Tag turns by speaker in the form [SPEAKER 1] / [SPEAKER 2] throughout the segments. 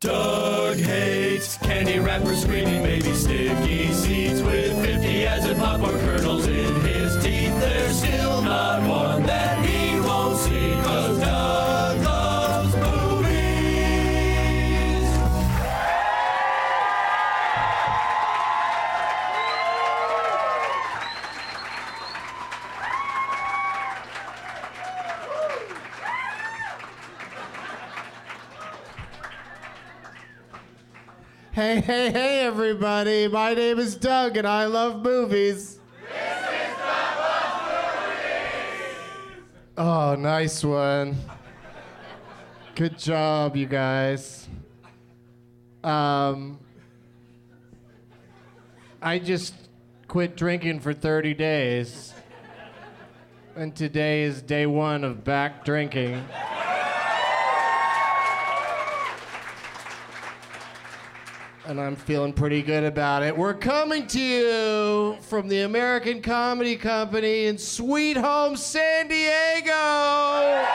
[SPEAKER 1] Doug hates candy wrappers, screaming baby sticky seeds with 50 as in popcorn kernels in his teeth. There's still not one that he won't see 'cause Doug loves movies.
[SPEAKER 2] Hey, hey, hey, everybody. My name is Doug and I love movies. This is Doug Loves Movies. Oh, nice one. Good job, you guys. Um, I just quit drinking for 30 days. And today is day one of back drinking. and I'm feeling pretty good about it. We're coming to you from the American Comedy Company in Sweet Home San Diego.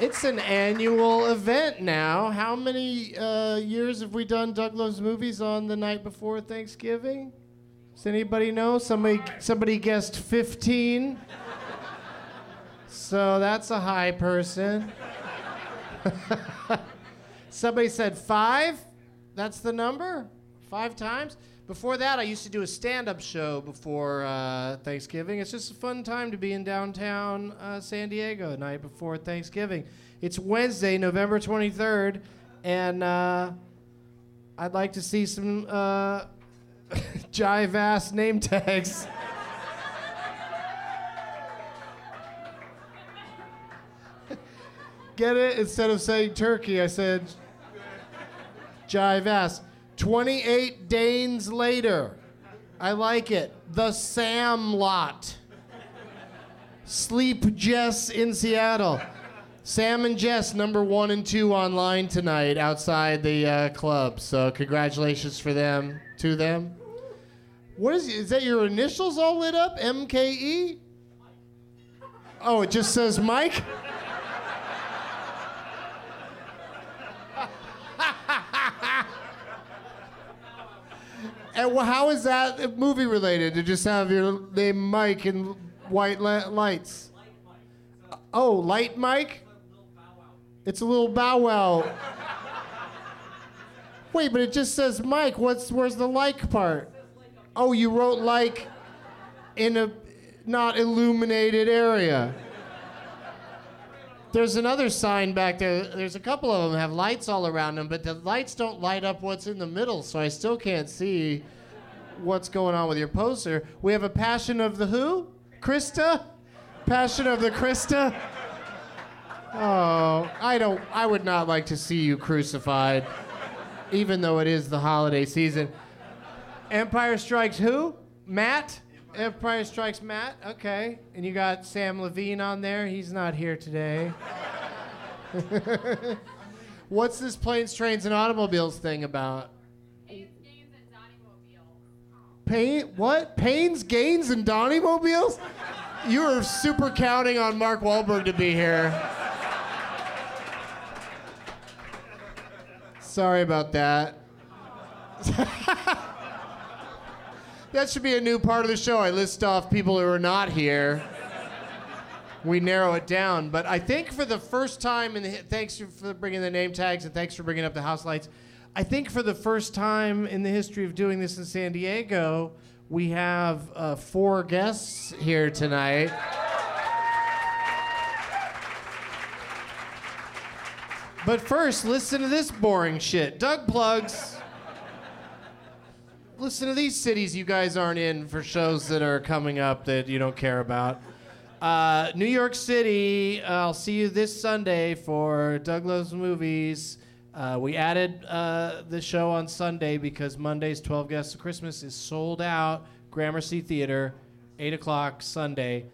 [SPEAKER 2] It's an annual event now. How many uh, years have we done Doug Loves Movies on the night before Thanksgiving? Does anybody know? Somebody, somebody guessed 15. So that's a high person. Somebody said five. That's the number. Five times. Before that, I used to do a stand up show before uh, Thanksgiving. It's just a fun time to be in downtown uh, San Diego the night before Thanksgiving. It's Wednesday, November 23rd, and uh, I'd like to see some uh, jive ass name tags. get it? Instead of saying turkey, I said jive ass. 28 Danes later. I like it. The Sam lot. Sleep Jess in Seattle. Sam and Jess, number one and two online tonight outside the uh, club. So congratulations for them, to them. What is is that? Your initials all lit up? MKE? Oh, it just says Mike. And wh- how is that movie related? To just have your name Mike and white la- lights. Oh, light Mike. It's a little bow wow. Wait, but it just says Mike. What's where's the like part? Oh, you wrote like in a not illuminated area. There's another sign back there. There's a couple of them have lights all around them, but the lights don't light up what's in the middle, so I still can't see what's going on with your poster. We have a Passion of the Who? Krista? Passion of the Krista? Oh, I don't I would not like to see you crucified even though it is the holiday season. Empire Strikes who? Matt? Empire Strikes Matt. Okay. And you got Sam Levine on there. He's not here today. What's this planes, trains, and automobiles thing about? Pain, what? Pains, gains, and Donnie mobiles? You were super counting on Mark Wahlberg to be here. Sorry about that. That should be a new part of the show. I list off people who are not here. We narrow it down, but I think for the first time, and thanks for bringing the name tags and thanks for bringing up the house lights. I think for the first time in the history of doing this in San Diego, we have uh, four guests here tonight. But first, listen to this boring shit. Doug plugs listen to these cities you guys aren't in for shows that are coming up that you don't care about. Uh, New York City, I'll see you this Sunday for Doug Loves Movies. Uh, we added uh, the show on Sunday because Monday's 12 Guests of Christmas is sold out. Gramercy Theater, 8 o'clock Sunday.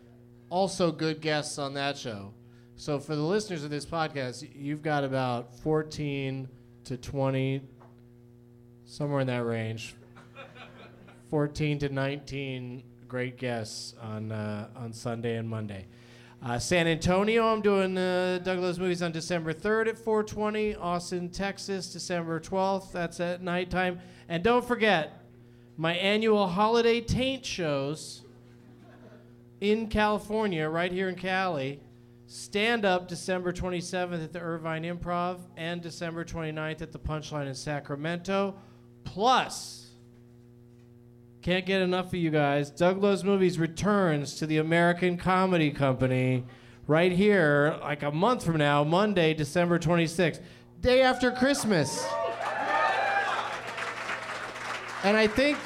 [SPEAKER 2] Also, good guests on that show. So, for the listeners of this podcast, you've got about 14 to 20, somewhere in that range, 14 to 19 great guests on uh, on Sunday and Monday. Uh, San Antonio, I'm doing uh, Douglas movies on December 3rd at 4:20. Austin, Texas, December 12th. That's at nighttime. And don't forget my annual holiday taint shows in California, right here in Cali. Stand up December 27th at the Irvine Improv and December 29th at the Punchline in Sacramento. Plus. Can't get enough of you guys. Doug Loves Movies returns to the American Comedy Company right here, like a month from now, Monday, December 26th, day after Christmas. And I think,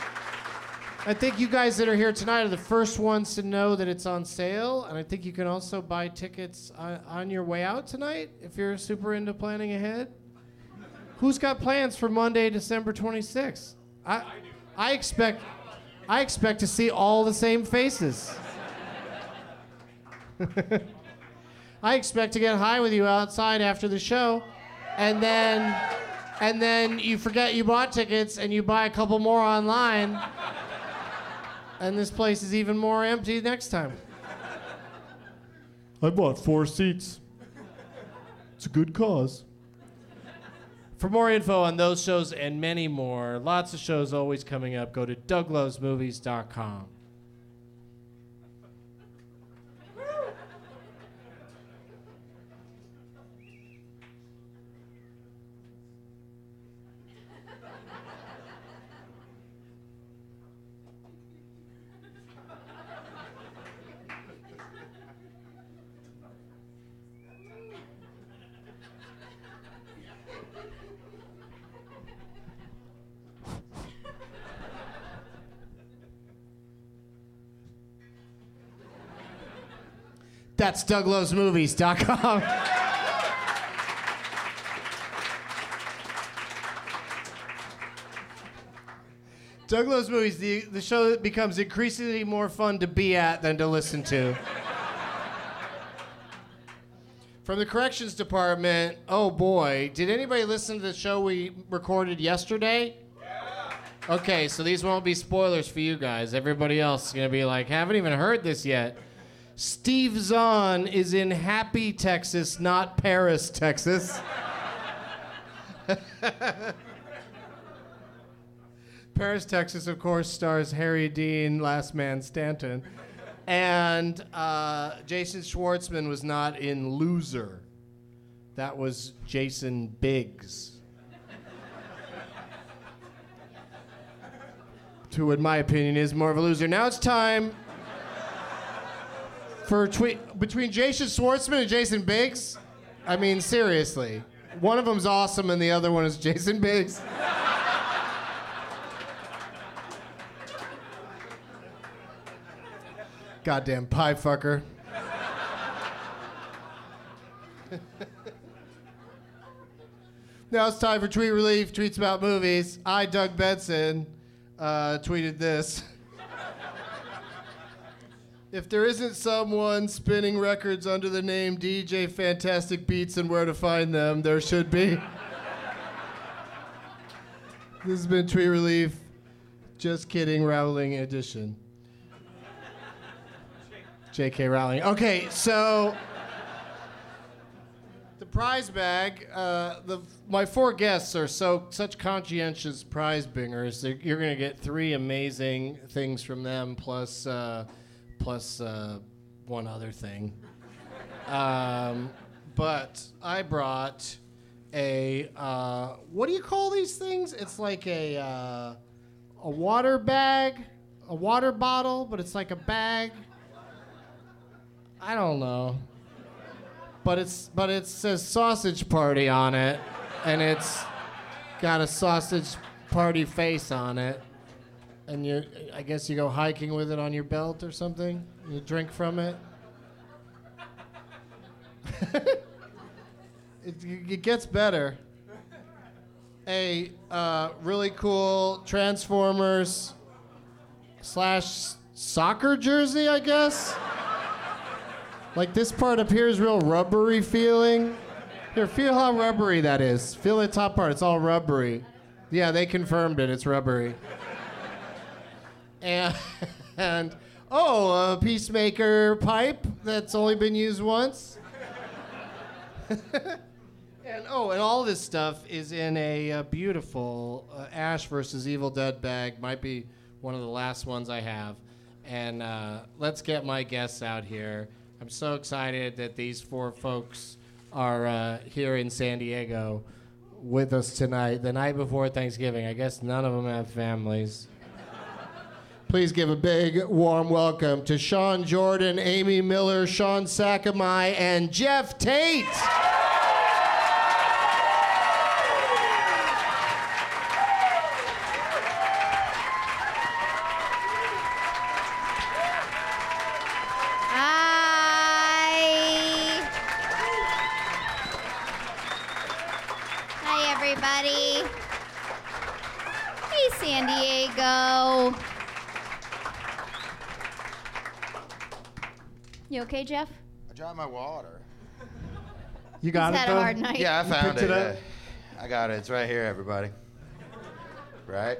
[SPEAKER 2] I think you guys that are here tonight are the first ones to know that it's on sale. And I think you can also buy tickets on, on your way out tonight if you're super into planning ahead. Who's got plans for Monday, December 26th? I, I expect, I expect to see all the same faces. I expect to get high with you outside after the show, and then, and then you forget you bought tickets and you buy a couple more online, and this place is even more empty next time. I bought four seats. It's a good cause. For more info on those shows and many more, lots of shows always coming up, go to douglovesmovies.com. That's douglovesmovies.com. Doug Loves Movies, the, the show that becomes increasingly more fun to be at than to listen to. From the corrections department, oh boy, did anybody listen to the show we recorded yesterday? Okay, so these won't be spoilers for you guys. Everybody else is gonna be like, haven't even heard this yet. Steve Zahn is in Happy, Texas, not Paris, Texas. Paris, Texas, of course, stars Harry Dean, Last Man Stanton. And uh, Jason Schwartzman was not in Loser. That was Jason Biggs. Who, in my opinion, is more of a loser. Now it's time for tweet between Jason Schwartzman and Jason Biggs. I mean, seriously, one of them's awesome and the other one is Jason Biggs. Goddamn pie fucker. now it's time for tweet relief. Tweets about movies. I, Doug Benson, uh, tweeted this. If there isn't someone spinning records under the name DJ Fantastic Beats and where to find them, there should be. this has been Tweet Relief. Just kidding, Rowling Edition. JK Rowling. Okay, so the prize bag, uh, the, my four guests are so such conscientious prize bingers. They're- You're going to get three amazing things from them, plus, uh, plus uh, one other thing. Um, but I brought a uh, what do you call these things? It's like a uh, a water bag, a water bottle, but it's like a bag. I don't know but it's but it says sausage party on it, and it's got a sausage party face on it, and you I guess you go hiking with it on your belt or something. You drink from it. it, it gets better. A uh, really cool Transformers slash soccer jersey, I guess. Like this part up here is real rubbery feeling. Here, feel how rubbery that is. Feel the top part, it's all rubbery. Yeah, they confirmed it, it's rubbery. And, and oh, a peacemaker pipe that's only been used once. and oh, and all this stuff is in a uh, beautiful uh, Ash versus Evil Dead bag. Might be one of the last ones I have. And uh, let's get my guests out here. I'm so excited that these four folks are uh, here in San Diego with us tonight, the night before Thanksgiving. I guess none of them have families. Please give a big, warm welcome to Sean Jordan, Amy Miller, Sean Sakamai, and Jeff Tate.
[SPEAKER 3] Hi. Hi, everybody. Hey, San Diego. You okay, Jeff?
[SPEAKER 4] I dropped my water.
[SPEAKER 2] You got
[SPEAKER 3] He's had a hard night.
[SPEAKER 4] Yeah, I found
[SPEAKER 2] picked
[SPEAKER 4] it.
[SPEAKER 2] it up?
[SPEAKER 4] uh, I got it. It's right here, everybody. Right?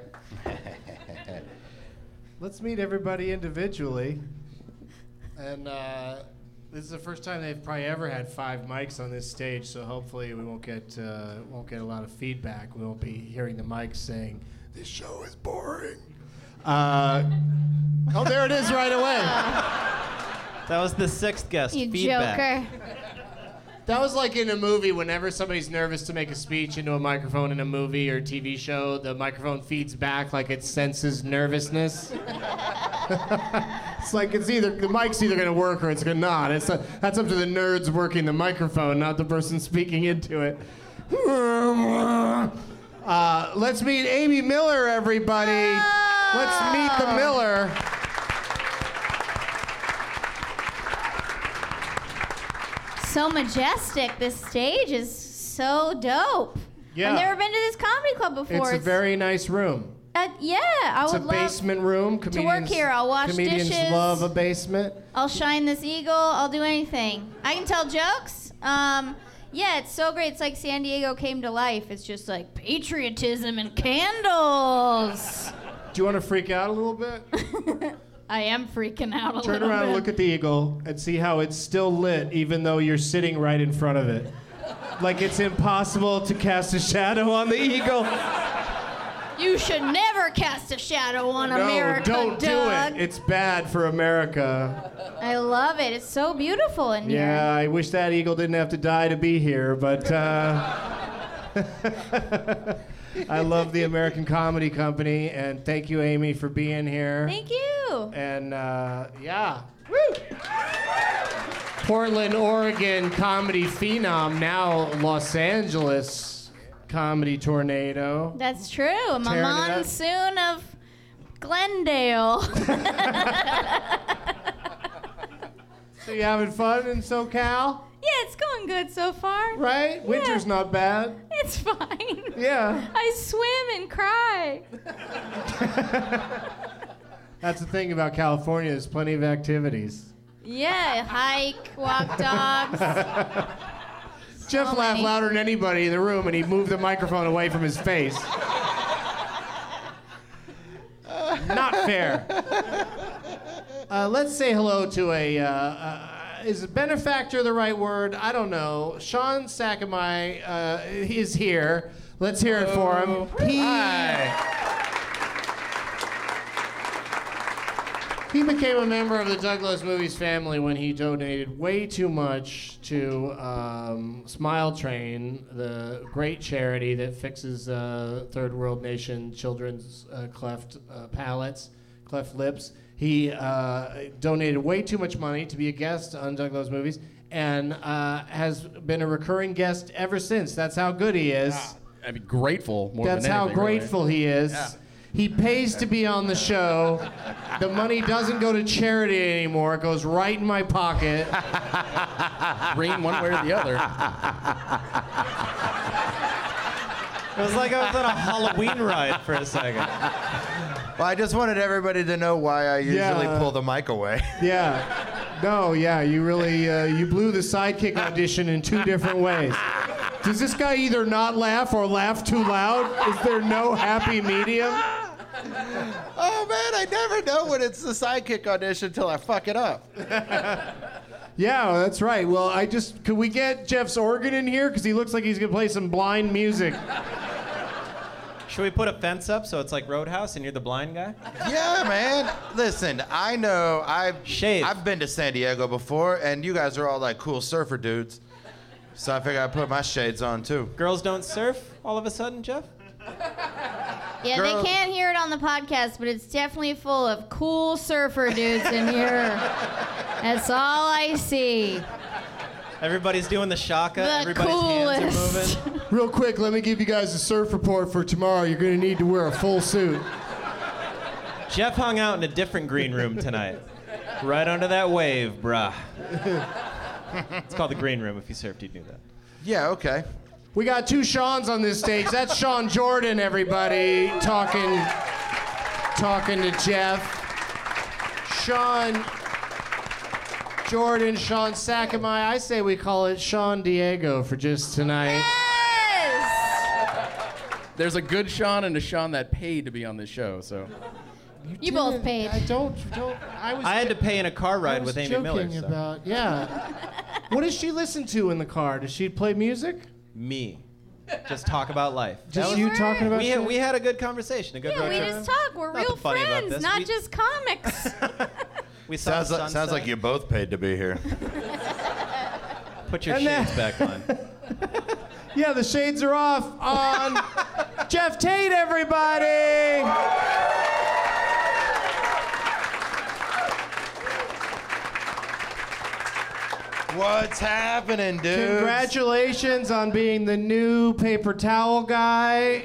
[SPEAKER 2] Let's meet everybody individually. And uh, this is the first time they've probably ever had five mics on this stage, so hopefully we won't get uh, won't get a lot of feedback. We won't be hearing the mics saying this show is boring. Uh, oh, there it is right away.
[SPEAKER 5] That was the sixth guest.
[SPEAKER 3] You
[SPEAKER 5] feedback.
[SPEAKER 3] joker.
[SPEAKER 2] That was like in a movie. Whenever somebody's nervous to make a speech into a microphone in a movie or TV show, the microphone feeds back like it senses nervousness. it's like it's either the mic's either gonna work or it's gonna not. It's uh that's up to the nerds working the microphone, not the person speaking into it. Uh, let's meet Amy Miller, everybody. Let's meet the Miller.
[SPEAKER 3] So majestic. This stage is so dope.
[SPEAKER 2] Yeah.
[SPEAKER 3] I've never been to this comedy club before.
[SPEAKER 2] It's a very nice room.
[SPEAKER 3] Uh, Uh, yeah, I
[SPEAKER 2] It's a
[SPEAKER 3] would love.
[SPEAKER 2] basement room.
[SPEAKER 3] to
[SPEAKER 2] Comedians,
[SPEAKER 3] work here. I'll wash
[SPEAKER 2] comedians
[SPEAKER 3] dishes.
[SPEAKER 2] love a basement.
[SPEAKER 3] I'll shine this eagle. I'll do anything. I can tell jokes. Um, yeah, it's so great. It's like San Diego came to life. It's just like patriotism and candles.
[SPEAKER 2] Do you want to freak out a little bit?
[SPEAKER 3] I am freaking out a
[SPEAKER 2] Turn
[SPEAKER 3] little
[SPEAKER 2] around
[SPEAKER 3] bit.
[SPEAKER 2] and look at the eagle and see how it's still lit even though you're sitting right in front of it. Like it's impossible to cast a shadow on the eagle.
[SPEAKER 3] you should never cast a shadow on
[SPEAKER 2] no,
[SPEAKER 3] America,
[SPEAKER 2] don't
[SPEAKER 3] Doug.
[SPEAKER 2] do it. It's bad for America.
[SPEAKER 3] I love it. It's so beautiful in here.
[SPEAKER 2] Yeah, I wish that eagle didn't have to die to be here, but uh, I love the American Comedy Company and thank you, Amy, for being here.
[SPEAKER 3] Thank you.
[SPEAKER 2] and uh, yeah. Woo! Portland, Oregon comedy phenom, now Los Angeles comedy tornado.
[SPEAKER 3] That's true. I'm a
[SPEAKER 2] Tearing it up.
[SPEAKER 3] monsoon of Glendale.
[SPEAKER 2] So you having fun in SoCal,
[SPEAKER 3] Yeah, it's going good so far.
[SPEAKER 2] right? Winter's not bad.
[SPEAKER 3] It's fine.
[SPEAKER 2] Yeah.
[SPEAKER 3] I swim and cry.
[SPEAKER 2] That's the thing about California, there's plenty of activities.
[SPEAKER 3] Yeah, hike, walk dogs.
[SPEAKER 2] Jeff laughed
[SPEAKER 3] many.
[SPEAKER 2] louder than anybody in the room and he moved the microphone away from his face. Not fair. Uh, let's say hello to a. Uh, uh, is benefactor the right word? I don't know. Sean Sakamai uh, is here. Let's hear it for him. He, He became a member of the Douglas Movies family when he donated way too much to um, Smile Train, the great charity that fixes uh, third world nation children's uh, cleft uh, palates, cleft lips. He uh, donated way too much money to be a guest on Douglas Movies and uh, has been a recurring guest ever since. That's how good he is.
[SPEAKER 6] I mean, grateful more
[SPEAKER 2] That's
[SPEAKER 6] than
[SPEAKER 2] how
[SPEAKER 6] anything, really.
[SPEAKER 2] grateful he is.
[SPEAKER 6] Yeah.
[SPEAKER 2] He pays to be on the show. The money doesn't go to charity anymore. It goes right in my pocket.
[SPEAKER 6] Rain one way or the other.
[SPEAKER 5] It was like I was on a Halloween ride for a second.
[SPEAKER 4] Well, I just wanted everybody to know why I usually
[SPEAKER 2] Yeah.
[SPEAKER 4] pull the mic away.
[SPEAKER 2] Yeah. No, yeah, you really uh, you blew the sidekick audition in two different ways. Does this guy either not laugh or laugh too loud? Is there no happy medium?
[SPEAKER 4] oh man, I never know when it's the sidekick audition till I fuck it up.
[SPEAKER 2] Yeah, that's right. Well, I just could we get Jeff's organ in here because he looks like he's gonna play some blind music.
[SPEAKER 5] Should we put a fence up so it's like Roadhouse and you're the blind guy?
[SPEAKER 4] Yeah, man. Listen, I know I've
[SPEAKER 5] Shave.
[SPEAKER 4] I've been to San Diego before, and you guys are all like cool surfer dudes. So I figured I'd put my shades on too.
[SPEAKER 5] Girls don't surf all of a sudden, Jeff?
[SPEAKER 3] Yeah,
[SPEAKER 4] Girl.
[SPEAKER 3] they can't hear it on the podcast, but it's definitely full of cool surfer dudes in here. That's all I see.
[SPEAKER 5] Everybody's doing the shaka,
[SPEAKER 3] The
[SPEAKER 5] everybody's hands
[SPEAKER 3] coolest.
[SPEAKER 5] are moving.
[SPEAKER 2] Real quick, let me give you guys a surf report for tomorrow. You're going to need to wear a full suit.
[SPEAKER 5] Jeff hung out in a different green room tonight. Right under that wave, bruh. it's called the green room. If you surfed, you'd do that.
[SPEAKER 4] Yeah, okay.
[SPEAKER 2] We got two Sean's on this stage. That's Sean Jordan, everybody, talking talking to Jeff. Sean Jordan, Sean Sakamai. I say we call it Sean Diego for just tonight.
[SPEAKER 3] Yes!
[SPEAKER 6] There's a good Sean and a Sean that paid to be on this show. So
[SPEAKER 3] You both paid.
[SPEAKER 2] I don't don't I was
[SPEAKER 5] I had to pay in a car
[SPEAKER 2] I
[SPEAKER 5] ride
[SPEAKER 2] was
[SPEAKER 5] with Amy
[SPEAKER 2] joking
[SPEAKER 5] Miller. so-
[SPEAKER 2] about yeah. what does she listen to in the car? Does she play music?
[SPEAKER 5] Me. Just talk about life.
[SPEAKER 2] Just
[SPEAKER 3] was-
[SPEAKER 2] you talking about
[SPEAKER 5] we,
[SPEAKER 2] shit?
[SPEAKER 5] had, we had a good conversation, a good
[SPEAKER 3] Yeah,
[SPEAKER 5] road
[SPEAKER 3] we
[SPEAKER 5] trip.
[SPEAKER 3] just talk. We're
[SPEAKER 5] Nothing
[SPEAKER 3] real
[SPEAKER 5] funny about
[SPEAKER 3] friends,
[SPEAKER 5] this.
[SPEAKER 3] not
[SPEAKER 5] We-
[SPEAKER 3] just comics.
[SPEAKER 5] We saw
[SPEAKER 4] Sounds
[SPEAKER 5] the
[SPEAKER 4] like sounds like
[SPEAKER 5] sunset.
[SPEAKER 4] you both paid to be here.
[SPEAKER 5] Put your
[SPEAKER 2] And then-
[SPEAKER 5] shades back on.
[SPEAKER 2] Yeah, the shades are off on Jeff Tate, everybody.
[SPEAKER 4] What's happening, dude?
[SPEAKER 2] Congratulations on being the new paper towel guy.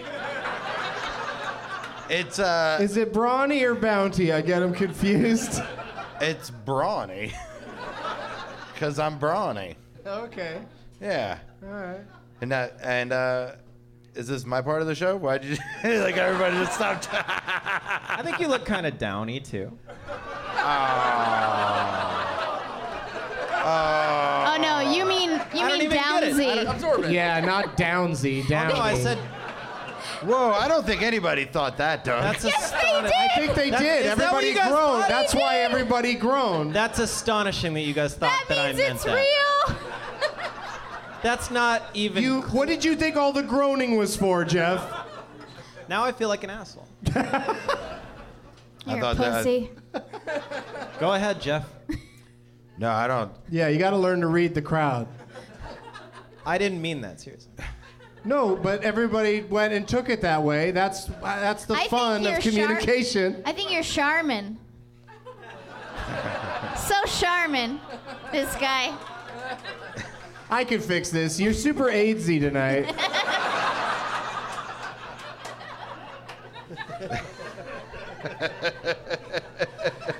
[SPEAKER 4] It's uh,
[SPEAKER 2] Is it Brawny or Bounty? I get him confused.
[SPEAKER 4] it's brawny. Cause I'm brawny.
[SPEAKER 2] Okay.
[SPEAKER 4] Yeah.
[SPEAKER 2] All right.
[SPEAKER 4] And that and uh, is this my part of the show? Why did you like everybody just stopped?
[SPEAKER 5] I think you look kind of downy too.
[SPEAKER 4] Ah.
[SPEAKER 3] Oh no, you mean you
[SPEAKER 5] I don't
[SPEAKER 3] mean
[SPEAKER 5] even get it. I
[SPEAKER 3] downsy.
[SPEAKER 6] Absorb it.
[SPEAKER 2] Yeah, not downsy. Downsy.
[SPEAKER 5] No, I said
[SPEAKER 4] Whoa, I don't think anybody thought that, Doug.
[SPEAKER 5] that's
[SPEAKER 3] Yes, they
[SPEAKER 5] astonishing.
[SPEAKER 3] did!
[SPEAKER 2] I think they
[SPEAKER 5] That's-
[SPEAKER 2] did.
[SPEAKER 5] is that what
[SPEAKER 2] Everybody
[SPEAKER 5] you guys
[SPEAKER 2] groaned.
[SPEAKER 5] thought?
[SPEAKER 2] That's
[SPEAKER 3] They
[SPEAKER 2] why
[SPEAKER 3] did.
[SPEAKER 2] everybody groaned.
[SPEAKER 5] That's astonishing that you guys thought
[SPEAKER 3] That
[SPEAKER 5] that, I
[SPEAKER 3] means
[SPEAKER 5] meant
[SPEAKER 3] it's
[SPEAKER 5] that.
[SPEAKER 3] real.
[SPEAKER 5] That's not even.
[SPEAKER 2] You, what did you think all the groaning was for, Jeff?
[SPEAKER 5] Now I feel like an asshole.
[SPEAKER 3] You're a
[SPEAKER 4] thought that-
[SPEAKER 3] pussy.
[SPEAKER 5] Go ahead, Jeff.
[SPEAKER 4] no, I don't.
[SPEAKER 2] Yeah, you got to learn to read the crowd.
[SPEAKER 5] I didn't mean that seriously.
[SPEAKER 2] No, but everybody went and took it that way. That's that's the
[SPEAKER 3] I think
[SPEAKER 2] fun
[SPEAKER 3] you're
[SPEAKER 2] of
[SPEAKER 3] sharp.
[SPEAKER 2] communication.
[SPEAKER 3] I think you're Charmin. so Charmin, this guy.
[SPEAKER 2] I can fix this. You're super AIDSy tonight.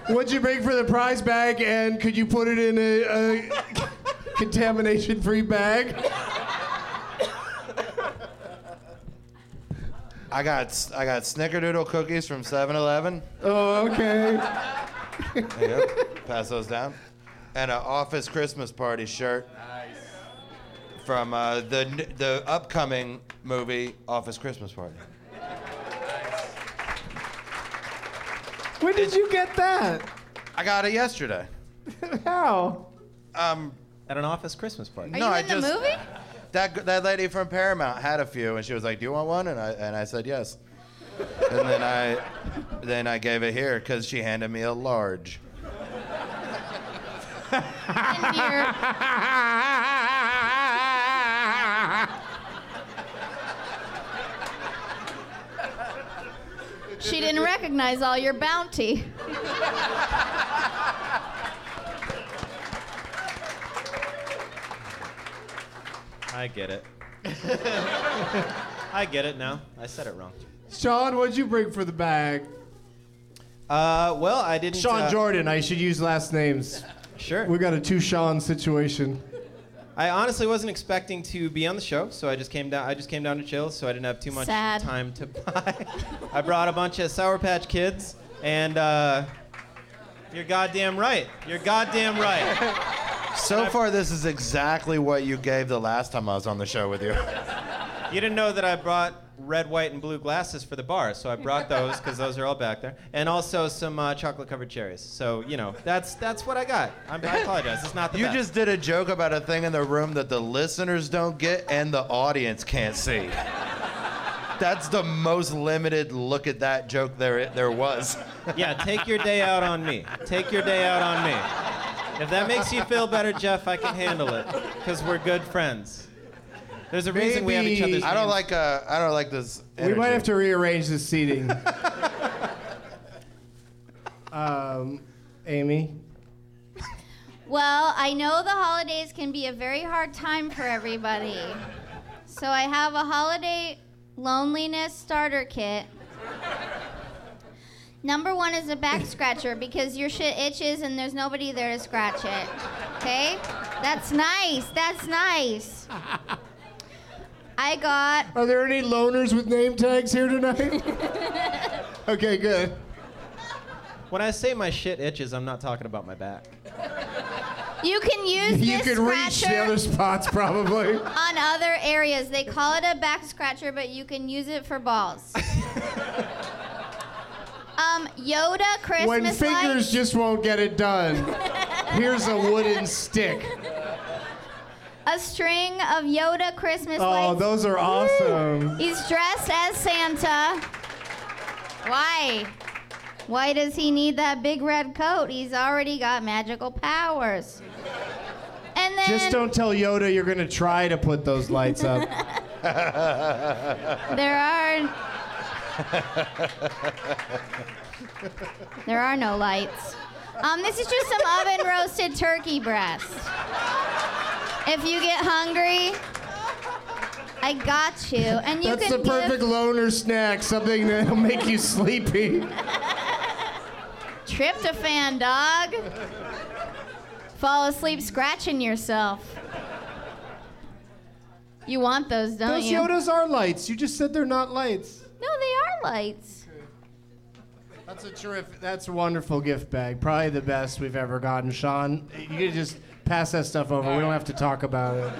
[SPEAKER 2] What'd you bring for the prize bag, and could you put it in a, a contamination-free bag?
[SPEAKER 4] I got s- I got snickerdoodle cookies from 7-Eleven.
[SPEAKER 2] Oh, okay.
[SPEAKER 4] Yep. Pass those down. And an office Christmas party shirt. From uh, the n- the upcoming movie Office Christmas Party.
[SPEAKER 2] When did you get that?
[SPEAKER 4] I got it yesterday.
[SPEAKER 2] How?
[SPEAKER 4] Um,
[SPEAKER 5] At an office Christmas party.
[SPEAKER 3] Are
[SPEAKER 4] No,
[SPEAKER 3] you in
[SPEAKER 4] I
[SPEAKER 3] the
[SPEAKER 4] just-
[SPEAKER 3] movie?
[SPEAKER 4] that g- that lady from Paramount had a few, and she was like, "Do you want one?" And I and I said yes. and then I then I gave it here because she handed me a large.
[SPEAKER 3] And you're- she didn't recognize all your bounty.
[SPEAKER 5] I get it. I get it now. I said it wrong.
[SPEAKER 2] Sean, what'd you bring for the bag?
[SPEAKER 5] Uh, well, I didn't.
[SPEAKER 2] Sean
[SPEAKER 5] uh,
[SPEAKER 2] Jordan. I should use last names.
[SPEAKER 5] Sure.
[SPEAKER 2] We got a two Sean situation.
[SPEAKER 5] I honestly wasn't expecting to be on the show, so I just came down. I just came down to chill, so I didn't have too much
[SPEAKER 3] Sad.
[SPEAKER 5] time to buy. I brought a bunch of Sour Patch Kids, and uh, you're goddamn right. You're goddamn right.
[SPEAKER 4] So far, this is exactly what you gave the last time I was on the show with you.
[SPEAKER 5] You didn't know that I brought red, white, and blue glasses for the bar, so I brought those because those are all back there, and also some uh, chocolate-covered cherries. So you know, that's that's what I got. I'm, I apologize. It's not the
[SPEAKER 4] You
[SPEAKER 5] best.
[SPEAKER 4] just did a joke about a thing in the room that the listeners don't get and the audience can't see. That's the most limited look at that joke there there was.
[SPEAKER 5] Yeah, take your day out on me. Take your day out on me. If that makes you feel better, Jeff, I can handle it because we're good friends. There's a reason we have each
[SPEAKER 2] Maybe-
[SPEAKER 5] other's.
[SPEAKER 4] I don't like
[SPEAKER 5] names.
[SPEAKER 4] uh, I don't like this.
[SPEAKER 2] We might
[SPEAKER 4] energy.
[SPEAKER 2] have to rearrange the seating. um, Um, Amy,
[SPEAKER 3] Well, I know the holidays can be a very hard time for everybody. So I have a holiday loneliness starter kit. Number one is a back scratcher because your shit itches and there's nobody there to scratch it. Okay? That's nice. That's nice. I got
[SPEAKER 2] are there any loners with name tags here tonight? okay, good.
[SPEAKER 5] When I say my shit itches, I'm not talking about my back.
[SPEAKER 3] you can use
[SPEAKER 2] You
[SPEAKER 3] this
[SPEAKER 2] can reach the
[SPEAKER 3] scratcher
[SPEAKER 2] other spots probably.
[SPEAKER 3] on other areas. They call it a back scratcher, but you can use it for balls. um, Yoda Christmas
[SPEAKER 2] when fingers
[SPEAKER 3] lights.
[SPEAKER 2] just won't get it done, here's a wooden stick.
[SPEAKER 3] a string of Yoda Christmas
[SPEAKER 2] Oh,
[SPEAKER 3] lights.
[SPEAKER 2] those are awesome.
[SPEAKER 3] He's dressed as Santa. Why? Why does he need that big red coat? He's already got magical powers. And then
[SPEAKER 2] Just don't tell Yoda you're gonna try to put those lights up.
[SPEAKER 3] There are. there are no lights. Um, this is just some oven roasted turkey breast. If you get hungry, I got you. And you
[SPEAKER 2] That's the
[SPEAKER 3] can
[SPEAKER 2] perfect
[SPEAKER 3] give
[SPEAKER 2] loner snack, something that'll make you sleepy.
[SPEAKER 3] tryptophan, dog. Fall asleep scratching yourself. You want those, don't
[SPEAKER 2] Those
[SPEAKER 3] you?
[SPEAKER 2] Yodas are lights. You just said they're not lights.
[SPEAKER 3] No, they are lights.
[SPEAKER 2] That's a terrific. That's a wonderful gift bag. Probably the best we've ever gotten, Sean. You can just pass that stuff over. We don't have to talk about it.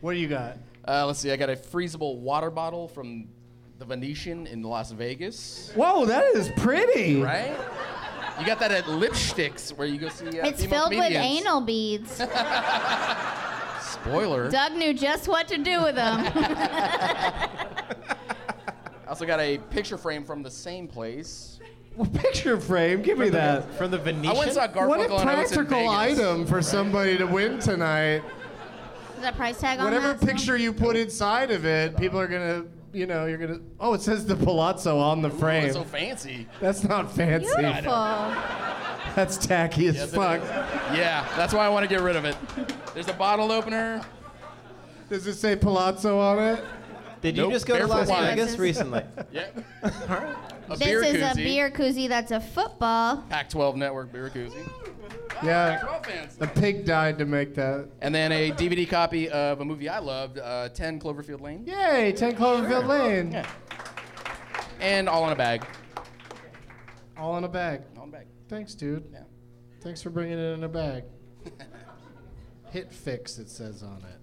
[SPEAKER 2] What do you got?
[SPEAKER 6] Uh, let's see. I got a freezable water bottle from the Venetian in Las Vegas.
[SPEAKER 2] Whoa, that is pretty.
[SPEAKER 6] Right? You got that at Lipsticks, where you go see. Uh,
[SPEAKER 3] It's
[SPEAKER 6] female
[SPEAKER 3] filled with
[SPEAKER 6] comedians.
[SPEAKER 3] anal beads.
[SPEAKER 6] Spoiler.
[SPEAKER 3] Doug knew just what to do with them.
[SPEAKER 6] I also got a picture frame from the same place.
[SPEAKER 2] Well, picture frame. Give me that.
[SPEAKER 5] From the Venetian.
[SPEAKER 6] I once saw Garfunkel
[SPEAKER 2] What a
[SPEAKER 6] and I was in
[SPEAKER 2] practical
[SPEAKER 6] Vegas.
[SPEAKER 2] item for somebody to win tonight.
[SPEAKER 3] Is that price tag on
[SPEAKER 2] Whatever
[SPEAKER 3] that?
[SPEAKER 2] picture you put inside of it, people are gonna, you know, you're gonna. Oh, it says the Palazzo on the
[SPEAKER 6] Oh,
[SPEAKER 2] frame.
[SPEAKER 6] it's so fancy.
[SPEAKER 2] That's not fancy.
[SPEAKER 3] Beautiful.
[SPEAKER 2] That's tacky as
[SPEAKER 6] Yes, it
[SPEAKER 2] fuck.
[SPEAKER 6] is. Yeah, that's why I want to get rid of it. There's a bottle opener.
[SPEAKER 2] Does it say Palazzo on it?
[SPEAKER 5] Did you
[SPEAKER 6] Nope,
[SPEAKER 5] just go to
[SPEAKER 6] barefoot
[SPEAKER 5] Las
[SPEAKER 6] wine.
[SPEAKER 5] Vegas recently?
[SPEAKER 6] Yep. All right. A
[SPEAKER 3] This
[SPEAKER 6] beer
[SPEAKER 3] is
[SPEAKER 6] koozie.
[SPEAKER 3] a beer koozie that's a football.
[SPEAKER 6] Pac-12 Network beer koozie.
[SPEAKER 2] Yeah.
[SPEAKER 6] Pac-12 fans.
[SPEAKER 2] The pig died to make that.
[SPEAKER 6] And then a DVD copy of a movie I loved, uh, 10 Cloverfield Lane,
[SPEAKER 2] Yay, 10 Cloverfield Lane.
[SPEAKER 6] Yeah. and All in a Bag.
[SPEAKER 2] All in a bag.
[SPEAKER 6] All in a bag.
[SPEAKER 2] Thanks, dude.
[SPEAKER 6] Yeah.
[SPEAKER 2] Thanks for bringing it in a bag. Hit fix, it says on it.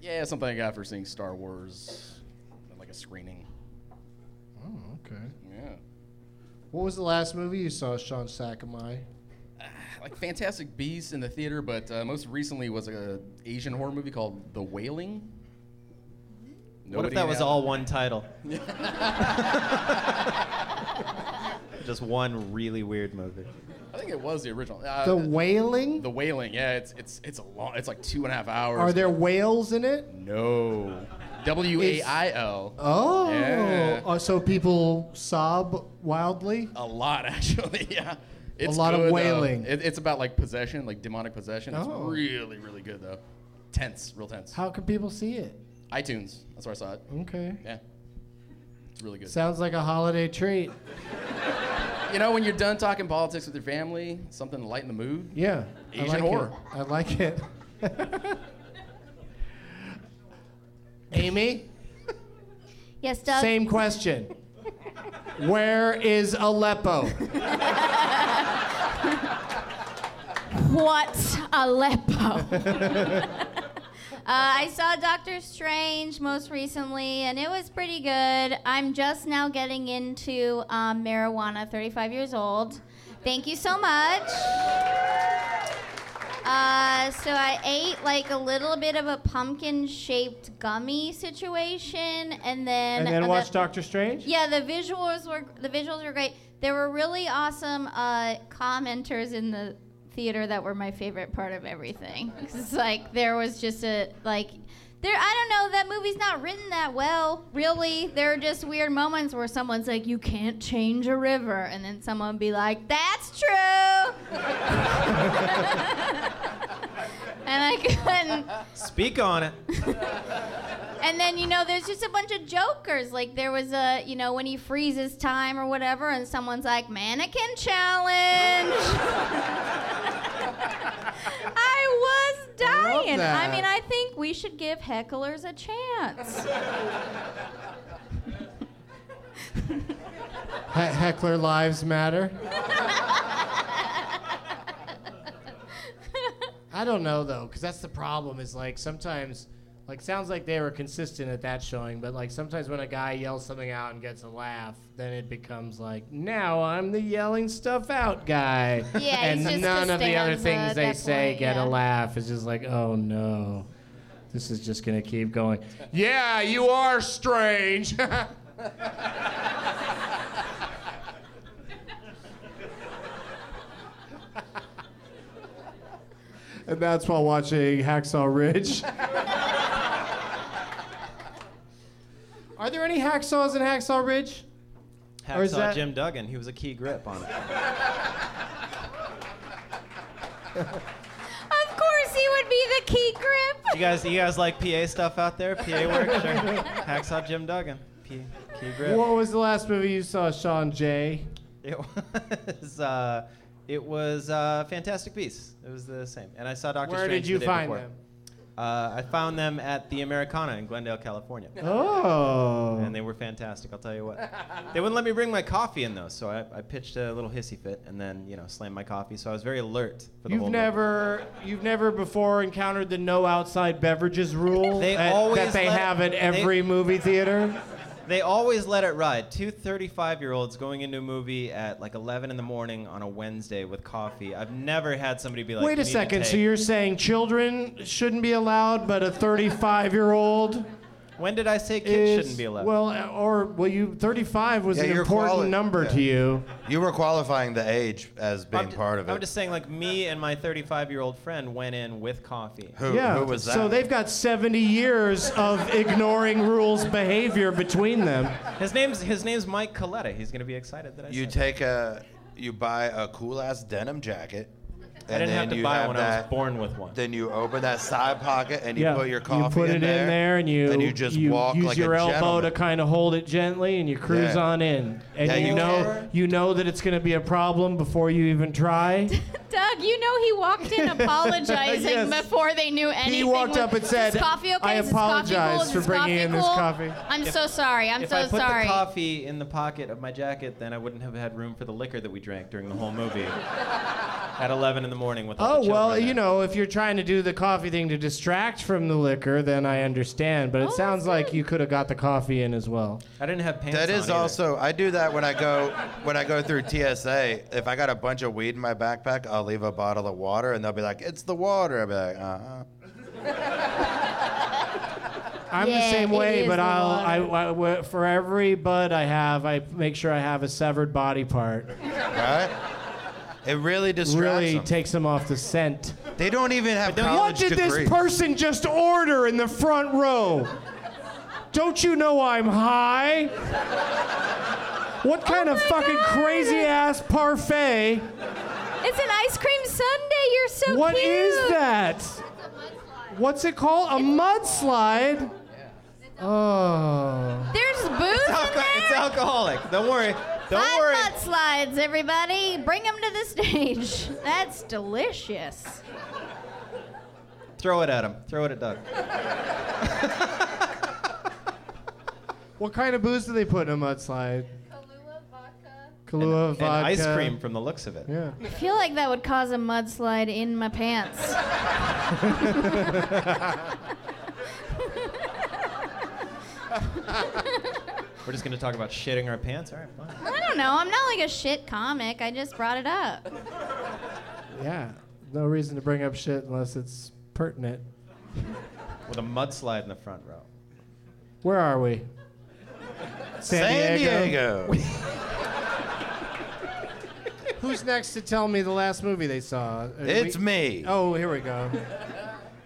[SPEAKER 6] Yeah, something I got for seeing Star Wars, like a screening.
[SPEAKER 2] Oh, okay.
[SPEAKER 6] Yeah.
[SPEAKER 2] What was the last movie you saw, Sean Sakamai?
[SPEAKER 6] Like Fantastic Beasts in the theater, but uh, most recently was a Asian horror movie called The Wailing.
[SPEAKER 5] What if
[SPEAKER 6] Nobody
[SPEAKER 5] that was
[SPEAKER 6] had-
[SPEAKER 5] all one title? Just one really weird movie.
[SPEAKER 6] I think it was the original. Uh,
[SPEAKER 2] The Wailing?
[SPEAKER 6] The Wailing. Yeah, it's it's it's a long. It's like two and a half hours.
[SPEAKER 2] Are there whales in it?
[SPEAKER 6] No. W a i l.
[SPEAKER 2] Oh.
[SPEAKER 6] Yeah.
[SPEAKER 2] Oh, so people sob wildly?
[SPEAKER 6] A lot actually. Yeah. It's
[SPEAKER 2] lot of
[SPEAKER 6] good, though.
[SPEAKER 2] wailing.
[SPEAKER 6] It, it's about like possession, like demonic possession.
[SPEAKER 2] Oh.
[SPEAKER 6] It's really really good though. Tense, real tense.
[SPEAKER 2] How can people see it?
[SPEAKER 6] iTunes. That's where I saw it.
[SPEAKER 2] Okay.
[SPEAKER 6] Yeah. It's really good.
[SPEAKER 2] Sounds like a holiday treat.
[SPEAKER 6] you know, when you're done talking politics with your family, something to lighten the mood.
[SPEAKER 2] Yeah.
[SPEAKER 6] Asian
[SPEAKER 2] I like
[SPEAKER 6] horror.
[SPEAKER 2] It. I like it. Amy,
[SPEAKER 3] Yes, Doug.
[SPEAKER 2] same question. Where is Aleppo?
[SPEAKER 3] What Aleppo? uh, I saw Doctor Strange most recently, and it was pretty good. I'm just now getting into um, marijuana, 35 years old. Thank you so much. Uh, so I ate like a little bit of a pumpkin-shaped gummy situation, and then
[SPEAKER 2] And then
[SPEAKER 3] the-
[SPEAKER 2] watch Doctor Strange?
[SPEAKER 3] yeah, the visuals were the visuals were great. There were really awesome uh, commenters in the theater that were my favorite part of everything. 'Cause It's like there was just a like there I don't know that movie's not written that well. Really, there are just weird moments where someone's like you can't change a river and then someone be like that's true. and I couldn't
[SPEAKER 5] Speak on it.
[SPEAKER 3] and then you know, there's just a bunch of jokers. Like there was a, you know, when he freezes time or whatever, and someone's like, "Mannequin challenge." I was
[SPEAKER 2] I love
[SPEAKER 3] dying. I,
[SPEAKER 2] that.
[SPEAKER 3] mean, I think we should give hecklers a chance.
[SPEAKER 2] He- heckler lives matter. I don't know though, because that's the problem. Is like sometimes, like sounds like they were consistent at that showing, but like sometimes when a guy yells something out and gets a laugh, then it becomes like now I'm the yelling stuff out guy,
[SPEAKER 3] Yeah,
[SPEAKER 2] and
[SPEAKER 3] he's just
[SPEAKER 2] none
[SPEAKER 3] a
[SPEAKER 2] of the other
[SPEAKER 3] stanza
[SPEAKER 2] things
[SPEAKER 3] at
[SPEAKER 2] they
[SPEAKER 3] that
[SPEAKER 2] say
[SPEAKER 3] point,
[SPEAKER 2] get
[SPEAKER 3] yeah.
[SPEAKER 2] a laugh. It's just like oh no, this is just gonna keep going. yeah, you are strange. And that's while watching Hacksaw Ridge. Are there any hacksaws in Hacksaw Ridge? Or is
[SPEAKER 5] Hacksaw
[SPEAKER 2] that-
[SPEAKER 5] Jim Duggan. He was a key grip on it.
[SPEAKER 3] of course, he would be the key grip.
[SPEAKER 5] You guys, you guys like PA stuff out there? PA work, sure. Hacksaw Jim Duggan. P, key grip.
[SPEAKER 2] What was the last movie you saw, Sean Jay?
[SPEAKER 5] It was. Uh, it was uh, Fantastic Beasts. It was the same. And I saw Doctor
[SPEAKER 2] Where
[SPEAKER 5] Strange
[SPEAKER 2] did you
[SPEAKER 5] the day
[SPEAKER 2] find
[SPEAKER 5] before.
[SPEAKER 2] them?
[SPEAKER 5] Uh, I found them at the Americana in Glendale, California,
[SPEAKER 2] Oh.
[SPEAKER 5] and they were fantastic. I'll tell you what. They wouldn't let me bring my coffee in though, so I, I pitched a little hissy fit and then you know slammed my coffee. So I was very alert for the
[SPEAKER 2] You've
[SPEAKER 5] whole.
[SPEAKER 2] never, you've never before encountered the no outside beverages rule
[SPEAKER 5] They
[SPEAKER 2] that,
[SPEAKER 5] always
[SPEAKER 2] that they
[SPEAKER 5] let-
[SPEAKER 2] have at
[SPEAKER 5] they-
[SPEAKER 2] every movie theater.
[SPEAKER 5] They always let it ride. Two 35 year olds going into a movie at like 11 in the morning on a Wednesday with coffee. I've never had somebody be like,
[SPEAKER 2] Wait
[SPEAKER 5] "You
[SPEAKER 2] a
[SPEAKER 5] need to
[SPEAKER 2] second. So
[SPEAKER 5] take-"
[SPEAKER 2] you're saying children shouldn't be allowed, but a 35 year old
[SPEAKER 5] When did I say kids
[SPEAKER 2] is
[SPEAKER 5] shouldn't be allowed?
[SPEAKER 2] well, or well, you 35 was
[SPEAKER 4] Yeah,
[SPEAKER 2] an
[SPEAKER 4] you're
[SPEAKER 2] important
[SPEAKER 4] quali-
[SPEAKER 2] number
[SPEAKER 4] yeah.
[SPEAKER 2] to you.
[SPEAKER 4] You were qualifying the age as being
[SPEAKER 5] ju-
[SPEAKER 4] part of it.
[SPEAKER 5] I'm just saying, like, me and my 35 year old friend went in with coffee.
[SPEAKER 4] who,
[SPEAKER 2] Yeah.
[SPEAKER 4] who was that?
[SPEAKER 2] So they've got 70 years of ignoring rules behavior between them.
[SPEAKER 5] His name's, his name's Mike Coletta. He's going to be excited that I
[SPEAKER 4] you
[SPEAKER 5] said that.
[SPEAKER 4] take a, you buy a cool ass denim jacket. And
[SPEAKER 5] I didn't
[SPEAKER 4] then
[SPEAKER 5] have to
[SPEAKER 4] you
[SPEAKER 5] buy
[SPEAKER 4] have
[SPEAKER 5] one. I was
[SPEAKER 4] that-
[SPEAKER 5] born with one.
[SPEAKER 4] Then you open that side pocket and you
[SPEAKER 2] yeah.
[SPEAKER 4] put your coffee
[SPEAKER 2] you put
[SPEAKER 4] in
[SPEAKER 2] it
[SPEAKER 4] there.
[SPEAKER 2] in there, and you
[SPEAKER 4] and you just
[SPEAKER 2] you
[SPEAKER 4] walk
[SPEAKER 2] use
[SPEAKER 4] like
[SPEAKER 2] your
[SPEAKER 4] a
[SPEAKER 2] elbow
[SPEAKER 4] gentleman.
[SPEAKER 2] to kind of hold it gently, and you cruise
[SPEAKER 4] Yeah.
[SPEAKER 2] on in, and
[SPEAKER 4] Yeah,
[SPEAKER 2] you,
[SPEAKER 4] you
[SPEAKER 2] know
[SPEAKER 4] can-
[SPEAKER 2] you know that it's going to be a problem before you even try.
[SPEAKER 3] Doug, you know he walked in apologizing
[SPEAKER 2] Yes.
[SPEAKER 3] before they knew anything.
[SPEAKER 2] walked
[SPEAKER 3] was-
[SPEAKER 2] up and
[SPEAKER 3] "Is
[SPEAKER 2] said,
[SPEAKER 3] this coffee okay?
[SPEAKER 2] "I
[SPEAKER 3] Is this coffee cool?
[SPEAKER 2] apologize
[SPEAKER 3] Is
[SPEAKER 2] for
[SPEAKER 3] this
[SPEAKER 2] bringing
[SPEAKER 3] coffee
[SPEAKER 2] in this
[SPEAKER 3] cool?
[SPEAKER 2] coffee."
[SPEAKER 3] I'm so sorry. I'm
[SPEAKER 5] if
[SPEAKER 3] so
[SPEAKER 5] I put
[SPEAKER 3] sorry.
[SPEAKER 5] the coffee in the pocket of my jacket, then I wouldn't have had room for the liquor that we drank during the whole movie at 11 in the morning with all
[SPEAKER 2] Oh
[SPEAKER 5] the
[SPEAKER 2] well,
[SPEAKER 5] children
[SPEAKER 2] you
[SPEAKER 5] there.
[SPEAKER 2] know, if you're trying to do the coffee thing to distract from the liquor, then I understand. But it
[SPEAKER 3] Oh, that's
[SPEAKER 2] sounds like
[SPEAKER 3] good.
[SPEAKER 2] you could have got the coffee in as well.
[SPEAKER 5] I didn't have pants
[SPEAKER 4] That
[SPEAKER 5] on
[SPEAKER 4] is
[SPEAKER 5] either.
[SPEAKER 4] also I do that when I go when I go through TSA. If I got a bunch of weed in my backpack, I'll leave a bottle of water, and they'll be like, "It's the water." I'll be like, "Uh huh."
[SPEAKER 2] I'm the
[SPEAKER 3] Yeah,
[SPEAKER 2] same
[SPEAKER 3] it
[SPEAKER 2] way,
[SPEAKER 3] is
[SPEAKER 2] but
[SPEAKER 3] the
[SPEAKER 2] I'll I,
[SPEAKER 3] water.
[SPEAKER 2] I- w- for every bud I have, I make sure I have a severed body part.
[SPEAKER 4] Right? It really distracts
[SPEAKER 2] Really
[SPEAKER 4] them.
[SPEAKER 2] takes them off the scent.
[SPEAKER 4] they don't even have
[SPEAKER 2] What
[SPEAKER 4] college
[SPEAKER 2] did this
[SPEAKER 4] degrees.
[SPEAKER 2] person just order in the front row? Don't you know I'm high? What kind of
[SPEAKER 3] Oh my
[SPEAKER 2] fucking
[SPEAKER 3] God.
[SPEAKER 2] crazy ass parfait?
[SPEAKER 3] it's an ice cream sundae. You're so
[SPEAKER 2] What
[SPEAKER 3] cute.
[SPEAKER 2] is that? What's it called? A mudslide? Oh.
[SPEAKER 3] There's booze
[SPEAKER 5] It's,
[SPEAKER 3] in
[SPEAKER 5] alco- it's
[SPEAKER 3] there.
[SPEAKER 5] alcoholic. Don't worry. Don't
[SPEAKER 3] Five
[SPEAKER 5] worry.
[SPEAKER 3] mudslides, everybody. Bring them to the stage. That's delicious.
[SPEAKER 5] Throw it at him. Throw it at Doug.
[SPEAKER 2] What kind of booze do they put in a mudslide? Kahlua
[SPEAKER 5] And
[SPEAKER 2] vodka.
[SPEAKER 5] ice cream from the looks of it.
[SPEAKER 2] Yeah.
[SPEAKER 3] I feel like that would cause a mudslide in my pants.
[SPEAKER 5] We're just gonna talk about shitting our pants. All right, fine.
[SPEAKER 3] I don't know. I'm not like a shit comic. I just brought it up.
[SPEAKER 2] Yeah. No reason to bring up shit unless it's pertinent.
[SPEAKER 5] With a mudslide in the front row.
[SPEAKER 2] Where are we?
[SPEAKER 4] San Diego.
[SPEAKER 2] Who's next to tell me the last movie they saw? Are
[SPEAKER 4] It's
[SPEAKER 2] we-
[SPEAKER 4] me.
[SPEAKER 2] Oh, here we go.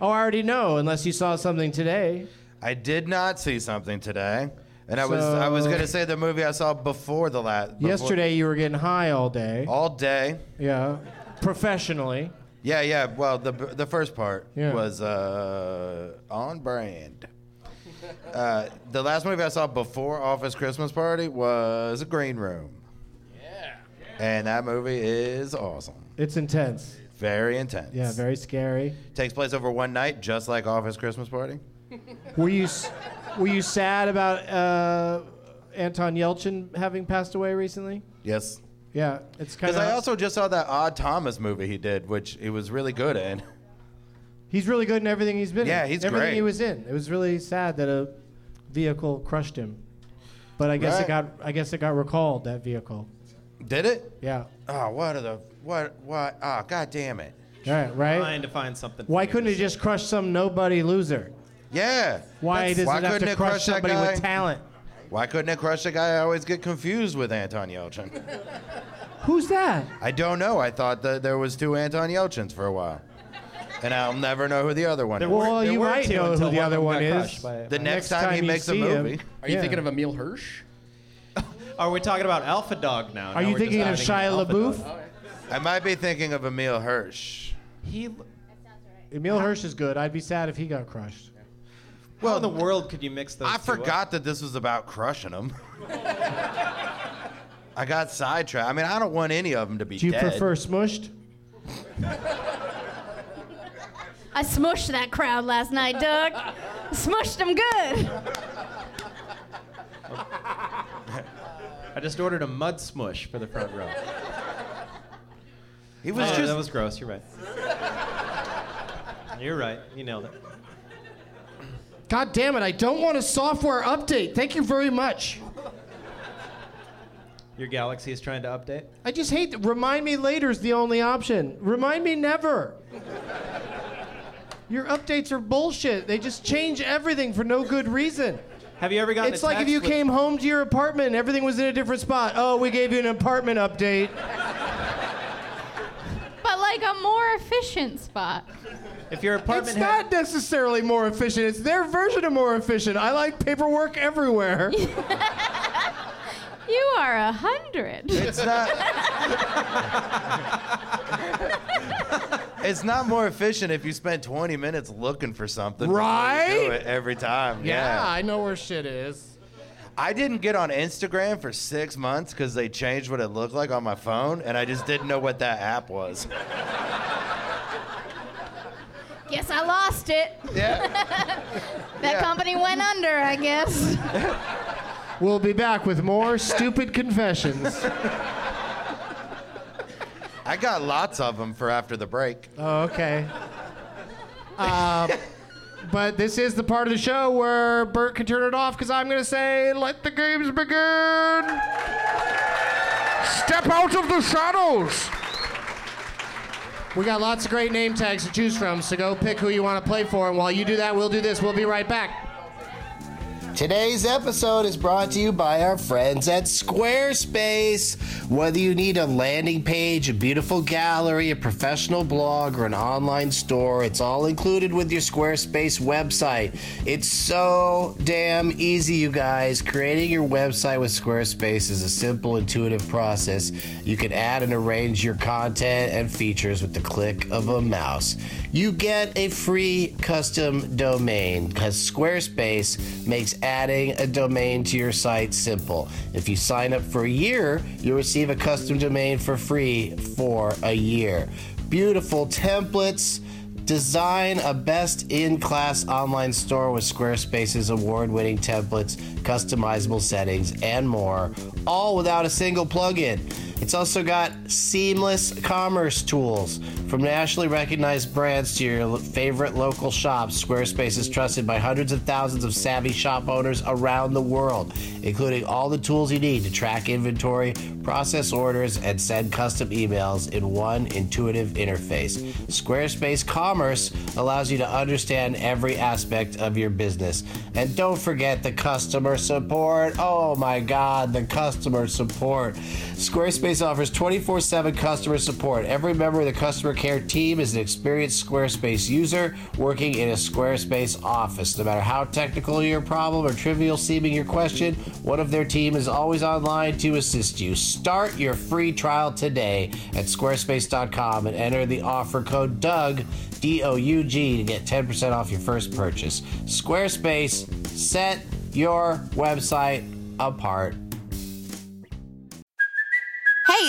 [SPEAKER 2] Oh, I already know, unless you saw something today.
[SPEAKER 4] I did not see something today, and I was I was
[SPEAKER 2] So-
[SPEAKER 4] gonna say the movie I saw before Oh. the last
[SPEAKER 2] Yesterday, you were getting high all day.
[SPEAKER 4] all day.
[SPEAKER 2] Yeah. Professionally.
[SPEAKER 4] Yeah, yeah. Well, the the first part
[SPEAKER 2] Yeah.
[SPEAKER 4] was uh, on brand. Uh, the last movie I saw before Office Christmas Party was A Green Room. Yeah. And that movie is awesome.
[SPEAKER 2] It's intense.
[SPEAKER 4] Very intense.
[SPEAKER 2] Yeah, very scary.
[SPEAKER 4] Takes place over one night, just like Office Christmas Party.
[SPEAKER 2] Were you s- were you sad about uh, Anton Yelchin having passed away recently?
[SPEAKER 4] Yes.
[SPEAKER 2] Yeah, it's kind
[SPEAKER 4] Because
[SPEAKER 2] of.
[SPEAKER 4] I also just saw that Odd Thomas movie he did, which he was really good in.
[SPEAKER 2] he's really good in everything he's been
[SPEAKER 4] Yeah,
[SPEAKER 2] in.
[SPEAKER 4] he's
[SPEAKER 2] everything
[SPEAKER 4] great.
[SPEAKER 2] he was in. It was really sad that a vehicle crushed him, but I guess it
[SPEAKER 4] Right.
[SPEAKER 2] got I guess it got recalled that vehicle.
[SPEAKER 4] Did it?
[SPEAKER 2] Yeah.
[SPEAKER 4] Oh, what are the what what? Oh, god damn it!
[SPEAKER 2] All right. Right.
[SPEAKER 5] Trying to find something.
[SPEAKER 2] Why
[SPEAKER 5] funny to
[SPEAKER 2] couldn't he
[SPEAKER 5] say.
[SPEAKER 2] just crush some nobody loser?
[SPEAKER 4] Yeah.
[SPEAKER 2] Why
[SPEAKER 4] That's-
[SPEAKER 2] does it have
[SPEAKER 4] couldn't
[SPEAKER 2] to crush,
[SPEAKER 4] that
[SPEAKER 2] somebody with
[SPEAKER 4] guy?
[SPEAKER 2] talent?
[SPEAKER 4] Why couldn't it crush the guy I always get confused with, Anton Yelchin?
[SPEAKER 2] Who's that?
[SPEAKER 4] I don't know. I thought that there was two Anton Yelchins for a while, and I'll never know who the other one is.
[SPEAKER 2] were- Well,
[SPEAKER 5] There
[SPEAKER 2] you
[SPEAKER 5] were
[SPEAKER 2] might
[SPEAKER 5] two
[SPEAKER 2] know who
[SPEAKER 5] until
[SPEAKER 2] the
[SPEAKER 5] of
[SPEAKER 2] other
[SPEAKER 5] them
[SPEAKER 2] one
[SPEAKER 5] got
[SPEAKER 2] is.
[SPEAKER 5] crushed by-
[SPEAKER 4] the
[SPEAKER 5] by-
[SPEAKER 4] next, time, he
[SPEAKER 2] you
[SPEAKER 4] makes a
[SPEAKER 2] see him-
[SPEAKER 4] movie,
[SPEAKER 6] Are you
[SPEAKER 2] Yeah.
[SPEAKER 6] thinking of Emil Hirsch?
[SPEAKER 5] Are we talking about Alpha Dog now? Now
[SPEAKER 2] Are you
[SPEAKER 5] we're just
[SPEAKER 2] thinking of
[SPEAKER 5] adding
[SPEAKER 2] Shia
[SPEAKER 5] Alpha
[SPEAKER 2] LaBeouf?
[SPEAKER 5] Dog.
[SPEAKER 4] I might be thinking of Emil Hirsch.
[SPEAKER 5] He. l-
[SPEAKER 2] Emil Hirsch is good. I'd be sad if he got crushed.
[SPEAKER 5] Well, in the world could you mix those?
[SPEAKER 4] I
[SPEAKER 5] two up?
[SPEAKER 4] forgot that this was about crushing him. I got sidetracked. I mean, I don't want any of them to be
[SPEAKER 2] Do you
[SPEAKER 4] dead.
[SPEAKER 2] prefer smushed?
[SPEAKER 3] I smushed that crowd last night, Doug. smushed them good.
[SPEAKER 5] I just ordered a mud smush for the front row.
[SPEAKER 4] He was
[SPEAKER 5] Oh,
[SPEAKER 4] just
[SPEAKER 5] that was gross. You're right. You're right. You nailed it.
[SPEAKER 2] God damn it, I don't want a software update. Thank you very much.
[SPEAKER 5] Your galaxy is trying to update.
[SPEAKER 2] I just hate that. Remind me later is the only option. Remind me never. Your updates are bullshit. They just change everything for no good reason.
[SPEAKER 5] Have you ever gotten?
[SPEAKER 2] It's
[SPEAKER 5] a
[SPEAKER 2] like if
[SPEAKER 5] text
[SPEAKER 2] you
[SPEAKER 5] with-
[SPEAKER 2] came home to your apartment and everything was in a different spot. Oh, we gave you an apartment update.
[SPEAKER 7] But like a more efficient spot.
[SPEAKER 5] If your
[SPEAKER 2] It's
[SPEAKER 5] apartment had-
[SPEAKER 2] not necessarily more efficient. It's their version of more efficient. I like paperwork everywhere.
[SPEAKER 7] You are a hundred.
[SPEAKER 4] It's not. it's not more efficient if you spend 20 minutes looking for something. before you do
[SPEAKER 2] Right?
[SPEAKER 4] it every time.
[SPEAKER 2] yeah,
[SPEAKER 4] Yeah.
[SPEAKER 2] I know where shit is.
[SPEAKER 4] I didn't get on Instagram for six months because they changed what it looked like on my phone, and I just didn't know what that app was.
[SPEAKER 3] Guess I lost it.
[SPEAKER 4] Yeah.
[SPEAKER 3] That company went under, I guess.
[SPEAKER 2] We'll be back with more stupid confessions.
[SPEAKER 4] I got lots of them for after the break.
[SPEAKER 2] Oh, okay. Uh, but this is the part of the show where Bert can turn it off because I'm going to say, let the games begin. Step out of the shadows. We got lots of great name tags to choose from, so go pick who you want to play for. And while you do that, we'll do this. We'll be right back.
[SPEAKER 8] Today's episode is brought to you by our friends at Squarespace. Whether you need a landing page, a beautiful gallery, a professional blog, or an online store, it's all included with your Squarespace website. It's so damn easy, you guys. Creating your website with Squarespace is a simple, intuitive process. You can add and arrange your content and features with the click of a mouse. You get a free custom domain because Squarespace makes adding a domain to your site simple. If you sign up for a year, you'll receive a custom domain for free for a year. Beautiful templates. Design a best in class online store with Squarespace's award winning templates, customizable settings, and more, all without a single plugin. It's also got seamless commerce tools. From nationally recognized brands to your favorite local shops, Squarespace is trusted by hundreds of thousands of savvy shop owners around the world, including all the tools you need to track inventory, process orders, and send custom emails in one intuitive interface. Squarespace Commerce allows you to understand every aspect of your business. And don't forget the customer support. Oh my God, the customer support. Squarespace offers 24 7 customer support. Every member of the customer care team is an experienced Squarespace user working in a Squarespace office. No matter how technical your problem or trivial seeming your question, one of their team is always online to assist you. Start your free trial today at squarespace.com and enter the offer code DOUG, D O U G, to get 10% off your first purchase. Squarespace, set your website apart.
[SPEAKER 9] Hey,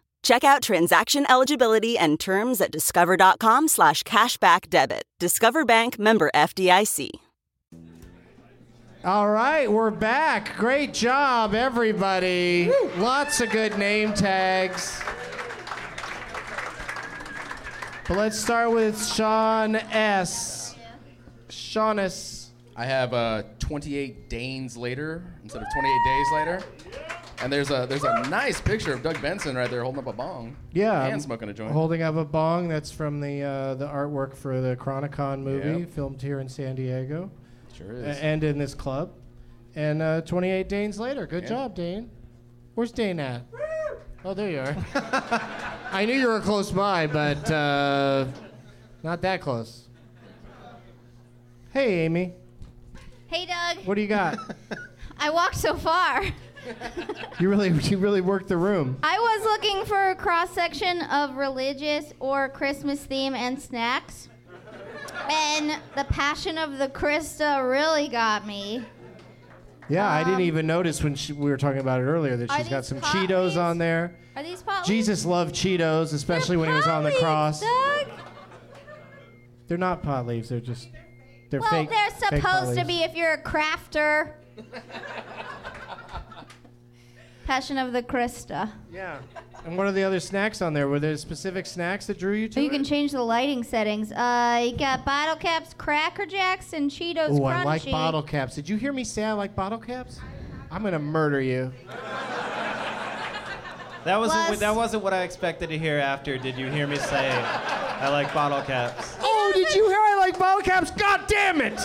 [SPEAKER 10] Check out transaction eligibility and terms at discover.com slash cashback debit. Discover Bank member FDIC.
[SPEAKER 2] All right, we're back. Great job, everybody. Lots of good name tags. But let's start with Sean S. Sean S.
[SPEAKER 6] I have uh, 28 Danes later instead of 28 days later. And there's a there's a nice picture of Doug Benson right there holding up a bong.
[SPEAKER 2] Yeah,
[SPEAKER 6] And
[SPEAKER 2] I'm
[SPEAKER 6] smoking a joint.
[SPEAKER 2] Holding up a bong that's from the uh, the artwork for the Chronicon movie,
[SPEAKER 6] Yep.
[SPEAKER 2] filmed here in San Diego.
[SPEAKER 6] Sure
[SPEAKER 2] a-
[SPEAKER 6] is.
[SPEAKER 2] and in this club. And uh, 28 Danes later, good
[SPEAKER 6] Yeah.
[SPEAKER 2] job, Dane. Where's Dane at? oh, there you are. I knew you were close by, but uh, not that close. Hey, Amy,
[SPEAKER 3] Hey, Doug.
[SPEAKER 2] what do you got?
[SPEAKER 3] I walked so far.
[SPEAKER 2] you really, you really worked the room.
[SPEAKER 3] I was looking for a cross section of religious or Christmas theme and snacks. And the Passion of the Krista really got me.
[SPEAKER 2] Yeah, I didn't
[SPEAKER 3] Um,
[SPEAKER 2] even notice when she, we were talking about it earlier that
[SPEAKER 3] are
[SPEAKER 2] she's got
[SPEAKER 3] these
[SPEAKER 2] some
[SPEAKER 3] pot
[SPEAKER 2] Cheetos
[SPEAKER 3] leaves?
[SPEAKER 2] on there.
[SPEAKER 3] Are these pot
[SPEAKER 2] Jesus loved Cheetos, especially when he was on the
[SPEAKER 3] leaves,
[SPEAKER 2] cross.
[SPEAKER 3] Doug?
[SPEAKER 2] They're not pot leaves. They're just they're
[SPEAKER 3] well,
[SPEAKER 2] fake.
[SPEAKER 3] they're
[SPEAKER 2] fake pot
[SPEAKER 3] supposed to
[SPEAKER 2] leaves.
[SPEAKER 3] be if you're a crafter. Passion of the Krista.
[SPEAKER 2] Yeah. And what are the other snacks on there? Were there specific snacks that drew you to?
[SPEAKER 3] you can change the lighting settings. Uh, you got bottle caps, Cracker Jacks, and Cheetos
[SPEAKER 2] Oh,
[SPEAKER 3] Crunchy.
[SPEAKER 2] I like bottle caps. Did you hear me say I like bottle caps? I'm gonna murder you.
[SPEAKER 5] That wasn't
[SPEAKER 3] Plus-
[SPEAKER 5] what, that wasn't what I expected to hear. After did you hear me say, I like bottle caps?
[SPEAKER 2] Oh, did you hear I like bottle caps? God damn it!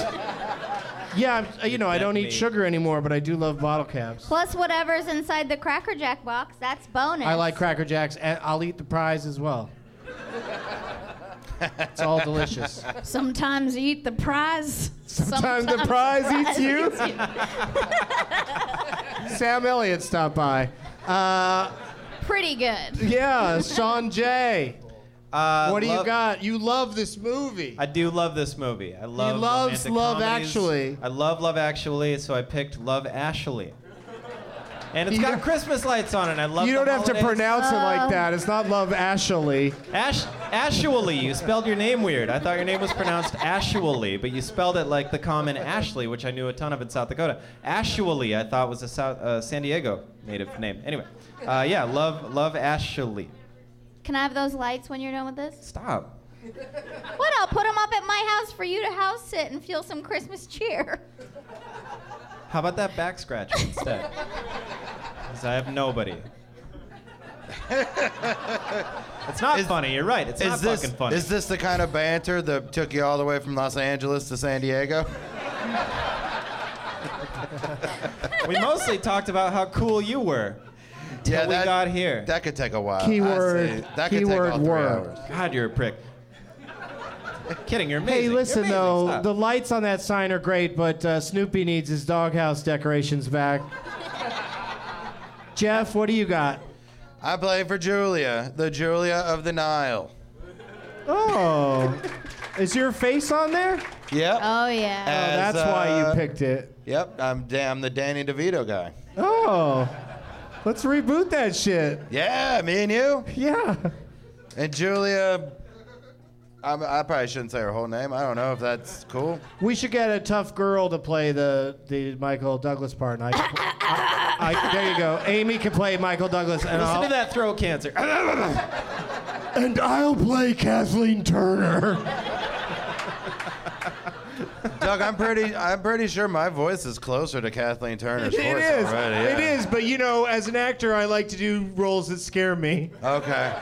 [SPEAKER 2] Yeah, I'm- uh, you know I don't eat
[SPEAKER 5] Checkmate.
[SPEAKER 2] sugar anymore, but I do love bottle caps.
[SPEAKER 3] Plus whatever's inside the Cracker Jack box. That's bonus.
[SPEAKER 2] I like Cracker Jacks, and I'll eat the prize as well. it's all delicious.
[SPEAKER 7] Sometimes you eat the prize.
[SPEAKER 2] Sometimes the prize eats you. Sam Elliott stopped by. Uh,
[SPEAKER 7] Pretty good.
[SPEAKER 2] yeah, Sean Jay.
[SPEAKER 5] Uh,
[SPEAKER 2] what do you
[SPEAKER 5] love-
[SPEAKER 2] got? You love this movie.
[SPEAKER 5] I do love this movie. I love.
[SPEAKER 2] loves
[SPEAKER 5] romantic
[SPEAKER 2] Love
[SPEAKER 5] comedies.
[SPEAKER 2] Actually.
[SPEAKER 5] I love Love Actually, so I picked Love Ashley. And it's
[SPEAKER 2] You
[SPEAKER 5] got
[SPEAKER 2] don't-
[SPEAKER 5] Christmas lights on it. I love.
[SPEAKER 2] you
[SPEAKER 5] the
[SPEAKER 2] don't have to
[SPEAKER 5] holidays.
[SPEAKER 2] pronounce it
[SPEAKER 5] Uh.
[SPEAKER 2] like that. It's not Love Ashley.
[SPEAKER 5] Ash, Ashually, you spelled your name weird. I thought your name was pronounced Ashually, but you spelled it like the common Ashley, which I knew a ton of in South Dakota. Ashually, I thought was a South, uh, San Diego native name. Anyway, uh, yeah, love, love Ashley.
[SPEAKER 3] Can I have those lights when you're done with this?
[SPEAKER 5] Stop.
[SPEAKER 3] What? I'll put them up at my house for you to house sit and feel some Christmas cheer.
[SPEAKER 5] How about that back scratch instead? Because I have nobody. it's not funny. You're right. It's not
[SPEAKER 4] Is this,
[SPEAKER 5] fucking funny.
[SPEAKER 4] is this the kind of banter that took you all the way from Los Angeles to San Diego?
[SPEAKER 5] we mostly talked about how cool you were.
[SPEAKER 4] Yeah,
[SPEAKER 5] we got here.
[SPEAKER 4] That could take a while. I'd
[SPEAKER 2] Keyword-
[SPEAKER 4] say That could
[SPEAKER 2] keyword
[SPEAKER 4] take all three
[SPEAKER 2] word.
[SPEAKER 4] hours.
[SPEAKER 5] God, you're a prick. Kidding, you're amazing.
[SPEAKER 2] Hey,
[SPEAKER 5] You're
[SPEAKER 2] listen
[SPEAKER 5] amazing.
[SPEAKER 2] though,
[SPEAKER 5] Stop.
[SPEAKER 2] the lights on that sign are great, but uh, Snoopy needs his doghouse decorations back. Jeff, what do you got?
[SPEAKER 4] I play for Julia, the Julia of the Nile.
[SPEAKER 2] Oh, is your face on there?
[SPEAKER 4] Yep.
[SPEAKER 3] Oh yeah.
[SPEAKER 4] As,
[SPEAKER 2] That's why you
[SPEAKER 4] uh,
[SPEAKER 2] picked it.
[SPEAKER 4] Yep, I'm, da- I'm the Danny DeVito guy.
[SPEAKER 2] Oh, let's reboot that shit.
[SPEAKER 4] Yeah, me and you.
[SPEAKER 2] Yeah.
[SPEAKER 4] And Julia, I, I probably shouldn't say her whole name. I don't know if that's cool.
[SPEAKER 2] We should get a tough girl to play the, the Michael Douglas part. And I, I, I- there you go. Amy can play Michael Douglas. And
[SPEAKER 5] Listen
[SPEAKER 2] I'll,
[SPEAKER 5] to that throat cancer.
[SPEAKER 2] And I'll play Kathleen Turner.
[SPEAKER 4] Doug, I'm pretty I'm pretty sure my voice is closer to Kathleen Turner's
[SPEAKER 2] It
[SPEAKER 4] voice
[SPEAKER 2] is.
[SPEAKER 4] already.
[SPEAKER 2] It
[SPEAKER 4] yeah.
[SPEAKER 2] is. But you know, as an actor, I like to do roles that scare me.
[SPEAKER 4] Okay.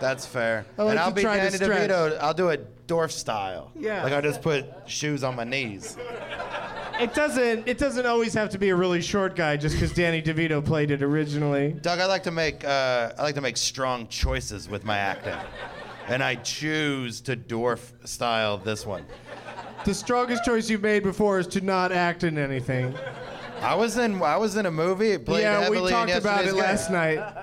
[SPEAKER 4] That's fair.
[SPEAKER 2] I like
[SPEAKER 4] and I'll
[SPEAKER 2] to
[SPEAKER 4] be
[SPEAKER 2] try to
[SPEAKER 4] Danny
[SPEAKER 2] stretch.
[SPEAKER 4] DeVito. I'll do it dwarf style.
[SPEAKER 2] Yeah.
[SPEAKER 4] Like I'll just put shoes on my knees.
[SPEAKER 2] It doesn't. It doesn't always have to be a really short guy just because Danny DeVito played it originally.
[SPEAKER 4] Doug, I like to make uh, I like to make strong choices with my acting. And I choose to dwarf style this one.
[SPEAKER 2] The strongest choice you've made before is to not act in anything.
[SPEAKER 4] I was in I was in a movie. It played
[SPEAKER 2] yeah,
[SPEAKER 4] heavily
[SPEAKER 2] we
[SPEAKER 4] in
[SPEAKER 2] talked about
[SPEAKER 4] yesterday's
[SPEAKER 2] it
[SPEAKER 4] game.
[SPEAKER 2] last night.
[SPEAKER 3] Uh,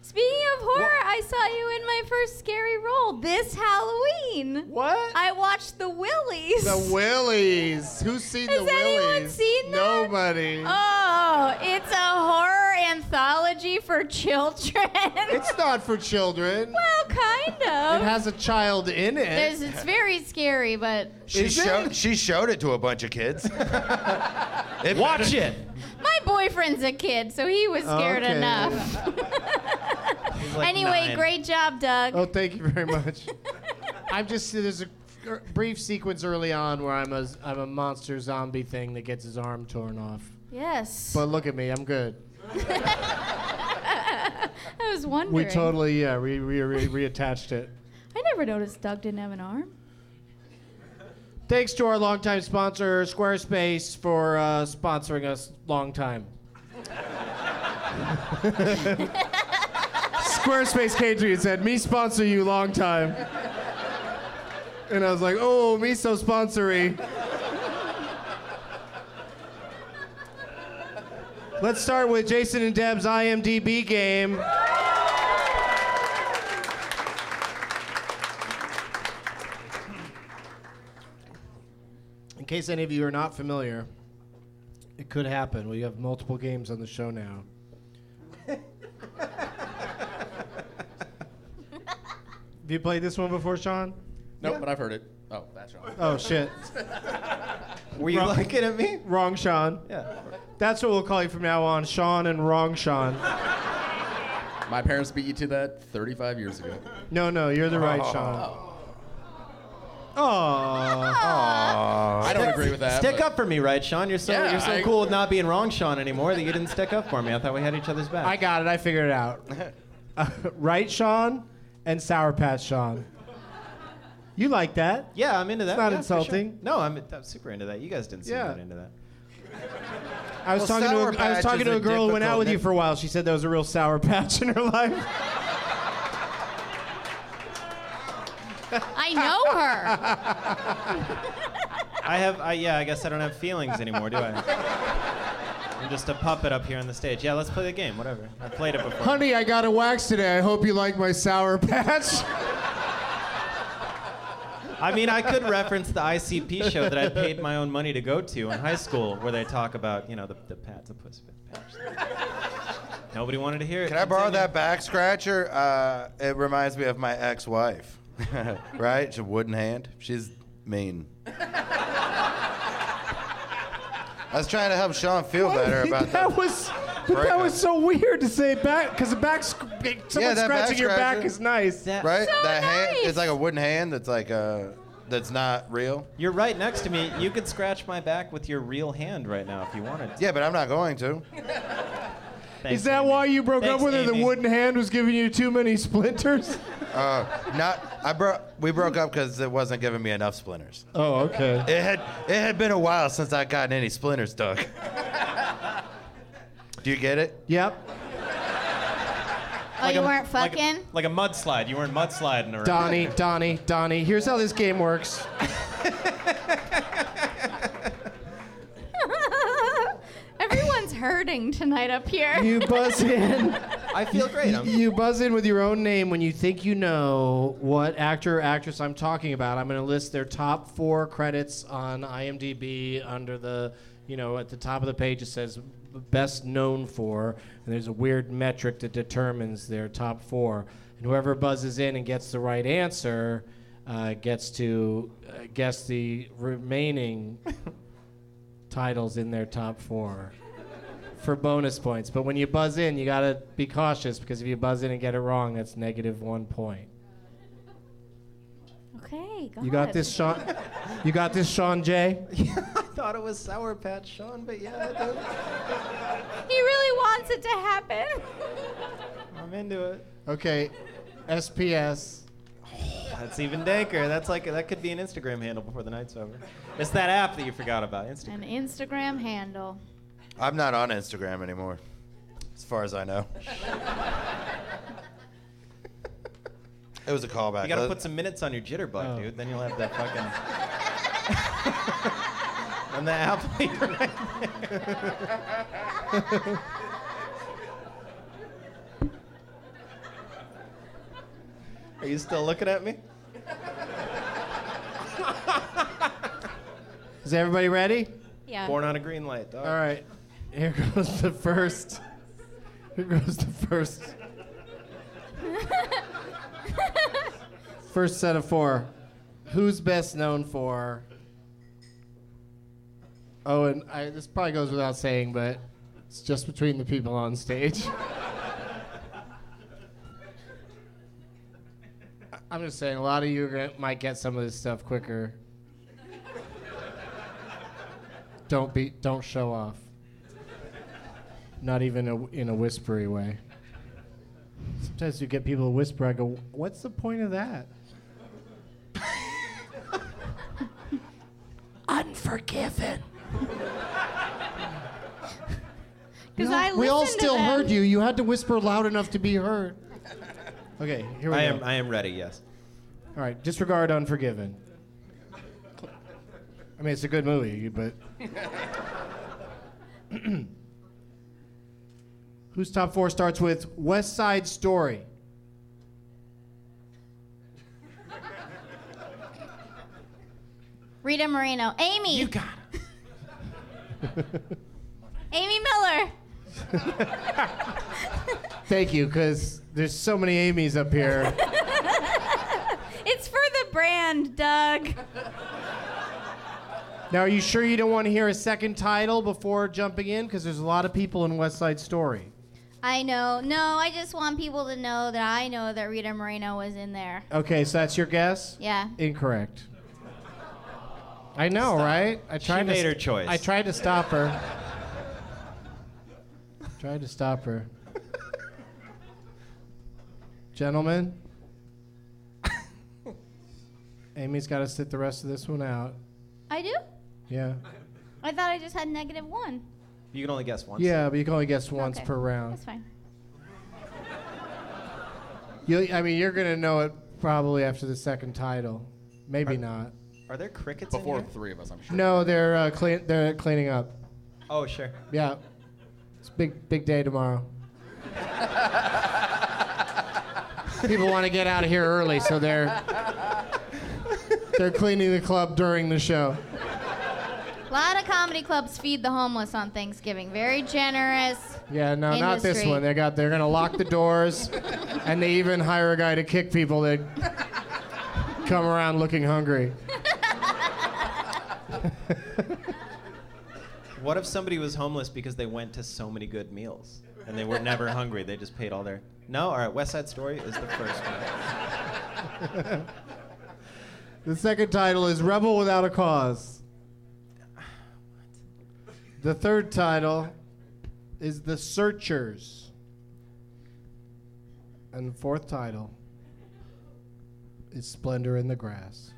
[SPEAKER 3] Speaking of horror, I saw you in my first scary role this Halloween.
[SPEAKER 2] What?
[SPEAKER 3] I watched The Willies.
[SPEAKER 2] The Willies. Who's seen
[SPEAKER 3] Has
[SPEAKER 2] the Willies?
[SPEAKER 3] anyone seen that?
[SPEAKER 2] Nobody.
[SPEAKER 3] Oh, it's a horror anthology for children.
[SPEAKER 2] It's not for children.
[SPEAKER 3] well, kind
[SPEAKER 2] It
[SPEAKER 3] of.
[SPEAKER 2] has a child in it.
[SPEAKER 3] There's, it's very scary, but
[SPEAKER 4] She
[SPEAKER 2] Is
[SPEAKER 4] showed
[SPEAKER 2] it?
[SPEAKER 4] she showed it to a bunch of kids. It-
[SPEAKER 5] Watch it.
[SPEAKER 3] my boyfriend's a kid, so he was scared
[SPEAKER 2] Okay.
[SPEAKER 3] enough. anyway,
[SPEAKER 5] nine.
[SPEAKER 3] great job, Doug.
[SPEAKER 2] Oh, thank you very much. I'm just there's a er, brief sequence early on where I'm a I'm a monster zombie thing that gets his arm torn off.
[SPEAKER 3] Yes.
[SPEAKER 2] But look at me, I'm good.
[SPEAKER 7] was wondering.
[SPEAKER 2] We totally yeah re, re, re, reattached it.
[SPEAKER 7] I never noticed Doug didn't have an arm.
[SPEAKER 2] Thanks to our longtime sponsor Squarespace for uh, sponsoring us long time. Squarespace came to me and said, "Me sponsor you long time," and I was like, "Oh, me so sponsory." Let's start with Jason and Deb's IMDb game. In case any of you are not familiar, it could happen. We have multiple games on the show now. have you played this one before, Sean?
[SPEAKER 6] Nope, but I've heard it. Oh, that's wrong.
[SPEAKER 2] Oh, shit.
[SPEAKER 5] Were you looking at me?
[SPEAKER 2] Wrong Sean.
[SPEAKER 5] Yeah.
[SPEAKER 2] That's what we'll call you from now on, Sean and Wrong Sean.
[SPEAKER 6] My parents beat you to that 35 years ago.
[SPEAKER 2] No, no, you're the right
[SPEAKER 6] Oh.
[SPEAKER 2] Sean. Oh.
[SPEAKER 6] I don't agree with that.
[SPEAKER 5] Uh, Stick
[SPEAKER 6] but-
[SPEAKER 5] up for me, right, Sean? You're so
[SPEAKER 6] Yeah,
[SPEAKER 5] you're so
[SPEAKER 6] I-
[SPEAKER 5] cool with not being wrong, Sean, anymore that you didn't stick up for me. I thought we had each other's back.
[SPEAKER 2] I got it. I figured it out. Uh, right Sean and Sour Patch Sean. You like that?
[SPEAKER 5] yeah, I'm into that.
[SPEAKER 2] It's not
[SPEAKER 5] yeah, for sure.
[SPEAKER 2] insulting.
[SPEAKER 5] No, I'm, I'm super into that. You guys didn't seem
[SPEAKER 2] Yeah.
[SPEAKER 5] that into that.
[SPEAKER 2] I was
[SPEAKER 4] Well,
[SPEAKER 2] talking
[SPEAKER 4] Sour
[SPEAKER 2] to a, I was
[SPEAKER 4] Patch
[SPEAKER 2] talking
[SPEAKER 4] is
[SPEAKER 2] to a
[SPEAKER 4] a
[SPEAKER 2] girl who went out
[SPEAKER 4] difficult
[SPEAKER 2] with you
[SPEAKER 4] nick-
[SPEAKER 2] for a while. She said that was a real sour patch in her life.
[SPEAKER 7] I know her.
[SPEAKER 5] I have, I, yeah, I guess I don't have feelings anymore, do I? I'm just a puppet up here on the stage. Yeah, let's play the game, whatever. I've played it before.
[SPEAKER 2] Honey, I got a wax today. I hope you like my sour patch.
[SPEAKER 5] I mean, I could reference the ICP show that I paid my own money to go to in high school where they talk about, you know, the, the pads, the pussy patch. Nobody wanted to hear it.
[SPEAKER 4] Can I borrow
[SPEAKER 5] Continue.
[SPEAKER 4] that back scratcher? Uh, it reminds me of my ex-wife, right? She's a wooden hand. She's mean. I was trying to help Sean feel better about that.
[SPEAKER 2] that was but that
[SPEAKER 4] Breakup.
[SPEAKER 2] was so weird to say back because the back sc- someone
[SPEAKER 4] Yeah, that
[SPEAKER 2] scratching
[SPEAKER 4] back
[SPEAKER 2] your back
[SPEAKER 4] scratcher.
[SPEAKER 2] is nice.
[SPEAKER 5] That-
[SPEAKER 4] Right? that hand
[SPEAKER 7] nice.
[SPEAKER 4] it's like a wooden hand that's like uh that's not real.
[SPEAKER 5] You're right next to me. You could scratch my back with your real hand right now if you wanted to.
[SPEAKER 4] Yeah, but I'm not going to.
[SPEAKER 5] Thanks,
[SPEAKER 2] Is that
[SPEAKER 5] Amy.
[SPEAKER 2] why you broke
[SPEAKER 5] Thanks,
[SPEAKER 2] up with her?
[SPEAKER 5] Amy.
[SPEAKER 2] The wooden hand was giving you too many splinters.
[SPEAKER 4] Not I broke we broke up cuz it wasn't giving me enough splinters.
[SPEAKER 2] Oh, okay.
[SPEAKER 4] It had it had been a while since I gotten any splinters, Doug. Do you get it?
[SPEAKER 2] Yep.
[SPEAKER 3] Oh, you
[SPEAKER 5] a-
[SPEAKER 3] weren't
[SPEAKER 5] like a-
[SPEAKER 3] fucking?
[SPEAKER 5] Like a, mudslide. You weren't mudsliding around.
[SPEAKER 2] Donnie, Donnie, Donnie. Here's how this game works.
[SPEAKER 7] Everyone's hurting tonight up here.
[SPEAKER 2] You buzz in.
[SPEAKER 5] I feel great. I'm,
[SPEAKER 2] You buzz in with your own name when you think you know what actor or actress I'm talking about. I'm going to list their top four credits on IMDb under the, you know, at the top of the page it says best known for, and there's a weird metric that determines their top four. And whoever buzzes in and gets the right answer uh, gets to uh, guess the remaining titles in their top four for bonus points. But when you buzz in, you gotta be cautious because if you buzz in and get it wrong, that's negative one point.
[SPEAKER 7] okay,
[SPEAKER 2] You got this, Sean. You got this, Sean J.
[SPEAKER 5] I thought it was Sour Patch Sean, but yeah, that does-
[SPEAKER 7] He really wants it to happen.
[SPEAKER 5] I'm into it.
[SPEAKER 2] Okay, SPS.
[SPEAKER 5] That's even danker. That's like that could be an Instagram handle before the night's over. It's that app that you forgot about. Instagram.
[SPEAKER 7] An Instagram handle.
[SPEAKER 4] I'm not on Instagram anymore. As far as I know. it was a callback.
[SPEAKER 5] You gotta
[SPEAKER 4] Let-
[SPEAKER 5] put some minutes on your jitterbug,
[SPEAKER 2] Oh.
[SPEAKER 5] dude. Then you'll have that fucking. and the app. right there. Are you still looking at me?
[SPEAKER 2] Is everybody ready?
[SPEAKER 7] Yeah.
[SPEAKER 5] Born on a green light, dog.
[SPEAKER 2] All right. Here goes the first. Here goes the first. First set of four. Who's best known for? Oh, and I, this probably goes without saying, but it's just between the people on stage. I- I'm just saying, a lot of you are gonna, might get some of this stuff quicker. Don't be, don't show off. Not even a, in a whispery way. Sometimes you get people to whisper. I go, "What's the point of that?" Unforgiven.
[SPEAKER 7] Because
[SPEAKER 2] No,
[SPEAKER 7] I
[SPEAKER 2] we all
[SPEAKER 7] listen to
[SPEAKER 2] still
[SPEAKER 7] them.
[SPEAKER 2] heard you. You had to whisper loud enough to be heard. Okay, here we
[SPEAKER 5] I
[SPEAKER 2] go.
[SPEAKER 5] am I am ready. Yes.
[SPEAKER 2] All right, disregard Unforgiven. I mean, it's a good movie, but whose top four starts with West Side Story?
[SPEAKER 3] Rita Moreno. Amy. You got Amy Miller.
[SPEAKER 2] Thank you, because there's so many Amy's up here.
[SPEAKER 7] It's for the brand, Doug.
[SPEAKER 2] now, are you sure you don't want to hear a second title before jumping in? Because there's a lot of people in West Side Story.
[SPEAKER 3] I know. No, I just want people to know that I know that Rita Moreno was in there.
[SPEAKER 2] Okay, so that's your guess?
[SPEAKER 3] Yeah.
[SPEAKER 2] Incorrect. I know, right? I tried to
[SPEAKER 5] made
[SPEAKER 2] st-
[SPEAKER 5] her choice.
[SPEAKER 2] I tried to stop her. tried to stop her. Gentlemen, Amy's got to sit the rest of this one out.
[SPEAKER 3] I do?
[SPEAKER 2] Yeah.
[SPEAKER 3] I thought I just had negative one.
[SPEAKER 5] You can only guess once.
[SPEAKER 2] Yeah, but you can only guess once
[SPEAKER 3] Okay,
[SPEAKER 2] per round.
[SPEAKER 3] That's fine.
[SPEAKER 2] You, I mean, you're gonna know it probably after the second title, maybe not.
[SPEAKER 5] Are there crickets in
[SPEAKER 6] Before
[SPEAKER 5] here?
[SPEAKER 6] the three of us, I'm sure.
[SPEAKER 2] No, they're uh, clean, they're cleaning up.
[SPEAKER 5] Oh sure.
[SPEAKER 2] Yeah, it's a big big day tomorrow. People want to get out of here early, so they're they're cleaning the club during the show.
[SPEAKER 3] A lot of comedy clubs feed the homeless on Thanksgiving. Very generous.
[SPEAKER 2] Yeah, no, not this
[SPEAKER 3] Industry.
[SPEAKER 2] one. They got they're gonna lock the doors, and they even hire a guy to kick people that come around looking hungry.
[SPEAKER 5] What if somebody was homeless because they went to so many good meals and they were never hungry? They just paid all their. No, all right. West Side Story is the first one.
[SPEAKER 2] The second title is Rebel Without a Cause. The third title is The Searchers. And the fourth title is Splendor in the Grass.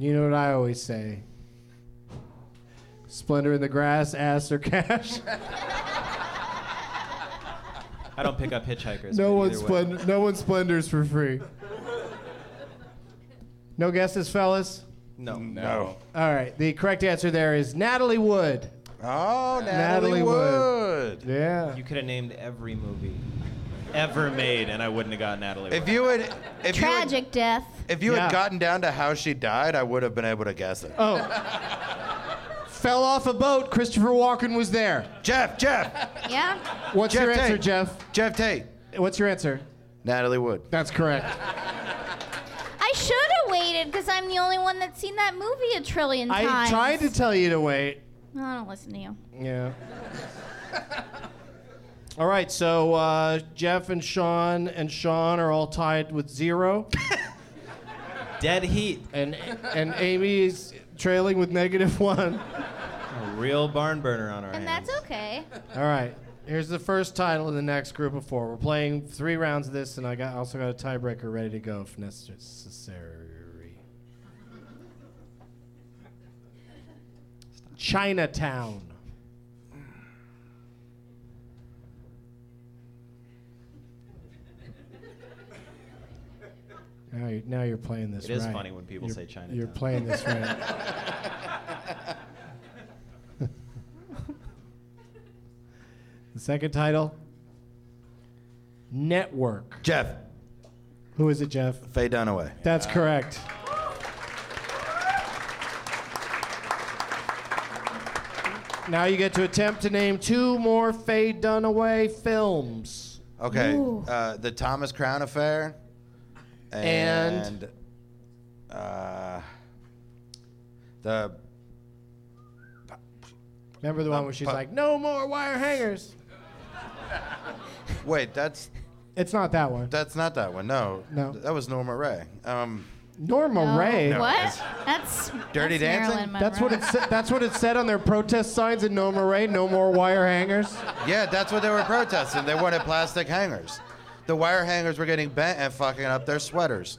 [SPEAKER 2] You know what I always say Splendor in the Grass, ass or cash?
[SPEAKER 5] I don't pick up hitchhikers.
[SPEAKER 2] no,
[SPEAKER 5] but
[SPEAKER 2] one
[SPEAKER 5] either way.
[SPEAKER 2] splend- no one splendors for free. No guesses, fellas?
[SPEAKER 5] No.
[SPEAKER 4] No.
[SPEAKER 2] All right. The correct answer there is Natalie Wood.
[SPEAKER 4] Oh,
[SPEAKER 2] Natalie
[SPEAKER 4] Natalie,
[SPEAKER 2] Wood.
[SPEAKER 4] Wood.
[SPEAKER 2] Yeah.
[SPEAKER 5] You could have named every movie ever made, and I wouldn't have gotten Natalie.
[SPEAKER 4] If
[SPEAKER 5] Wood.
[SPEAKER 4] you had, if you had,
[SPEAKER 3] Tragic death.
[SPEAKER 4] if you
[SPEAKER 2] Yeah.
[SPEAKER 4] had gotten down to how she died, I would have been able to guess it.
[SPEAKER 2] Oh. Fell off a boat. Christopher Walken was there.
[SPEAKER 4] Jeff, Jeff,
[SPEAKER 3] Yeah.
[SPEAKER 2] What's
[SPEAKER 4] Jeff
[SPEAKER 2] your
[SPEAKER 4] Tate.
[SPEAKER 2] answer, Jeff?
[SPEAKER 4] Jeff Tate,
[SPEAKER 2] What's your answer?
[SPEAKER 4] Natalie Wood.
[SPEAKER 2] That's correct.
[SPEAKER 3] I should have waited because I'm the only one that's seen that movie a trillion times.
[SPEAKER 2] I tried to tell you to wait.
[SPEAKER 3] No, I don't listen to you.
[SPEAKER 2] Yeah. all right. So uh, Jeff and Sean and Sean are all tied with zero,
[SPEAKER 5] Dead Heat,
[SPEAKER 2] and and Amy is trailing with negative one.
[SPEAKER 5] a real barn burner on our
[SPEAKER 3] And
[SPEAKER 5] hands.
[SPEAKER 3] that's okay.
[SPEAKER 2] All right. Here's the first title in the next group of four. We're playing three rounds of this, and I got also got a tiebreaker ready to go if necessary. Chinatown. Now you're, now you're playing this
[SPEAKER 5] It is
[SPEAKER 2] right.
[SPEAKER 5] funny when people
[SPEAKER 2] You're-
[SPEAKER 5] say Chinatown.
[SPEAKER 2] You're playing this right. the second title Network.
[SPEAKER 4] Jeff,
[SPEAKER 2] Who is it, Jeff?
[SPEAKER 4] Faye Dunaway.
[SPEAKER 2] That's correct. Now you get to attempt to name two more Faye Dunaway films.
[SPEAKER 4] Okay, uh, the Thomas Crown Affair,
[SPEAKER 2] And?
[SPEAKER 4] and uh, the
[SPEAKER 2] Remember the one where she's
[SPEAKER 4] pu-
[SPEAKER 2] like, "No more wire hangers."
[SPEAKER 4] wait, that's
[SPEAKER 2] It's not that one.
[SPEAKER 4] that's not that one. No,
[SPEAKER 2] No.
[SPEAKER 4] that was Norma Ray. Um,
[SPEAKER 2] Norma Ray.
[SPEAKER 7] What? That's
[SPEAKER 4] Dirty
[SPEAKER 7] that's Marilyn
[SPEAKER 4] Dancing?
[SPEAKER 7] Monroe.
[SPEAKER 2] That's what it said. That's what it said on their protest signs in Norma Ray. No more wire hangers.
[SPEAKER 4] Yeah, that's what they were protesting. They wanted plastic hangers. The wire hangers were getting bent and fucking up their sweaters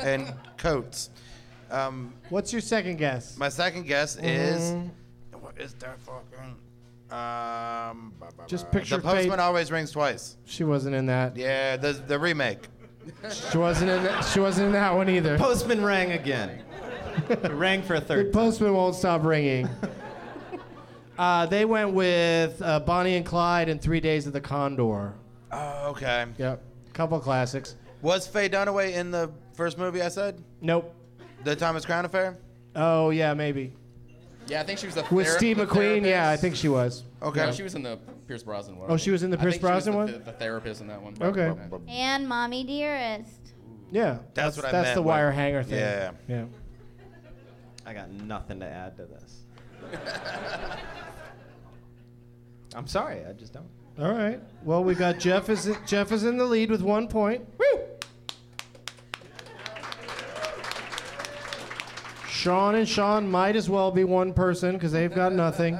[SPEAKER 4] and coats. Um,
[SPEAKER 2] What's your second guess?
[SPEAKER 4] my second guess is
[SPEAKER 2] Mhm.
[SPEAKER 4] what is that fucking? Um, ba, ba,
[SPEAKER 2] Just
[SPEAKER 4] ba.
[SPEAKER 2] picture
[SPEAKER 4] the postman
[SPEAKER 2] Faith-
[SPEAKER 4] always rings twice.
[SPEAKER 2] She wasn't in that.
[SPEAKER 4] Yeah, the the remake.
[SPEAKER 2] She wasn't in that. She wasn't in that one either.
[SPEAKER 5] Postman rang again. It rang for a
[SPEAKER 2] The
[SPEAKER 5] third.
[SPEAKER 2] postman won't stop ringing. uh, they went with uh, Bonnie and Clyde and Three Days of the Condor.
[SPEAKER 4] Oh, okay.
[SPEAKER 2] Yep, couple classics.
[SPEAKER 4] Was Faye Dunaway in the first movie I said?
[SPEAKER 2] Nope.
[SPEAKER 4] The Thomas Crown Affair?
[SPEAKER 2] Oh yeah, maybe
[SPEAKER 6] Yeah, I think she was the
[SPEAKER 2] with
[SPEAKER 6] thera-
[SPEAKER 2] Steve
[SPEAKER 6] the
[SPEAKER 2] McQueen. Yeah, I
[SPEAKER 6] therapist.
[SPEAKER 2] think she was.
[SPEAKER 4] Okay.
[SPEAKER 6] No, she was in the Pierce Brosnan one.
[SPEAKER 2] Oh, she was in the
[SPEAKER 6] I
[SPEAKER 2] Pierce
[SPEAKER 6] think she was
[SPEAKER 2] Brosnan
[SPEAKER 6] the-
[SPEAKER 2] one?
[SPEAKER 6] The, the therapist in that one.
[SPEAKER 2] Okay.
[SPEAKER 3] And Mommy Dearest.
[SPEAKER 2] Yeah,
[SPEAKER 4] That's what I
[SPEAKER 2] That's
[SPEAKER 4] meant
[SPEAKER 2] the
[SPEAKER 4] with-
[SPEAKER 2] wire hanger thing.
[SPEAKER 4] Yeah.
[SPEAKER 2] Yeah.
[SPEAKER 5] I got nothing to add to this. I'm sorry, I just don't.
[SPEAKER 2] All right. Well, we got Jeff is Jeff is in the lead with one point. Woo! Sean and Sean might as well be one person because they've got nothing,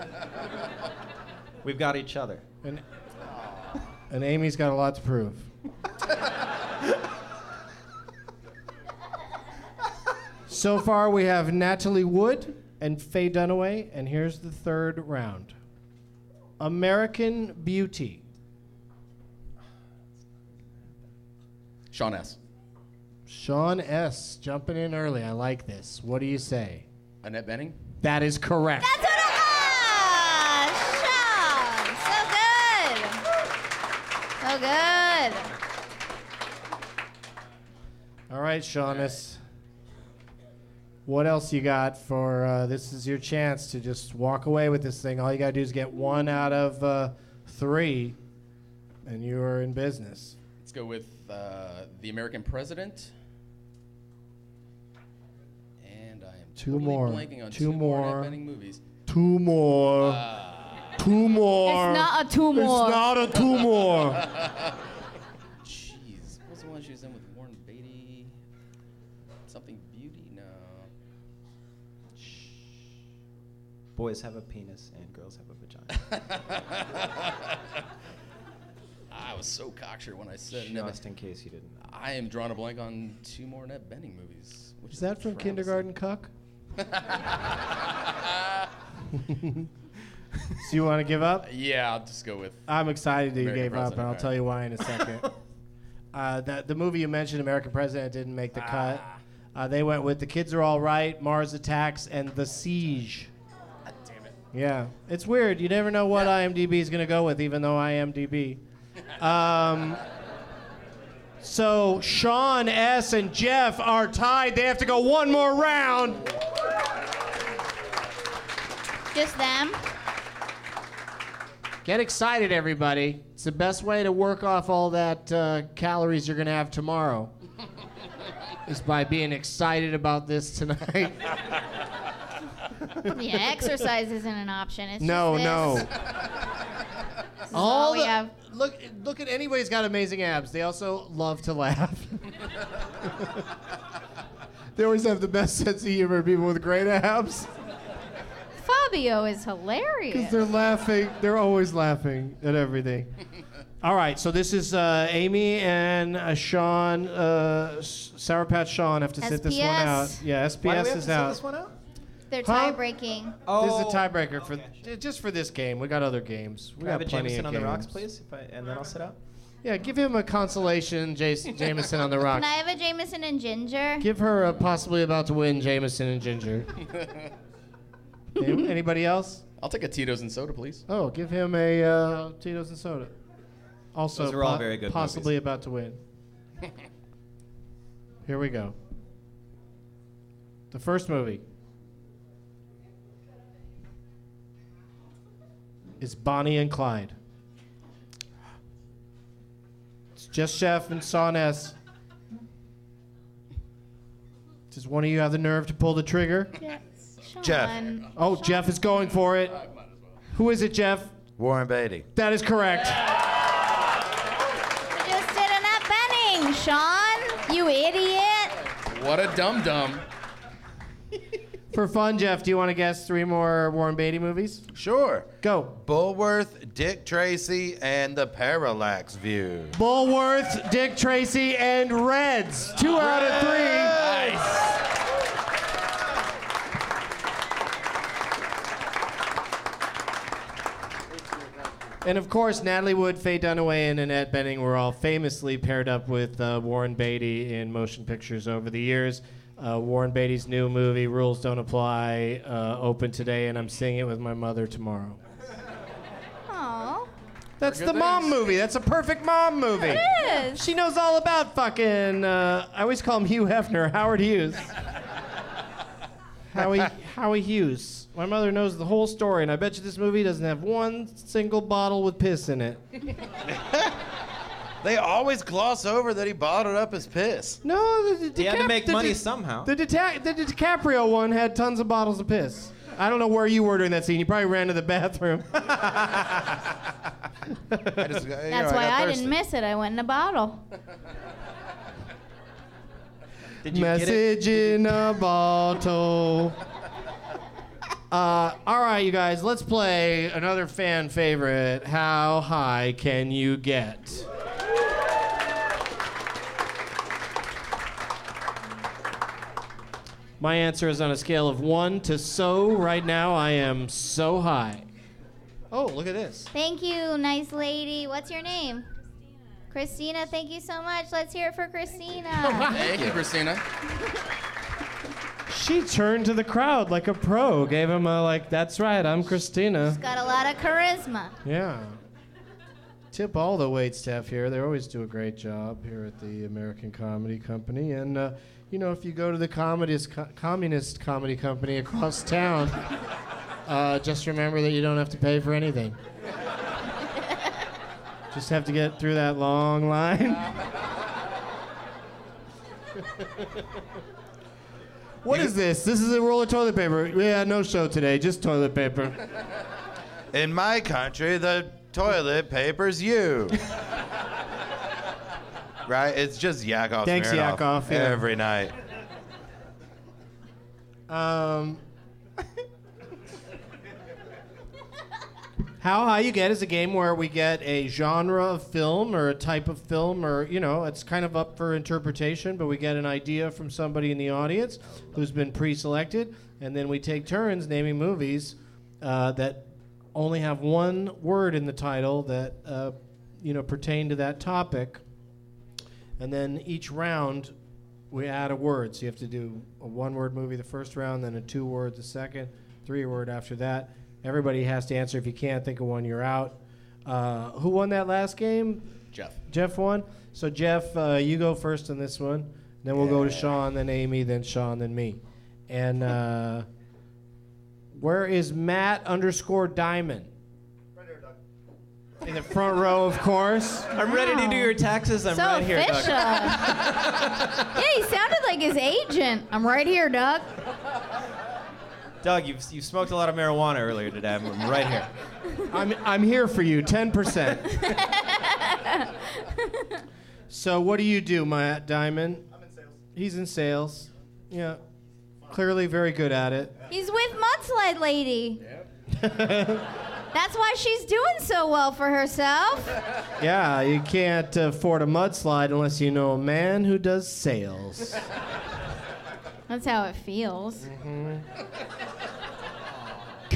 [SPEAKER 5] We've got each other.
[SPEAKER 2] and and Amy's got a lot to prove. so far, we have Natalie Wood and Faye Dunaway, and here's the third round: American Beauty.
[SPEAKER 6] Sean S.
[SPEAKER 2] Sean S. jumping in early. I like this. What do you say?
[SPEAKER 6] Annette Benning.
[SPEAKER 2] That is correct.
[SPEAKER 3] That's what it was! Sean! So good! So good.
[SPEAKER 2] All right, Sean S. What else you got for uh, this? Is your chance to just walk away with this thing. All you got to do is get one out of uh, three, and you are in business.
[SPEAKER 6] Let's go with uh, the American president. And I am
[SPEAKER 2] Two
[SPEAKER 6] totally
[SPEAKER 2] more.
[SPEAKER 6] blanking on
[SPEAKER 2] Two
[SPEAKER 6] two more
[SPEAKER 2] more.
[SPEAKER 6] Annette Bening movies. Uh,
[SPEAKER 2] Two more. two more.
[SPEAKER 7] It's not a tumor.
[SPEAKER 2] It's not a two more.
[SPEAKER 6] Jeez, what was the one she was in with Warren Beatty? Something Beauty? No.
[SPEAKER 5] Boys have a penis and girls have a vagina.
[SPEAKER 6] I was so cocksure when I said Annette
[SPEAKER 5] Just
[SPEAKER 6] Bening.
[SPEAKER 5] in case you didn't. know.
[SPEAKER 6] I am drawing a blank on two more Annette Benning movies. Which
[SPEAKER 2] Is that from
[SPEAKER 6] promising.
[SPEAKER 2] Kindergarten Cuck? so you want to give up?
[SPEAKER 6] Yeah, I'll just go with.
[SPEAKER 2] I'm excited that you
[SPEAKER 6] American
[SPEAKER 2] gave up, and
[SPEAKER 6] President,
[SPEAKER 2] I'll
[SPEAKER 6] right.
[SPEAKER 2] tell you why in a second. uh, the, the movie you mentioned, American President, didn't make the cut. Uh, they went with The Kids Are All Right, Mars Attacks, and The Siege. damn it. Yeah. It's weird. You never know what IMDb is going to go with, even though IMDb. Um, so Sean S. and Jeff are tied. They have to go one more round.
[SPEAKER 3] Just them?
[SPEAKER 2] Get excited, everybody. It's the best way to work off all that uh, calories you're going to have tomorrow. is by being excited about this tonight.
[SPEAKER 3] Yeah, exercise isn't an option. It's
[SPEAKER 2] no,
[SPEAKER 3] just
[SPEAKER 2] no.
[SPEAKER 3] this. This is
[SPEAKER 2] All
[SPEAKER 3] we
[SPEAKER 2] the-
[SPEAKER 3] have.
[SPEAKER 2] Look, look at anybody's got amazing abs. They also love to laugh. they always have the best sense of humor. People with great abs,
[SPEAKER 3] Fabio is
[SPEAKER 2] because
[SPEAKER 3] hilarious.
[SPEAKER 2] they're laughing. They're always laughing at everything. All right, so this is uh, Amy and uh, Sean, uh, S- Sour Patch Sean have to sit this one out.
[SPEAKER 3] SPS.
[SPEAKER 2] Yeah,
[SPEAKER 5] Why do we
[SPEAKER 2] SPS
[SPEAKER 5] have to
[SPEAKER 2] is
[SPEAKER 5] sit
[SPEAKER 2] out.
[SPEAKER 5] this one out?
[SPEAKER 3] They're
[SPEAKER 2] Huh?
[SPEAKER 3] tie breaking.
[SPEAKER 2] This is a
[SPEAKER 5] Oh.
[SPEAKER 2] tiebreaker for
[SPEAKER 5] Okay.
[SPEAKER 2] j- just for this game. We got other games. We
[SPEAKER 5] Private
[SPEAKER 2] got plenty
[SPEAKER 5] Jameson
[SPEAKER 2] of
[SPEAKER 5] on
[SPEAKER 2] games.
[SPEAKER 5] the rocks, please, if I, and then I'll sit out.
[SPEAKER 2] Yeah, give him a consolation, Jace, Jameson on the rocks.
[SPEAKER 3] Can I have a Jameson and Ginger?
[SPEAKER 2] Give her a possibly about to win Jameson and Ginger. Any- Anybody else?
[SPEAKER 6] I'll take a Tito's and soda, please.
[SPEAKER 2] Oh, give him a uh, Tito's and soda. Also,
[SPEAKER 5] Those are all
[SPEAKER 2] po-
[SPEAKER 5] very good
[SPEAKER 2] possibly about to win. Here we go. The first movie is Bonnie and Clyde. It's just Chef and Sean S. Does one of you have the nerve to pull the trigger?
[SPEAKER 3] Yes. Sean.
[SPEAKER 4] Jeff.
[SPEAKER 2] Oh, Jeff is going for it. Who is it, Jeff?
[SPEAKER 4] Warren Beatty.
[SPEAKER 2] That is correct.
[SPEAKER 3] We just did an up Benning, Sean. You idiot.
[SPEAKER 6] What a dum dum.
[SPEAKER 2] For fun, Jeff, do you want to guess three more Warren Beatty movies?
[SPEAKER 4] Sure.
[SPEAKER 2] Go.
[SPEAKER 4] Bullworth, Dick Tracy, and the Parallax View.
[SPEAKER 2] Bullworth, Dick Tracy, and Reds. Two out of three. And of course, Natalie Wood, Faye Dunaway, and Annette Benning were all famously paired up with uh, Warren Beatty in motion pictures over the years. Uh, Warren Beatty's new movie, Rules Don't Apply, uh, opened today, and I'm seeing it with my mother tomorrow.
[SPEAKER 3] Aww.
[SPEAKER 2] That's the
[SPEAKER 3] Very good
[SPEAKER 2] mom
[SPEAKER 3] things.
[SPEAKER 2] movie. That's a perfect mom movie.
[SPEAKER 3] It is.
[SPEAKER 2] She knows all about fucking. Uh, I always call him Hugh Hefner, Howard Hughes. Howie, Howie Hughes. My mother knows the whole story, and I bet you this movie doesn't have one single bottle with piss in it.
[SPEAKER 4] They always gloss over that he bottled up his piss.
[SPEAKER 2] No, the, the
[SPEAKER 4] He had to
[SPEAKER 2] DiCap-
[SPEAKER 4] make
[SPEAKER 2] the
[SPEAKER 4] money
[SPEAKER 2] Di-
[SPEAKER 4] somehow.
[SPEAKER 2] The, Dita- the DiCaprio one had tons of bottles of piss. I don't know where you were during that scene. You probably ran to the bathroom.
[SPEAKER 4] I just, you know,
[SPEAKER 3] That's
[SPEAKER 4] I
[SPEAKER 3] why
[SPEAKER 4] got
[SPEAKER 3] I,
[SPEAKER 4] thirsty.
[SPEAKER 3] didn't miss it. I went in a bottle.
[SPEAKER 5] Did
[SPEAKER 2] Message in a bottle. Uh, all right, you guys, let's play another fan favorite. How high can you get? My answer is on a scale of one to so. Right now, I am so high. Oh, look at this.
[SPEAKER 3] Thank you, nice lady. What's your name? Christina, thank you so much. Let's hear it for Christina.
[SPEAKER 6] Thank you, Christina.
[SPEAKER 2] She turned to the crowd like a pro, gave him a, like, that's right, I'm Christina.
[SPEAKER 3] Got a lot of charisma.
[SPEAKER 2] Yeah. Tip all the wait staff here. They always do a great job here at the American Comedy Company. And, uh, you know, if you go to the communist, co- communist Comedy Company across town, uh, just remember that you don't have to pay for anything. just have to get through that long line. What is this? This is a roll of toilet paper. Yeah, no show today, just toilet paper.
[SPEAKER 4] In my country, the toilet paper's you. right? It's just Yakov.
[SPEAKER 2] Thanks,
[SPEAKER 4] Smirnoff
[SPEAKER 2] Yakov, yeah.
[SPEAKER 4] Every night.
[SPEAKER 2] Um, How High You Get is a game where we get a genre of film or a type of film, or, you know, it's kind of up for interpretation, but we get an idea from somebody in the audience who's been pre selected, and then we take turns naming movies uh, that only have one word in the title that, uh, you know, pertain to that topic. And then each round, we add a word. So you have to do a one word movie the first round, then a two word the second, three word after that. Everybody has to answer. If you can't think of one, you're out. Uh, who won that last game?
[SPEAKER 6] Jeff.
[SPEAKER 2] Jeff won. So, Jeff, uh, you go first on this one. Then we'll go to Sean, then Amy, then Sean, then me. And uh, where is Matt underscore Diamond? In the front row, of course.
[SPEAKER 5] I'm ready to do your taxes. I'm
[SPEAKER 3] so
[SPEAKER 5] right here,
[SPEAKER 3] official.
[SPEAKER 5] Doug.
[SPEAKER 3] yeah, he sounded like his agent. I'm right here, Doug.
[SPEAKER 5] Doug, you've, you've smoked a lot of marijuana earlier today. I'm, I'm right here.
[SPEAKER 2] I'm, I'm here for you, 10%. so, what do you do, Matt Diamond? I'm in sales. He's in sales. Yeah. Clearly very good at it.
[SPEAKER 3] He's with Mudslide Lady. That's why she's doing so well for herself.
[SPEAKER 2] Yeah, you can't afford a mudslide unless you know a man who does sales.
[SPEAKER 3] That's how it feels.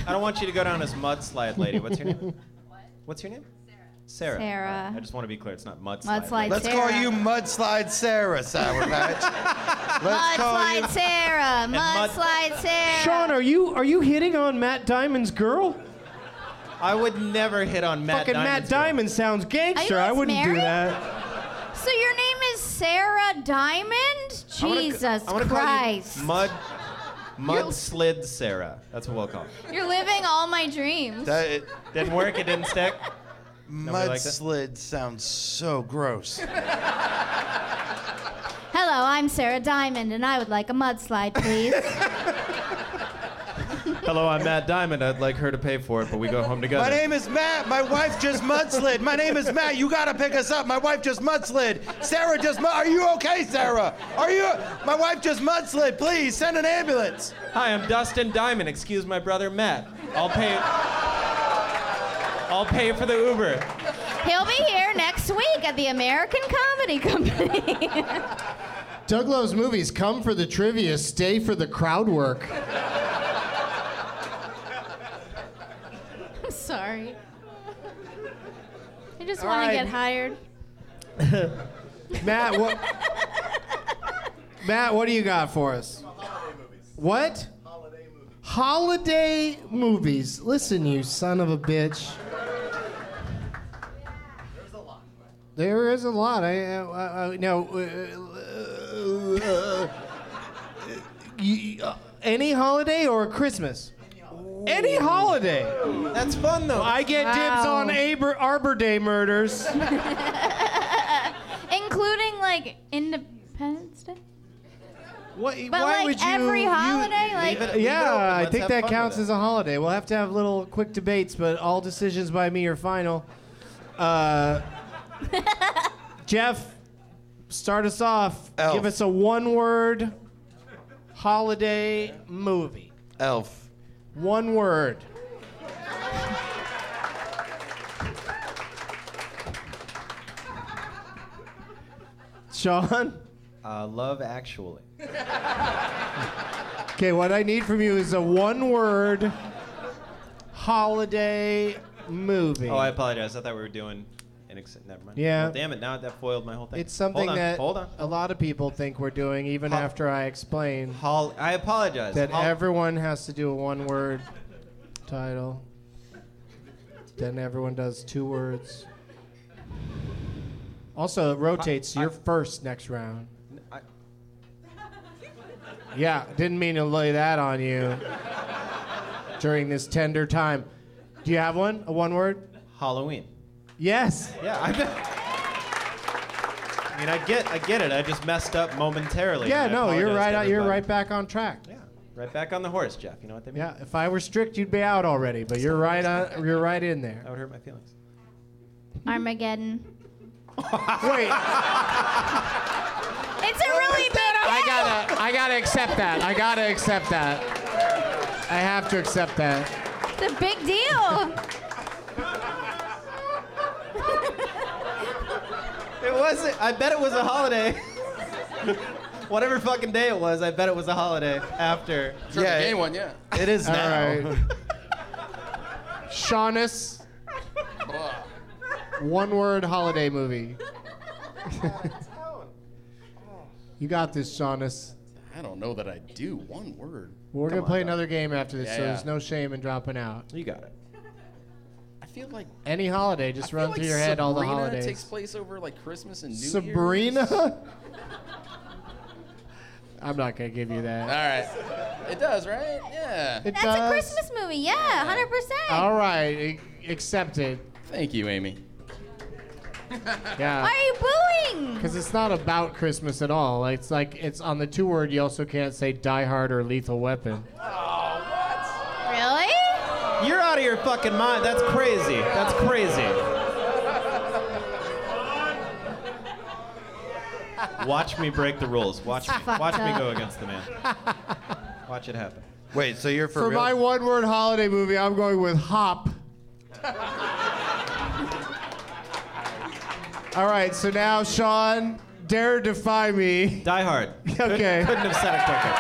[SPEAKER 5] I don't want you to go down as mudslide lady. What's your name? What? What's your name? Sarah. Sarah.
[SPEAKER 3] Sarah.
[SPEAKER 5] Alright, I just want to be clear. It's not mudslide.
[SPEAKER 3] Mudslide
[SPEAKER 4] Let's
[SPEAKER 3] Sarah.
[SPEAKER 4] call you Mudslide Sarah, Sour Patch. Let's call you.
[SPEAKER 3] Mudslide Sarah.
[SPEAKER 5] mud-
[SPEAKER 3] Mudslide Sarah.
[SPEAKER 2] Sean, are you are you hitting on Matt Diamond's girl?
[SPEAKER 5] I would never hit on Matt
[SPEAKER 2] Fucking Matt
[SPEAKER 5] Diamond's girl.
[SPEAKER 2] Diamond sounds gangster.
[SPEAKER 3] Are you
[SPEAKER 2] I
[SPEAKER 3] guys
[SPEAKER 2] wouldn't do
[SPEAKER 3] married?
[SPEAKER 2] that.
[SPEAKER 3] So your name is Sarah Diamond?
[SPEAKER 5] I wanna-
[SPEAKER 3] Jesus
[SPEAKER 5] I wanna call you
[SPEAKER 3] Christ.
[SPEAKER 5] Mud, mudslid Sarah. That's what we'll call. it.
[SPEAKER 3] You're living all my dreams.
[SPEAKER 4] That-
[SPEAKER 5] Didn't work. It didn't stick. Nobody liked it?
[SPEAKER 4] Mudslid sounds so gross.
[SPEAKER 3] Hello, I'm Sarah Diamond, and I would like a mudslide, please.
[SPEAKER 5] Hello, I'm Matt Diamond. I'd like her to pay for it, but we go home together.
[SPEAKER 4] My name is Matt. My wife just mudslid. My name is Matt. You gotta pick us up. My wife just mudslid. Sarah just. Mud- Are you okay, Sarah? Are you? My wife just mudslid. Please send an ambulance.
[SPEAKER 5] Hi, I'm Dustin Diamond. Excuse my brother Matt. I'll pay. I'll pay for the Uber.
[SPEAKER 3] He'll be here next week at the American Comedy Company.
[SPEAKER 2] Doug Love's movies come for the trivia, stay for the crowd work.
[SPEAKER 7] I'm sorry. I just
[SPEAKER 2] All
[SPEAKER 7] want
[SPEAKER 2] right.
[SPEAKER 7] to get hired.
[SPEAKER 2] Matt, what? Matt, what do you got for us? What? Holiday movies. Holiday movies. Listen, you son of a bitch. There is a lot. I, I, I, I no. uh, uh, you- uh, any holiday or Christmas? Any holiday.
[SPEAKER 5] That's fun though.
[SPEAKER 2] I get dibs
[SPEAKER 3] Wow.
[SPEAKER 2] on Aber, Arbor Day murders.
[SPEAKER 7] Including like Independence Day?
[SPEAKER 2] What,
[SPEAKER 7] But,
[SPEAKER 2] why
[SPEAKER 7] like,
[SPEAKER 2] would you?
[SPEAKER 7] every
[SPEAKER 2] you-
[SPEAKER 7] holiday, like- Leave it- leave it
[SPEAKER 2] yeah,
[SPEAKER 7] open.
[SPEAKER 2] I
[SPEAKER 7] Let's
[SPEAKER 2] think
[SPEAKER 7] have
[SPEAKER 2] that
[SPEAKER 7] fun
[SPEAKER 2] counts
[SPEAKER 7] with
[SPEAKER 2] as a holiday. We'll have to have little quick debates, but all decisions by me are final. Uh, Jeff, start us off.
[SPEAKER 4] Elf.
[SPEAKER 2] Give us a one-word holiday movie.
[SPEAKER 4] Elf.
[SPEAKER 2] One word. Sean.
[SPEAKER 5] Uh, love Actually.
[SPEAKER 2] Okay, what I need from you is a one word holiday movie.
[SPEAKER 5] Oh, I apologize. I thought we were doing. An ex- never mind.
[SPEAKER 2] Yeah.
[SPEAKER 5] Well, damn it! Now that foiled my whole thing.
[SPEAKER 2] it's something
[SPEAKER 5] hold on,
[SPEAKER 2] that
[SPEAKER 5] Hold on.
[SPEAKER 2] a lot of people think we're doing, even
[SPEAKER 5] Hol-
[SPEAKER 2] after I explain
[SPEAKER 5] Hol- I apologize.
[SPEAKER 2] that
[SPEAKER 5] Hol-
[SPEAKER 2] everyone has to do a one word title. Then everyone does two words. Also, it rotates. so You're first next round.
[SPEAKER 5] I-
[SPEAKER 2] Yeah, didn't mean to lay that on you during this tender time. Do you have one? A one word?
[SPEAKER 5] Halloween.
[SPEAKER 2] Yes.
[SPEAKER 5] Yeah. I, I mean, I get, I get it. I just messed up momentarily.
[SPEAKER 2] yeah,
[SPEAKER 5] and I
[SPEAKER 2] no, you're
[SPEAKER 5] apologize
[SPEAKER 2] right.
[SPEAKER 5] to
[SPEAKER 2] out- You're
[SPEAKER 5] everybody.
[SPEAKER 2] right back on track. Yeah.
[SPEAKER 5] Right back on the horse, Jeff. You know what they mean?
[SPEAKER 2] If I were strict, you'd be out already. But you're right. On, you're right in there.
[SPEAKER 5] That would hurt my feelings.
[SPEAKER 3] Armageddon.
[SPEAKER 2] Wait.
[SPEAKER 3] It's a really big.
[SPEAKER 2] I gotta. I gotta accept that. I gotta accept that. I have to accept that.
[SPEAKER 3] It's a big deal.
[SPEAKER 5] It wasn't. I bet it was a holiday. Whatever fucking day it was, I bet it was a holiday after.
[SPEAKER 6] Sure, the gay one, yeah.
[SPEAKER 5] It is
[SPEAKER 2] All
[SPEAKER 5] now.
[SPEAKER 2] right. Shaunus. One word holiday movie. you got this, Shaunus.
[SPEAKER 6] I don't know that I do. One word.
[SPEAKER 2] We're
[SPEAKER 6] Come
[SPEAKER 2] gonna play
[SPEAKER 6] on,
[SPEAKER 2] another game after this,
[SPEAKER 6] Yeah,
[SPEAKER 2] so
[SPEAKER 6] yeah.
[SPEAKER 2] there's no shame in dropping out.
[SPEAKER 5] You got it.
[SPEAKER 6] I feel like
[SPEAKER 2] Any holiday, just
[SPEAKER 6] I feel
[SPEAKER 2] run
[SPEAKER 6] like
[SPEAKER 2] through your head all the
[SPEAKER 6] Sabrina
[SPEAKER 2] holidays.
[SPEAKER 6] takes place over like Christmas and New
[SPEAKER 2] Sabrina?
[SPEAKER 6] Year's. All
[SPEAKER 2] I'm not gonna give you that.
[SPEAKER 6] right. It does, right? Yeah.
[SPEAKER 2] It
[SPEAKER 3] That's
[SPEAKER 2] does.
[SPEAKER 3] a Christmas movie. Yeah, hundred percent.
[SPEAKER 2] All right, e, a- accepted.
[SPEAKER 6] Thank you, Amy.
[SPEAKER 2] Yeah.
[SPEAKER 3] Why are you booing?
[SPEAKER 2] Because it's not about Christmas at all. Like, It's like it's on the two word. You also can't say Die Hard or Lethal Weapon.
[SPEAKER 3] Really?
[SPEAKER 5] You're out of your fucking mind. That's crazy. That's crazy. Watch me break the rules. Watch me. Watch me go against the man. Watch it happen.
[SPEAKER 4] Wait, so you're for,
[SPEAKER 2] For
[SPEAKER 4] real?
[SPEAKER 2] my one word holiday movie, I'm going with Hop. all right, so now Sean, dare defy me.
[SPEAKER 5] Die Hard. Couldn't-
[SPEAKER 2] Okay.
[SPEAKER 5] Couldn't have said it quicker.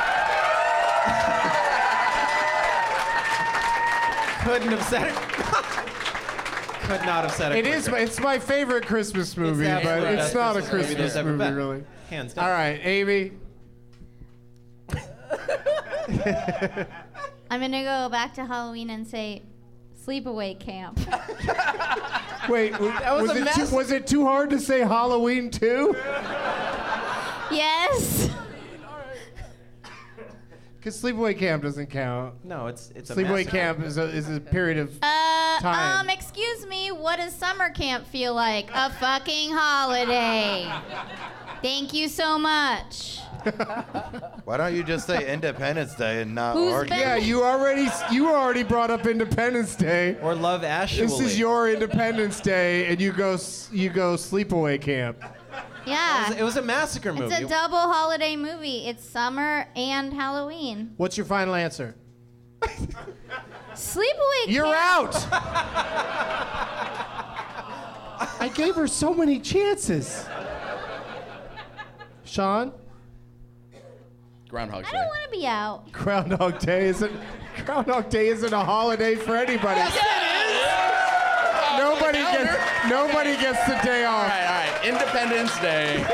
[SPEAKER 5] Couldn't have said it. Could not have said it.
[SPEAKER 2] It is. My,
[SPEAKER 5] quicker.
[SPEAKER 2] it's my favorite Christmas movie,
[SPEAKER 5] It's
[SPEAKER 2] but
[SPEAKER 5] absolutely
[SPEAKER 2] it's
[SPEAKER 5] the
[SPEAKER 2] not a
[SPEAKER 5] best Christmas movie
[SPEAKER 2] Christmas
[SPEAKER 5] there's ever
[SPEAKER 2] movie,
[SPEAKER 5] been.
[SPEAKER 2] really.
[SPEAKER 5] Hands down.
[SPEAKER 2] All right, Amy.
[SPEAKER 3] I'm gonna go back to Halloween and say, Sleepaway Camp.
[SPEAKER 2] Wait, w- was,
[SPEAKER 5] was a
[SPEAKER 2] it
[SPEAKER 5] mess.
[SPEAKER 2] too, was it too hard to say Halloween too?
[SPEAKER 3] yes.
[SPEAKER 2] Because Sleepaway Camp doesn't count.
[SPEAKER 5] No, it's it's a
[SPEAKER 2] Sleepaway
[SPEAKER 5] massacre.
[SPEAKER 2] Camp is a, is a period of.
[SPEAKER 3] Uh,
[SPEAKER 2] Time.
[SPEAKER 3] um, excuse me. What does summer camp feel like? A fucking holiday. Thank you so much.
[SPEAKER 4] Why don't you just say Independence Day and not argue?
[SPEAKER 2] yeah, you already you already brought up Independence Day.
[SPEAKER 5] Or love actually.
[SPEAKER 2] This is your Independence Day, and you go s- you go sleepaway camp.
[SPEAKER 3] Yeah.
[SPEAKER 5] It was a massacre
[SPEAKER 3] It's a double holiday movie. It's summer and Halloween.
[SPEAKER 11] What's your final answer?
[SPEAKER 3] Sleepaway
[SPEAKER 11] You're
[SPEAKER 3] Camp.
[SPEAKER 11] out.
[SPEAKER 2] I gave her so many chances.
[SPEAKER 11] Sean?
[SPEAKER 6] Groundhog
[SPEAKER 3] I
[SPEAKER 6] Day.
[SPEAKER 3] don't want to be out.
[SPEAKER 2] Groundhog Day isn't Groundhog Day isn't a holiday for anybody. Nobody gets nobody gets the day
[SPEAKER 6] All
[SPEAKER 2] off.
[SPEAKER 6] right, all right. Independence Day.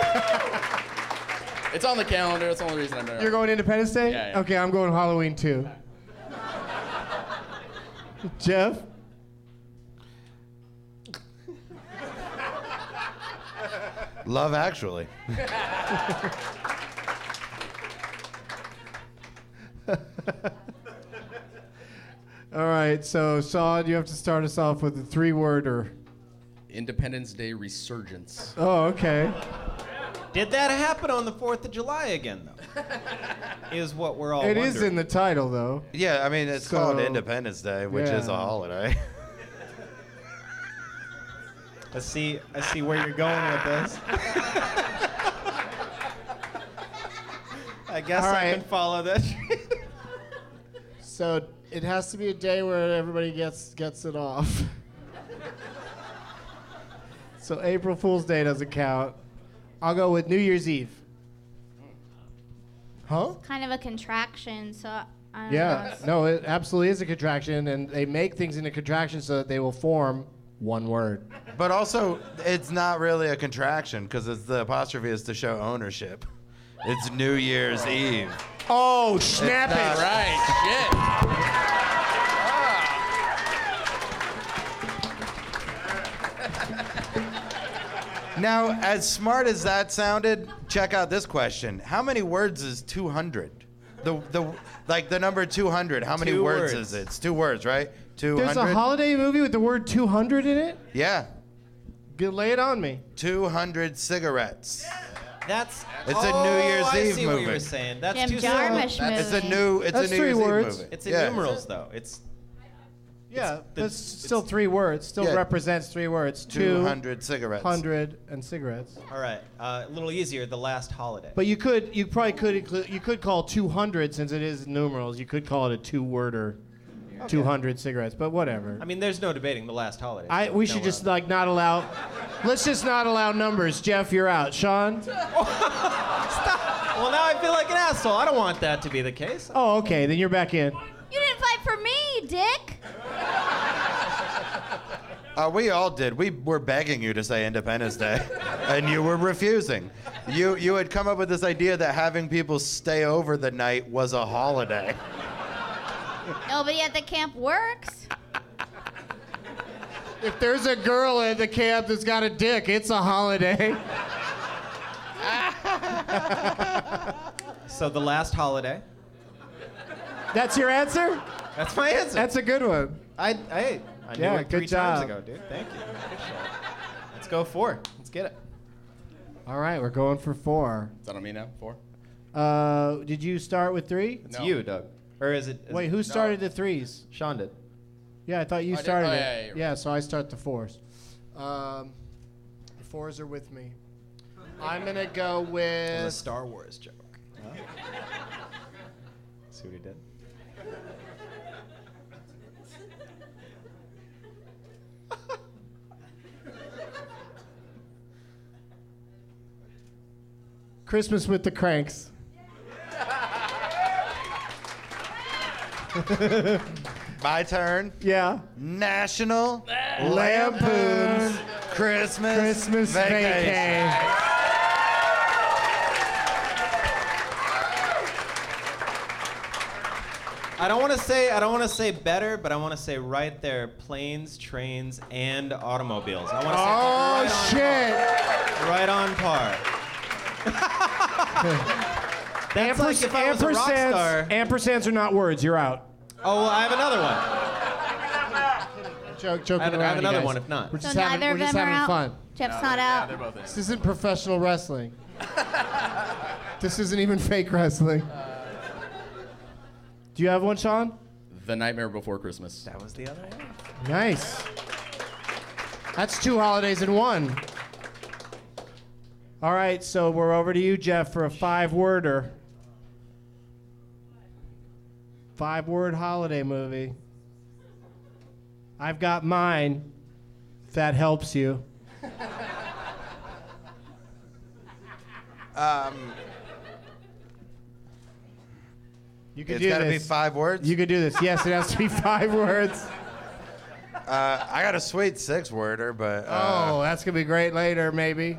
[SPEAKER 6] it's on the calendar. That's the only reason I'm there.
[SPEAKER 2] You're going Independence Day?
[SPEAKER 6] Yeah, yeah.
[SPEAKER 2] Okay, I'm going Halloween too. Jeff?
[SPEAKER 4] Love Actually.
[SPEAKER 2] All right, so Sean, you have to start us off with a three worder.
[SPEAKER 6] Independence Day resurgence.
[SPEAKER 2] Oh, okay.
[SPEAKER 5] Did that happen on the 4th of July again, though? is what we're all
[SPEAKER 2] It is
[SPEAKER 5] wondering.
[SPEAKER 2] in the title, though.
[SPEAKER 4] Yeah, I mean, it's called
[SPEAKER 2] So-
[SPEAKER 4] Independence Day, which is a
[SPEAKER 2] Yeah.
[SPEAKER 4] holiday.
[SPEAKER 5] I see, I see where you're going with this. I guess
[SPEAKER 11] All
[SPEAKER 5] I
[SPEAKER 11] right.
[SPEAKER 5] can follow this.
[SPEAKER 11] So it has to be a day where everybody gets gets it off.
[SPEAKER 2] So April Fool's Day doesn't count. I'll go with New Year's Eve. Huh?
[SPEAKER 3] Kind of a contraction, so I don't know.
[SPEAKER 2] Yeah.
[SPEAKER 3] It's-
[SPEAKER 2] No, it absolutely is a contraction, and they make things into contractions so that they will form one word.
[SPEAKER 4] but also, it's not really a contraction because it's the apostrophe is to show ownership. It's New Year's Eve.
[SPEAKER 2] Oh, snap
[SPEAKER 4] It's
[SPEAKER 2] it!
[SPEAKER 4] not
[SPEAKER 6] right. Shit.
[SPEAKER 4] Now, as smart as that sounded, check out this question: How many words is 200? The the like the number 200. How many
[SPEAKER 2] Two
[SPEAKER 4] words,
[SPEAKER 2] words.
[SPEAKER 4] is it? It's two words, right? 200.
[SPEAKER 2] There's a holiday movie with the word 200 in it?
[SPEAKER 4] yeah,
[SPEAKER 2] Good, lay it on me.
[SPEAKER 4] 200 cigare's.
[SPEAKER 5] That's.
[SPEAKER 4] It's
[SPEAKER 5] oh,
[SPEAKER 4] a New Year's
[SPEAKER 5] I
[SPEAKER 4] Eve
[SPEAKER 5] see
[SPEAKER 4] movie.
[SPEAKER 5] What you were saying. That's
[SPEAKER 3] Jim
[SPEAKER 5] too
[SPEAKER 3] Jarmusch
[SPEAKER 5] simple.
[SPEAKER 4] It's a new. It's
[SPEAKER 2] That's
[SPEAKER 4] a New
[SPEAKER 2] three
[SPEAKER 4] Year's
[SPEAKER 2] words.
[SPEAKER 4] Eve movie.
[SPEAKER 5] It's in
[SPEAKER 4] Yeah.
[SPEAKER 5] numerals, though. It's
[SPEAKER 2] Yeah,
[SPEAKER 5] the-
[SPEAKER 2] that's still three words. Still
[SPEAKER 4] Yeah.
[SPEAKER 2] represents three words. Two
[SPEAKER 4] 200 cigarettes.
[SPEAKER 2] hundred and cigarettes.
[SPEAKER 5] all right. Uh, a little easier. The last holiday.
[SPEAKER 2] But you could, you probably could include, you could call 200 since it is numerals. You could call it a two-worder, 200 cigarettes. But whatever.
[SPEAKER 5] I mean, there's no debating the last holiday.
[SPEAKER 2] I we
[SPEAKER 5] No,
[SPEAKER 2] should
[SPEAKER 5] we're
[SPEAKER 2] just
[SPEAKER 5] not.
[SPEAKER 2] like not allow. Let's just not allow numbers. Jeff, you're out. Sean.
[SPEAKER 5] Well, now I feel like an asshole. I don't want that to be the case.
[SPEAKER 2] Oh, okay. Then you're back in.
[SPEAKER 3] You didn't fight for me, Dick.
[SPEAKER 4] Uh, we all did. We were begging you to say Independence Day, and you were refusing. You you had come up with this idea that having people stay over the night was a holiday.
[SPEAKER 3] Nobody at the camp works.
[SPEAKER 2] If there's a girl at the camp that's got a dick, it's a holiday.
[SPEAKER 5] So the last holiday.
[SPEAKER 2] That's your answer.
[SPEAKER 5] That's my answer.
[SPEAKER 2] That's a good one.
[SPEAKER 5] I I, I knew
[SPEAKER 2] Yeah,
[SPEAKER 5] it three
[SPEAKER 2] good
[SPEAKER 5] times
[SPEAKER 2] job.
[SPEAKER 5] ago, dude. Thank you. Appreciate it. Let's go four. Let's get it.
[SPEAKER 2] All right, we're going for four.
[SPEAKER 6] Is that on me now? Four?
[SPEAKER 2] Uh, did you start with three?
[SPEAKER 5] It's you, Doug. Or is it? is
[SPEAKER 2] Wait,
[SPEAKER 5] it-
[SPEAKER 2] who started the threes?
[SPEAKER 5] Sean did.
[SPEAKER 2] Yeah, I thought you
[SPEAKER 6] I did-
[SPEAKER 2] started
[SPEAKER 6] oh,
[SPEAKER 2] it.
[SPEAKER 6] yeah, yeah, you're
[SPEAKER 2] yeah, so I start the fours.
[SPEAKER 11] Um, the fours are with me. I'm gonna go with
[SPEAKER 5] The Star Wars joke. See what he did?
[SPEAKER 2] Christmas with the Cranks.
[SPEAKER 4] My turn.
[SPEAKER 2] Yeah.
[SPEAKER 4] National
[SPEAKER 2] Lampoon's
[SPEAKER 4] Christmas
[SPEAKER 2] Christmas Vacay.
[SPEAKER 5] I don't want to say I don't want to say better, but I want to say right there: planes, trains, and automobiles. I want to
[SPEAKER 2] Oh, shit.
[SPEAKER 5] say right on par. That's like if I was a rock star.
[SPEAKER 2] ampersands, ampersands are not words. You're out.
[SPEAKER 5] Oh, well, I have another one.
[SPEAKER 2] Joke, joking
[SPEAKER 5] I have- I have
[SPEAKER 2] around, you
[SPEAKER 5] another
[SPEAKER 2] guys.
[SPEAKER 5] one if not.
[SPEAKER 2] We're just
[SPEAKER 3] So
[SPEAKER 2] having,
[SPEAKER 3] neither
[SPEAKER 2] we're
[SPEAKER 3] of
[SPEAKER 2] just
[SPEAKER 3] them are
[SPEAKER 2] having
[SPEAKER 3] out.
[SPEAKER 2] fun.
[SPEAKER 3] Jeff's not out.
[SPEAKER 6] They're both in.
[SPEAKER 2] This isn't professional wrestling. This isn't even fake wrestling. Do you have one, Sean?
[SPEAKER 6] The Nightmare Before Christmas. That
[SPEAKER 5] was the other one.
[SPEAKER 2] Nice. That's two holidays in one. All right, so we're over to you, Jeff, for a five worder. Five word holiday movie. I've got mine, if that helps you.
[SPEAKER 4] Um,
[SPEAKER 2] You could
[SPEAKER 4] It's
[SPEAKER 2] do
[SPEAKER 4] gotta be
[SPEAKER 2] this.
[SPEAKER 4] five words?
[SPEAKER 2] You could do this. Yes, it has to be five words.
[SPEAKER 4] uh, I got a sweet six worder, but.
[SPEAKER 2] Oh,
[SPEAKER 4] Uh,
[SPEAKER 2] that's gonna be great later, maybe.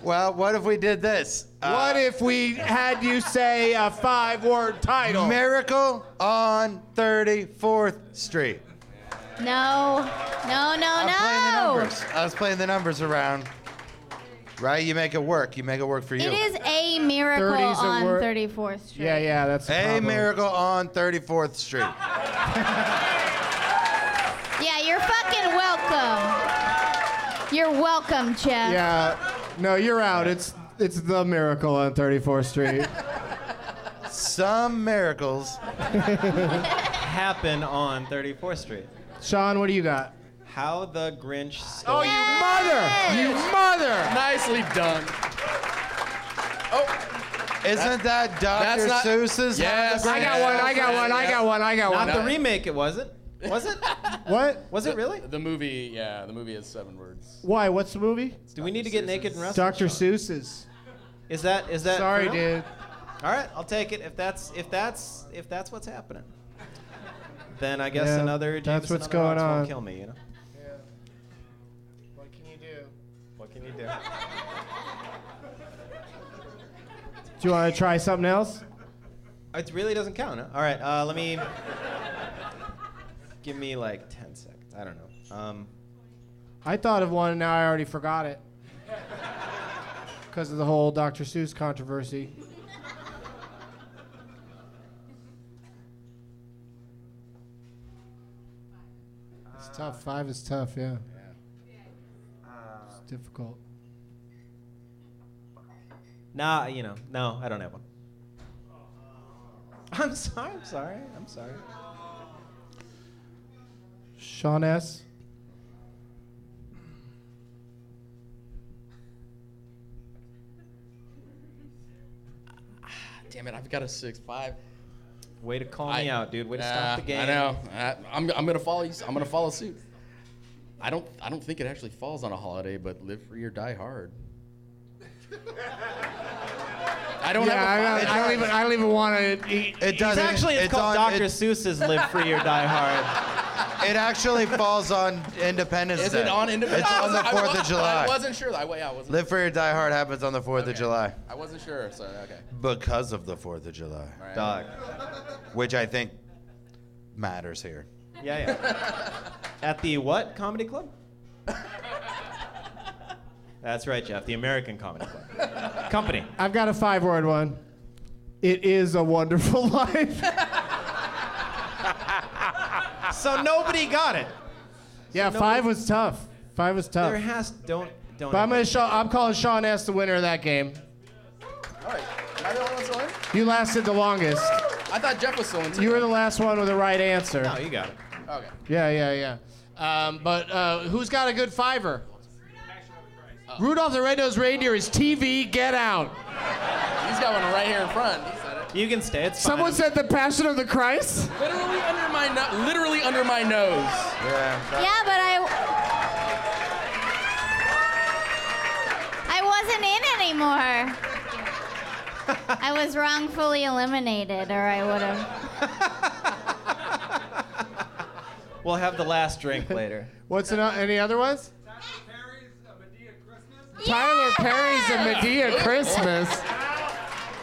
[SPEAKER 4] Well, what if we did this?
[SPEAKER 5] Uh,
[SPEAKER 4] Uh,
[SPEAKER 2] what if we had you say a five-word title?
[SPEAKER 4] Miracle on 34th Street.
[SPEAKER 3] No, no, no,
[SPEAKER 4] I'm playing the
[SPEAKER 3] no.
[SPEAKER 4] numbers. I was playing the numbers around. Right? You make it work. You make it work for you.
[SPEAKER 3] It is a miracle
[SPEAKER 4] 30's a
[SPEAKER 3] on
[SPEAKER 4] word-
[SPEAKER 3] 34th Street.
[SPEAKER 2] Yeah, yeah, that's
[SPEAKER 4] a
[SPEAKER 2] problem.
[SPEAKER 4] miracle on 34th Street.
[SPEAKER 3] Yeah, you're fucking welcome. You're welcome, Jeff.
[SPEAKER 2] Yeah. No, you're out. It's it's the miracle on 34th Street.
[SPEAKER 4] Some miracles.
[SPEAKER 5] Happen on 34th Street.
[SPEAKER 2] Sean, what do you got?
[SPEAKER 5] How the Grinch
[SPEAKER 2] Oh,
[SPEAKER 5] Stole.
[SPEAKER 2] you mother! You mother!
[SPEAKER 6] Nicely done.
[SPEAKER 4] Isn't that Dr. Seuss's?
[SPEAKER 6] Yes.
[SPEAKER 2] I got one. I got one. I got one. I got one.
[SPEAKER 5] Not the remake, it wasn't. Was it?
[SPEAKER 2] What?
[SPEAKER 5] Was it really?
[SPEAKER 6] The movie, yeah, the movie has seven words.
[SPEAKER 2] Why? What's the movie?
[SPEAKER 5] Do we need to get naked and wrestle?
[SPEAKER 2] Dr. Seuss's.
[SPEAKER 5] Is that is that?
[SPEAKER 2] Sorry,
[SPEAKER 5] for real?
[SPEAKER 2] dude.
[SPEAKER 5] All right, I'll take it. If that's if that's if that's what's happening, then I guess
[SPEAKER 2] Yeah,
[SPEAKER 5] another. James
[SPEAKER 2] that's what's
[SPEAKER 5] and
[SPEAKER 2] going
[SPEAKER 5] Other Odds
[SPEAKER 2] on.
[SPEAKER 5] Won't kill me, you know.
[SPEAKER 2] What can you do?
[SPEAKER 5] What can you do?
[SPEAKER 2] Do you want to try something else?
[SPEAKER 5] It really doesn't count. Huh? All right, uh, let me give me like ten seconds. I don't know. Um,
[SPEAKER 2] I thought of one and now I already forgot it. Because of the whole Dr. Seuss controversy. It's tough. Five is tough, yeah. It's difficult.
[SPEAKER 5] nah, you know, no, I don't have one. I'm sorry. I'm sorry. I'm sorry.
[SPEAKER 2] Sean S.
[SPEAKER 6] Damn it, I've got a six five.
[SPEAKER 5] Way to call me out, dude. Way to stop the game.
[SPEAKER 6] I know. I, I'm, I'm gonna follow. You, I'm gonna follow suit. I don't. I don't think it actually falls on a holiday, but live free or die hard. I don't
[SPEAKER 2] yeah,
[SPEAKER 6] have. a
[SPEAKER 2] I, I, don't even. I don't even want to.
[SPEAKER 4] It doesn't.
[SPEAKER 5] It's actually it's, called
[SPEAKER 4] on-
[SPEAKER 5] Dr. Seuss's Live Free or Die Hard.
[SPEAKER 4] It, it actually falls on Independence
[SPEAKER 6] Is
[SPEAKER 4] Day.
[SPEAKER 6] it on Independence?
[SPEAKER 4] It's on the
[SPEAKER 6] I was-
[SPEAKER 4] 4th of July.
[SPEAKER 6] I wasn't sure. I, yeah, I wasn't.
[SPEAKER 4] Live Free or Die Hard happens on the 4th of July
[SPEAKER 6] I wasn't sure. So okay.
[SPEAKER 4] because of the 4th of July,
[SPEAKER 6] All right.
[SPEAKER 5] Dog.
[SPEAKER 4] which I think matters here.
[SPEAKER 5] Yeah, yeah. At the what comedy club? That's right, Jeff. The American Comedy Club. Company.
[SPEAKER 2] I've got a five-word one. It is a wonderful life.
[SPEAKER 5] So nobody got it.
[SPEAKER 2] yeah, five was tough. Five was tough.
[SPEAKER 5] There has don't don't.
[SPEAKER 2] But I'm gonna show, I'm calling Sean S the winner of that game.
[SPEAKER 6] All right. Am I the only one still in?
[SPEAKER 2] You lasted the longest.
[SPEAKER 6] I thought Jeff was still in. too.
[SPEAKER 2] You were the last one with the right answer.
[SPEAKER 5] No, you got it.
[SPEAKER 6] Okay.
[SPEAKER 2] Yeah, yeah, yeah. Um, but uh, who's got a good fiver? Rudolph the Red-Nosed Reindeer is TV. Get out.
[SPEAKER 6] He's got one right here in front. He said it.
[SPEAKER 5] You can stay. It's fine.
[SPEAKER 2] Someone said the Passion of the Christ.
[SPEAKER 6] Literally under my no- literally under my nose.
[SPEAKER 4] Yeah.
[SPEAKER 3] Yeah, but I. I wasn't in anymore. I was wrongfully eliminated, or I would have.
[SPEAKER 5] We'll have the last drink later.
[SPEAKER 2] What's ano- any other ones? Tyler Perry's a Medea Christmas.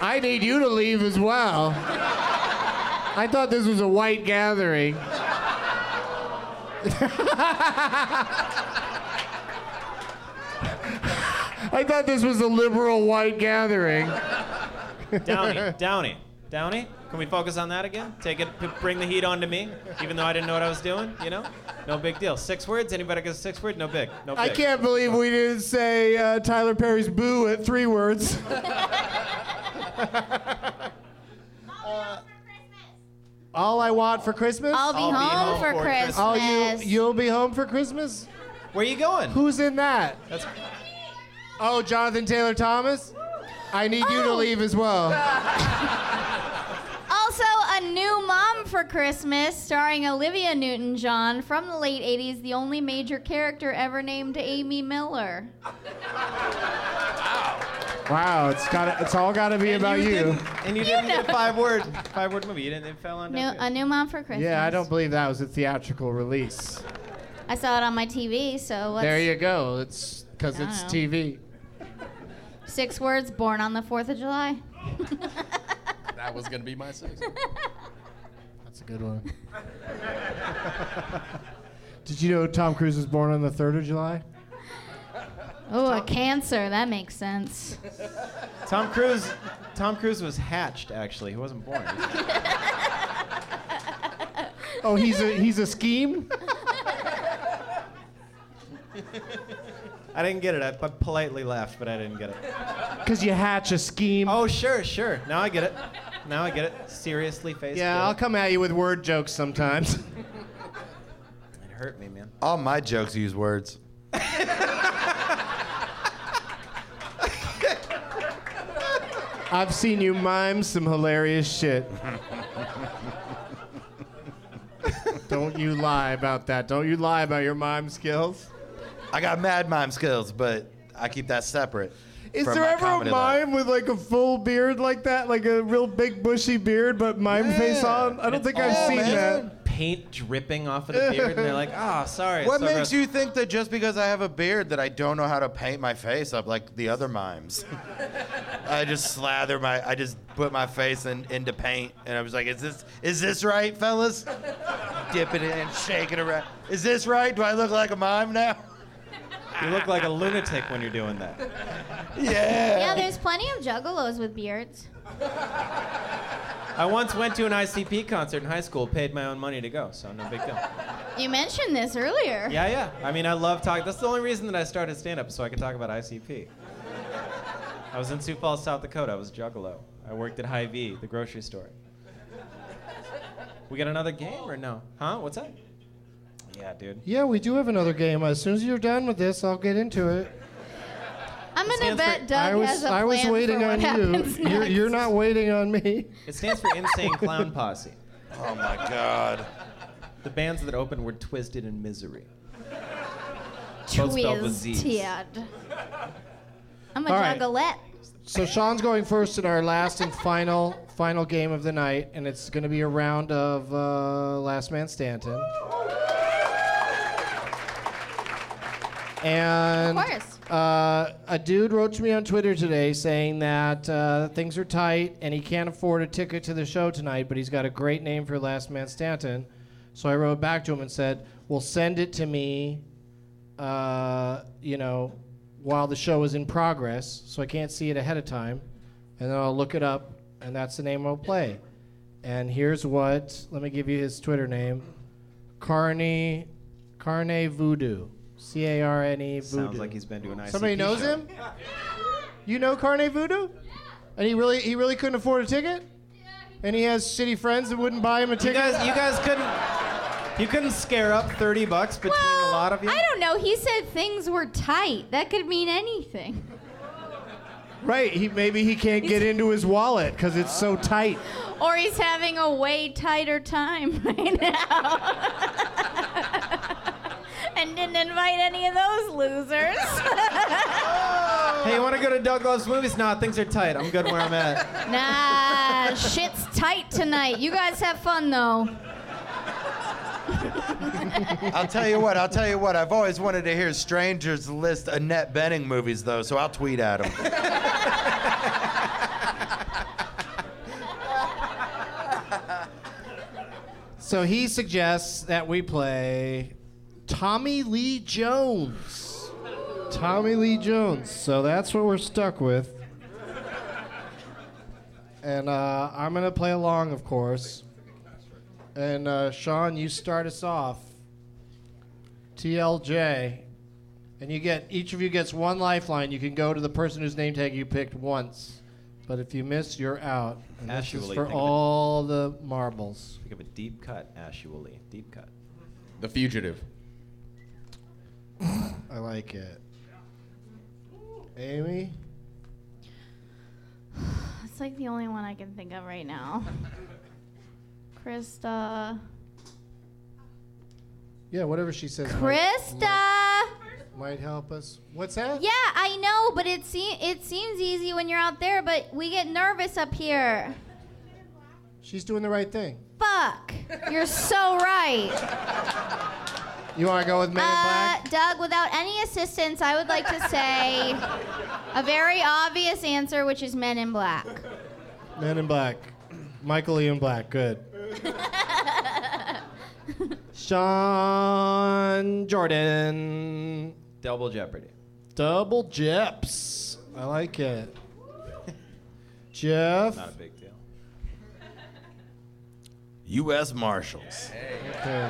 [SPEAKER 2] I need you to leave as well. I thought this was a white gathering. I thought this was a liberal white gathering.
[SPEAKER 5] Downey, Downey, Downey, can we focus on that again? Take it, p- bring the heat onto me, even though I didn't know what I was doing. You know, no big deal. Six words. Anybody got a six word? No big. No big.
[SPEAKER 2] I can't believe we didn't say uh, Tyler Perry's boo at three words. Uh, All I want for Christmas.
[SPEAKER 3] I'll be I'll be home home for for Christmas.
[SPEAKER 2] Oh,
[SPEAKER 3] Christmas.
[SPEAKER 2] you you'll be home for Christmas.
[SPEAKER 5] Where are you going?
[SPEAKER 2] Who's in that?
[SPEAKER 5] That's...
[SPEAKER 2] Oh, Jonathan Taylor Thomas. I need you to leave as well.
[SPEAKER 3] Also, a new mom for Christmas, starring Olivia Newton-John from the late '80s, the only major character ever named Amy Miller.
[SPEAKER 2] Wow, it's got it's all got to be about you.
[SPEAKER 5] and you, didn't get a five word five word movie. You didn't. It fell on.
[SPEAKER 3] New, a new mom for Christmas.
[SPEAKER 2] Yeah, I don't believe that was a theatrical release.
[SPEAKER 3] I saw it on my TV, so what's
[SPEAKER 2] There you go. It's because
[SPEAKER 3] I
[SPEAKER 2] it's
[SPEAKER 3] don't know.
[SPEAKER 2] TV.
[SPEAKER 3] six words? Born on the Fourth of July.
[SPEAKER 6] That was gonna be my six.
[SPEAKER 2] That's a good one. Did you know Tom Cruise was born on the third of July?
[SPEAKER 3] Oh, a cancer. That makes sense.
[SPEAKER 5] Tom Cruise. Tom Cruise was hatched. Actually, he wasn't born.
[SPEAKER 2] Oh, he's a he's a scheme.
[SPEAKER 5] I didn't get it. I p- politely laughed, but I didn't get it.
[SPEAKER 2] Cause you hatch a scheme.
[SPEAKER 5] Oh, sure, sure. Now I get it. Now I get it. Seriously, face.
[SPEAKER 2] Yeah,
[SPEAKER 5] get
[SPEAKER 2] I'll
[SPEAKER 5] it.
[SPEAKER 2] come at you with word jokes sometimes.
[SPEAKER 5] It hurt me, man.
[SPEAKER 4] All my jokes use words.
[SPEAKER 2] I've seen you mime some hilarious shit. Don't you lie about that. Don't you lie about your mime skills.
[SPEAKER 4] I got mad mime skills, but I keep that separate.
[SPEAKER 2] Is
[SPEAKER 4] from
[SPEAKER 2] there
[SPEAKER 4] my
[SPEAKER 2] ever a
[SPEAKER 4] comedy life.
[SPEAKER 2] mime with like a full beard like that, like a real big bushy beard but mime face on? I don't think I've
[SPEAKER 4] all
[SPEAKER 2] seen
[SPEAKER 4] man.
[SPEAKER 2] that.
[SPEAKER 5] Paint dripping off of the beard, and they're like, "Ah, sorry." it's
[SPEAKER 4] What
[SPEAKER 5] so
[SPEAKER 4] makes
[SPEAKER 5] gross."
[SPEAKER 4] you think that just because I have a beard that I don't know how to paint my face up like the other mimes? I just slather my, I just put my face in, into paint, and I was like, "Is this is this right, fellas?" Dip it in, shake it around. Is this right? Do I look like a mime now?
[SPEAKER 5] You look like a lunatic when you're doing that.
[SPEAKER 3] Yeah, there's plenty of juggalos with beards.
[SPEAKER 5] I once went to an ICP concert in high school, paid my own money to go, so no big deal.
[SPEAKER 3] You mentioned this earlier.
[SPEAKER 5] Yeah, yeah. I mean, I love talking. That's the only reason that I started stand up, so I could talk about ICP. I was in Sioux Falls, South Dakota. I was a Juggalo. I worked at Hy-Vee, the grocery store. We got another game or no? Huh? What's that? Yeah, dude.
[SPEAKER 2] Yeah, we do have another game. As soon as you're done with this, I'll get into it.
[SPEAKER 3] I'm gonna
[SPEAKER 5] stands
[SPEAKER 3] bet
[SPEAKER 5] for-
[SPEAKER 3] Doug
[SPEAKER 2] I was
[SPEAKER 3] has a
[SPEAKER 2] I was
[SPEAKER 3] plan
[SPEAKER 2] waiting
[SPEAKER 3] for
[SPEAKER 2] on
[SPEAKER 3] what
[SPEAKER 2] you.
[SPEAKER 3] happens
[SPEAKER 2] You're,
[SPEAKER 3] next.
[SPEAKER 2] you're not waiting on me.
[SPEAKER 5] It stands for Insane Clown Posse.
[SPEAKER 4] Oh my God!
[SPEAKER 5] The bands that opened were Twisted and Misery. Both spelled with Zs.
[SPEAKER 3] Twisted. I'm a
[SPEAKER 2] All right.
[SPEAKER 3] juggalette.
[SPEAKER 2] So Sean's going first in our last and final final game of the night, and it's going to be a round of uh, Last Man Standing. And
[SPEAKER 3] Of course.
[SPEAKER 2] Uh, a dude wrote to me on Twitter today saying that uh, things are tight and he can't afford a ticket to the show tonight, but he's got a great name for Last Man Stanton. So I wrote back to him and said, "Well, send it to me, uh, you know, while the show is in progress, so I can't see it ahead of time, and then I'll look it up, and that's the name I'll play." And here's what. Let me give you his Twitter name: Carney, Carne Voodoo, C A R N E Voodoo.
[SPEAKER 5] Sounds like he's been to an ICP
[SPEAKER 2] Somebody knows
[SPEAKER 5] show.
[SPEAKER 2] him? You know Carne Voodoo? And he really he really couldn't afford a ticket? And he has shitty friends that wouldn't buy him a
[SPEAKER 5] You
[SPEAKER 2] ticket?
[SPEAKER 5] guys, you guys couldn't, you couldn't scare up 30 bucks between
[SPEAKER 3] Well,
[SPEAKER 5] a lot of you.
[SPEAKER 3] I don't know. He said things were tight. That could mean anything.
[SPEAKER 2] right, he maybe he can't get into his wallet cuz it's so tight.
[SPEAKER 3] Or he's having a way tighter time right now. and didn't invite any of those losers.
[SPEAKER 5] Hey, you want to go to Doug Loves Movies? Nah, things are tight. I'm good where I'm at.
[SPEAKER 3] nah, shit's tight tonight. You guys have fun though.
[SPEAKER 4] I'll tell you what. I'll tell you what. I've always wanted to hear strangers list Annette Benning movies, though, so I'll tweet at them.
[SPEAKER 2] So he suggests that we play Tommy Lee Jones. Tommy Lee Jones. So that's what we're stuck with. And uh, I'm going to play along, of course. And uh, Sean, you start us off. TLJ. And you get each of you gets one lifeline. You can go to the person whose name tag you picked once. But if you miss, you're out. And this is
[SPEAKER 5] Actually,
[SPEAKER 2] for
[SPEAKER 5] think of it.
[SPEAKER 2] all the marbles.
[SPEAKER 5] Think of a deep cut, actually. Deep cut.
[SPEAKER 6] The Fugitive.
[SPEAKER 2] I like it. Amy?
[SPEAKER 12] It's like the only one I can think of right now. Krista.
[SPEAKER 2] Yeah, whatever she says. might-
[SPEAKER 3] Krista.
[SPEAKER 2] Might, might help us. What's that?
[SPEAKER 3] Yeah, I know, but it se- it seems easy when you're out there, but we get nervous up here.
[SPEAKER 2] She's doing the right thing.
[SPEAKER 3] Fuck. You're so right.
[SPEAKER 2] You want to go with Man in Black?
[SPEAKER 3] Uh, Doug, without any assistance, I would like to say a very obvious answer, which is Men in Black.
[SPEAKER 2] Man in Black. Michael Ian Black. Good. Sean Jordan.
[SPEAKER 5] Double Jeopardy.
[SPEAKER 2] Double Jeps. I like it. Jeff.
[SPEAKER 5] Not a big deal.
[SPEAKER 4] U.S. Marshals.
[SPEAKER 2] Okay.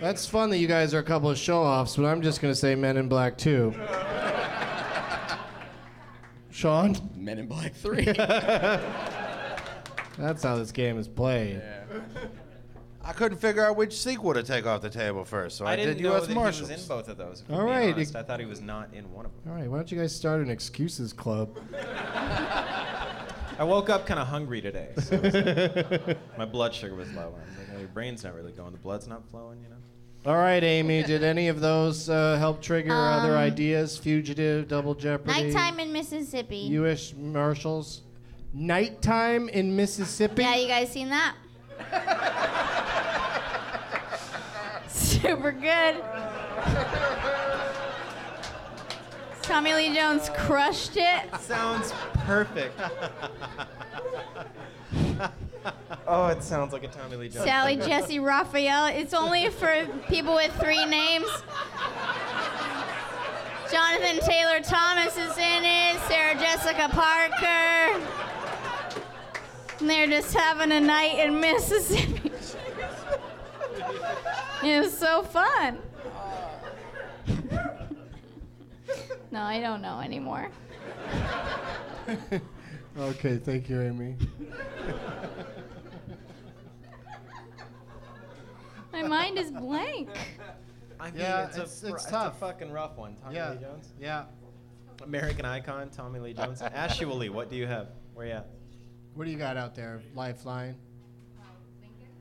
[SPEAKER 2] That's fun that you guys are a couple of show offs, but I'm just going to say Men in Black 2. Sean?
[SPEAKER 6] Men in Black 3.
[SPEAKER 2] That's how this game is played.
[SPEAKER 4] I couldn't figure out which sequel to take off the table first, so I,
[SPEAKER 5] I didn't
[SPEAKER 4] did
[SPEAKER 5] know
[SPEAKER 4] U.S.
[SPEAKER 5] that
[SPEAKER 4] Marshals.
[SPEAKER 5] he was in both of those. if
[SPEAKER 2] All
[SPEAKER 5] I'm being
[SPEAKER 2] right,
[SPEAKER 5] honest.
[SPEAKER 2] it-
[SPEAKER 5] I thought he was not in one of them.
[SPEAKER 2] All right, why don't you guys start an excuses club?
[SPEAKER 5] I woke up kind of hungry today. So it was like- my blood sugar was low. and I was like, well, your brain's not really going. The blood's not flowing, you know?
[SPEAKER 2] All right, Amy, did any of those uh, help trigger other
[SPEAKER 3] Um,
[SPEAKER 2] ideas? Fugitive, Double Jeopardy?
[SPEAKER 3] Nighttime in Mississippi.
[SPEAKER 2] U.S. Marshals? Nighttime in Mississippi?
[SPEAKER 3] yeah, you guys seen that? Super good. Tommy Lee Jones crushed it.
[SPEAKER 5] Sounds perfect. oh, it sounds like a Tommy Lee Jones.
[SPEAKER 3] Sally, Jesse, Raphael. It's only for people with three names. Jonathan Taylor Thomas is in it. Sarah Jessica Parker. And they're just having a night in Mississippi. it was so fun. no, I don't know anymore.
[SPEAKER 2] Okay, thank you, Amy.
[SPEAKER 12] My mind is blank.
[SPEAKER 5] I mean,
[SPEAKER 2] Yeah,
[SPEAKER 5] it's, a,
[SPEAKER 2] it's-
[SPEAKER 5] fr-
[SPEAKER 2] it's
[SPEAKER 5] it's
[SPEAKER 2] tough.
[SPEAKER 5] a fucking rough one. Tommy
[SPEAKER 2] Yeah,
[SPEAKER 5] Lee Jones.
[SPEAKER 2] yeah.
[SPEAKER 5] American icon, Tommy Lee Jones. Actually, what do you have? Where you at?
[SPEAKER 2] What do you got out there? Lifeline.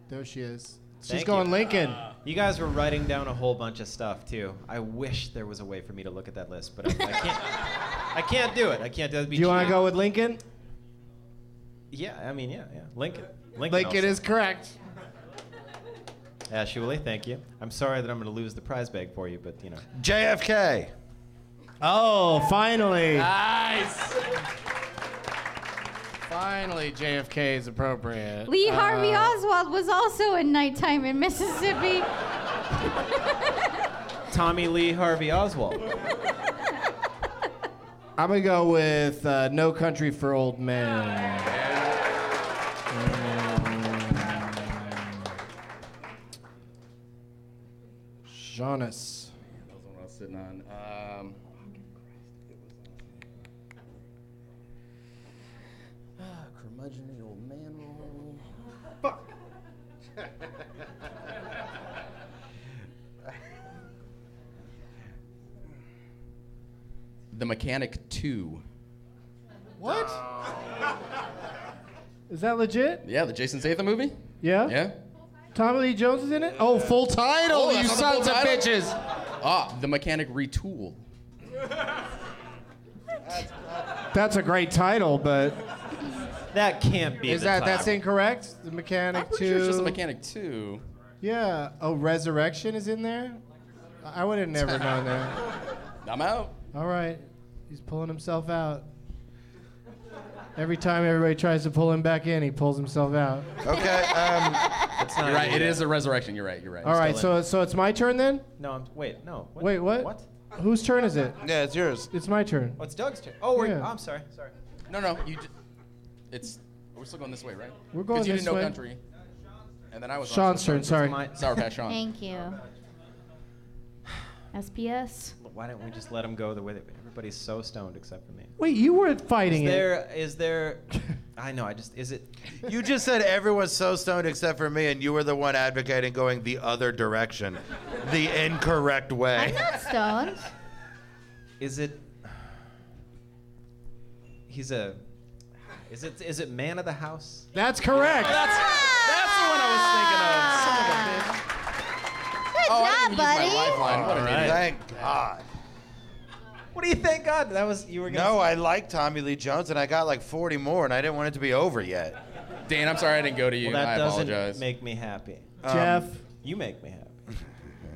[SPEAKER 2] There she is. She's
[SPEAKER 5] Thank
[SPEAKER 2] going
[SPEAKER 5] you.
[SPEAKER 2] Lincoln.
[SPEAKER 5] You guys were writing down a whole bunch of stuff too. I wish there was a way for me to look at that list, but I, I can't. I can't do it. I can't. That'd
[SPEAKER 2] do
[SPEAKER 5] be
[SPEAKER 2] you want to
[SPEAKER 5] cheating.
[SPEAKER 2] go with Lincoln?
[SPEAKER 5] Yeah, I mean, yeah, yeah. Lincoln. Lincoln.
[SPEAKER 2] Lincoln
[SPEAKER 5] also.
[SPEAKER 2] is correct.
[SPEAKER 5] Actually, thank you. I'm sorry that I'm going to lose the prize bag for you, but you know.
[SPEAKER 4] JFK.
[SPEAKER 2] Oh, finally.
[SPEAKER 1] Nice.
[SPEAKER 2] Finally, JFK is appropriate.
[SPEAKER 12] Lee Harvey
[SPEAKER 2] Uh,
[SPEAKER 12] Oswald was also in Nighttime in Mississippi.
[SPEAKER 5] Tommy Lee Harvey Oswald.
[SPEAKER 2] I'm gonna go with uh, No Country for Old Men. Jonas.
[SPEAKER 6] That was the one I was sitting on. Um, ah, curmudgeonly old man role. Fuck. the Mechanic 2.
[SPEAKER 2] What? Is that legit?
[SPEAKER 6] Yeah, the Jason Statham movie?
[SPEAKER 2] Yeah.
[SPEAKER 6] Yeah.
[SPEAKER 2] Tommy Lee Jones is in it? Oh, full title,
[SPEAKER 6] Oh,
[SPEAKER 2] you
[SPEAKER 6] that's not the full
[SPEAKER 2] sons of
[SPEAKER 6] title?
[SPEAKER 2] bitches.
[SPEAKER 6] Ah, The Mechanic Retool.
[SPEAKER 2] That's a great title, but
[SPEAKER 5] That can't be.
[SPEAKER 2] is
[SPEAKER 5] the
[SPEAKER 2] that that's
[SPEAKER 5] title.
[SPEAKER 2] incorrect? The Mechanic
[SPEAKER 6] I'm pretty
[SPEAKER 2] Two.
[SPEAKER 6] sure it's just The Mechanic 2.
[SPEAKER 2] Yeah. Oh, Resurrection is in there. I I would have never known that.
[SPEAKER 6] I'm out.
[SPEAKER 2] All right, he's pulling himself out. Every time everybody tries to pull him back in, he pulls himself out.
[SPEAKER 4] Okay. Um,
[SPEAKER 5] It's not
[SPEAKER 6] You're right.
[SPEAKER 5] even
[SPEAKER 6] It
[SPEAKER 5] that.
[SPEAKER 6] is a resurrection. You're right. You're right.
[SPEAKER 2] All right, so so it's my turn then.
[SPEAKER 5] No, I'm. Wait, no.
[SPEAKER 2] Wait, what?
[SPEAKER 5] What?
[SPEAKER 2] Whose turn is it?
[SPEAKER 4] yeah, it's yours.
[SPEAKER 2] It's my turn.
[SPEAKER 5] Oh, it's Doug's turn. Oh, we're,
[SPEAKER 2] Yeah.
[SPEAKER 5] I'm sorry. Sorry.
[SPEAKER 6] No, no, you. J- it's we're still going this way, right?
[SPEAKER 2] We're
[SPEAKER 6] 'Cause
[SPEAKER 2] going
[SPEAKER 6] you
[SPEAKER 2] this
[SPEAKER 6] didn't know
[SPEAKER 2] way.
[SPEAKER 6] country. And then I was. on,
[SPEAKER 2] Sean's
[SPEAKER 6] so
[SPEAKER 2] turn,
[SPEAKER 6] it's
[SPEAKER 2] sorry.
[SPEAKER 6] my- Sour Patch Sean.
[SPEAKER 3] Thank you. SPS.
[SPEAKER 5] Why don't we just let them go the way that everybody's so stoned except for me?
[SPEAKER 2] Wait, you were fighting
[SPEAKER 5] is
[SPEAKER 2] it.
[SPEAKER 5] there? Is there? I know. I just. Is it?
[SPEAKER 4] You just said everyone's so stoned except for me, and you were the one advocating going the other direction, the incorrect way.
[SPEAKER 3] Not stoned.
[SPEAKER 5] Is it? He's a. Is it? Is it man of the house?
[SPEAKER 2] That's correct.
[SPEAKER 5] that's, that's the one
[SPEAKER 3] Ah,
[SPEAKER 5] I was thinking of. Son of a bitch.
[SPEAKER 3] Good
[SPEAKER 6] Oh,
[SPEAKER 3] job,
[SPEAKER 6] I didn't even use my
[SPEAKER 3] buddy.
[SPEAKER 6] lifeline. What an
[SPEAKER 5] All right.
[SPEAKER 6] idiot.
[SPEAKER 4] Thank God.
[SPEAKER 5] What do you thank God? That was you were gonna.
[SPEAKER 4] No, I like Tommy Lee Jones, and I got like 40 more, and I didn't want it to be over yet.
[SPEAKER 6] Dan, I'm sorry I didn't go to you.
[SPEAKER 5] Well, that
[SPEAKER 6] I
[SPEAKER 5] doesn't
[SPEAKER 6] apologize.
[SPEAKER 5] make me happy.
[SPEAKER 2] Jeff,
[SPEAKER 5] You make me happy.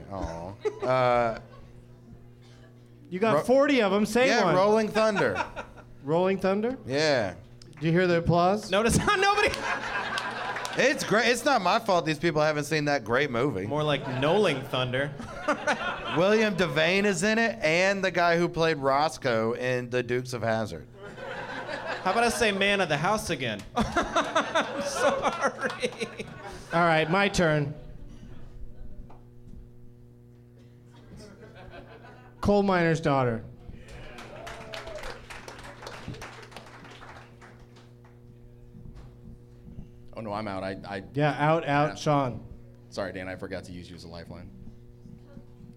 [SPEAKER 4] Oh. Uh,
[SPEAKER 2] you got
[SPEAKER 4] Ro-
[SPEAKER 2] 40 of them. Say
[SPEAKER 4] yeah,
[SPEAKER 2] one.
[SPEAKER 4] Rolling Thunder.
[SPEAKER 2] Rolling Thunder.
[SPEAKER 4] Yeah.
[SPEAKER 2] Do you hear the applause?
[SPEAKER 5] Notice how nobody.
[SPEAKER 4] It's great. It's not my fault these people haven't seen that great movie.
[SPEAKER 5] More like Noling Thunder.
[SPEAKER 4] William Devane is in it, and the guy who played Roscoe in The Dukes of Hazard.
[SPEAKER 5] How about I say man of the house again?
[SPEAKER 2] Oh,
[SPEAKER 5] I'm sorry.
[SPEAKER 2] All right, my turn. Coal miner's daughter.
[SPEAKER 6] Oh no, I'm out. I, I
[SPEAKER 2] Yeah, out, out, Sean.
[SPEAKER 6] sorry, Dan. I forgot to use you as a lifeline.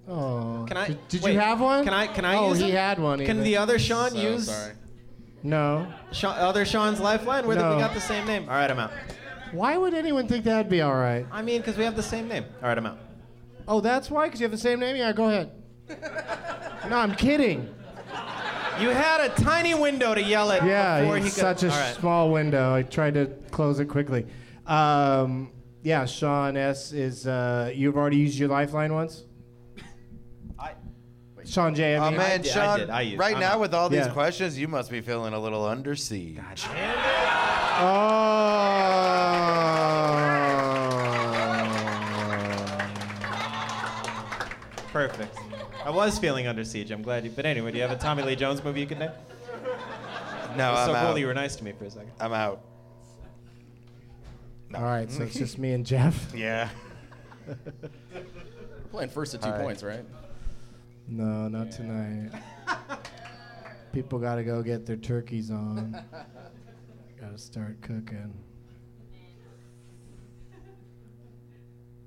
[SPEAKER 2] Oh.
[SPEAKER 5] Can I?
[SPEAKER 2] Did, did
[SPEAKER 5] wait,
[SPEAKER 2] you have one?
[SPEAKER 5] Can I? Can I?
[SPEAKER 2] Oh,
[SPEAKER 5] use
[SPEAKER 2] he
[SPEAKER 5] it?
[SPEAKER 2] had one.
[SPEAKER 5] Can
[SPEAKER 2] even.
[SPEAKER 5] the other Sean
[SPEAKER 6] So
[SPEAKER 5] use
[SPEAKER 6] sorry.
[SPEAKER 2] No.
[SPEAKER 5] Sean, other Sean's lifeline? Where the,
[SPEAKER 2] No.
[SPEAKER 5] we got the same name. All right, I'm out.
[SPEAKER 2] Why would anyone think that'd be all right?
[SPEAKER 5] I mean, because we have the same name. All right, I'm out.
[SPEAKER 2] Oh, that's why? Because you have the same name? Yeah, go ahead. No, I'm kidding.
[SPEAKER 5] You had a tiny window to yell at
[SPEAKER 2] Yeah,
[SPEAKER 5] before he
[SPEAKER 2] it's
[SPEAKER 5] could.
[SPEAKER 2] such a
[SPEAKER 5] All right.
[SPEAKER 2] small window. I tried to close it quickly. Um, yeah, Sean S. is. Uh, you've already used your lifeline once?
[SPEAKER 5] I-
[SPEAKER 2] Sean J. I
[SPEAKER 4] Oh
[SPEAKER 2] mean,
[SPEAKER 4] man,
[SPEAKER 5] did- I
[SPEAKER 4] Sean!
[SPEAKER 5] did, I used-
[SPEAKER 4] right
[SPEAKER 5] I'm
[SPEAKER 4] now,
[SPEAKER 5] out.
[SPEAKER 4] with all these
[SPEAKER 2] Yeah.
[SPEAKER 4] questions, you must be feeling a little under siege.
[SPEAKER 5] Perfect. I was feeling under siege. I'm glad you. But anyway, do you have a Tommy Lee Jones movie you could name?
[SPEAKER 4] No,
[SPEAKER 5] It's
[SPEAKER 4] I'm
[SPEAKER 5] so cool
[SPEAKER 4] out.
[SPEAKER 5] that you were nice to me for a second.
[SPEAKER 4] I'm out.
[SPEAKER 2] All right, so it's just me and Jeff.
[SPEAKER 4] Yeah.
[SPEAKER 6] We're playing first at two points, right?
[SPEAKER 2] No, not tonight. People got to go get their turkeys on. got to start cooking.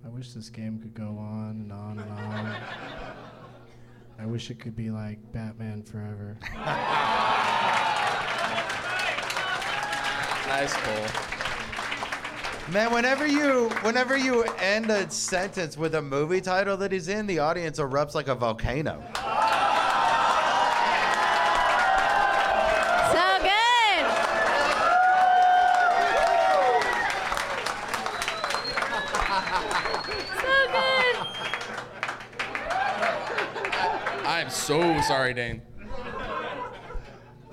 [SPEAKER 2] I wish this game could go on and on and on. I wish it could be like Batman Forever.
[SPEAKER 6] Nice goal.
[SPEAKER 4] Man, whenever you whenever you end a sentence with a movie title that he's in, the audience erupts like a volcano.
[SPEAKER 3] So good. So good.
[SPEAKER 6] I am so sorry, Dane.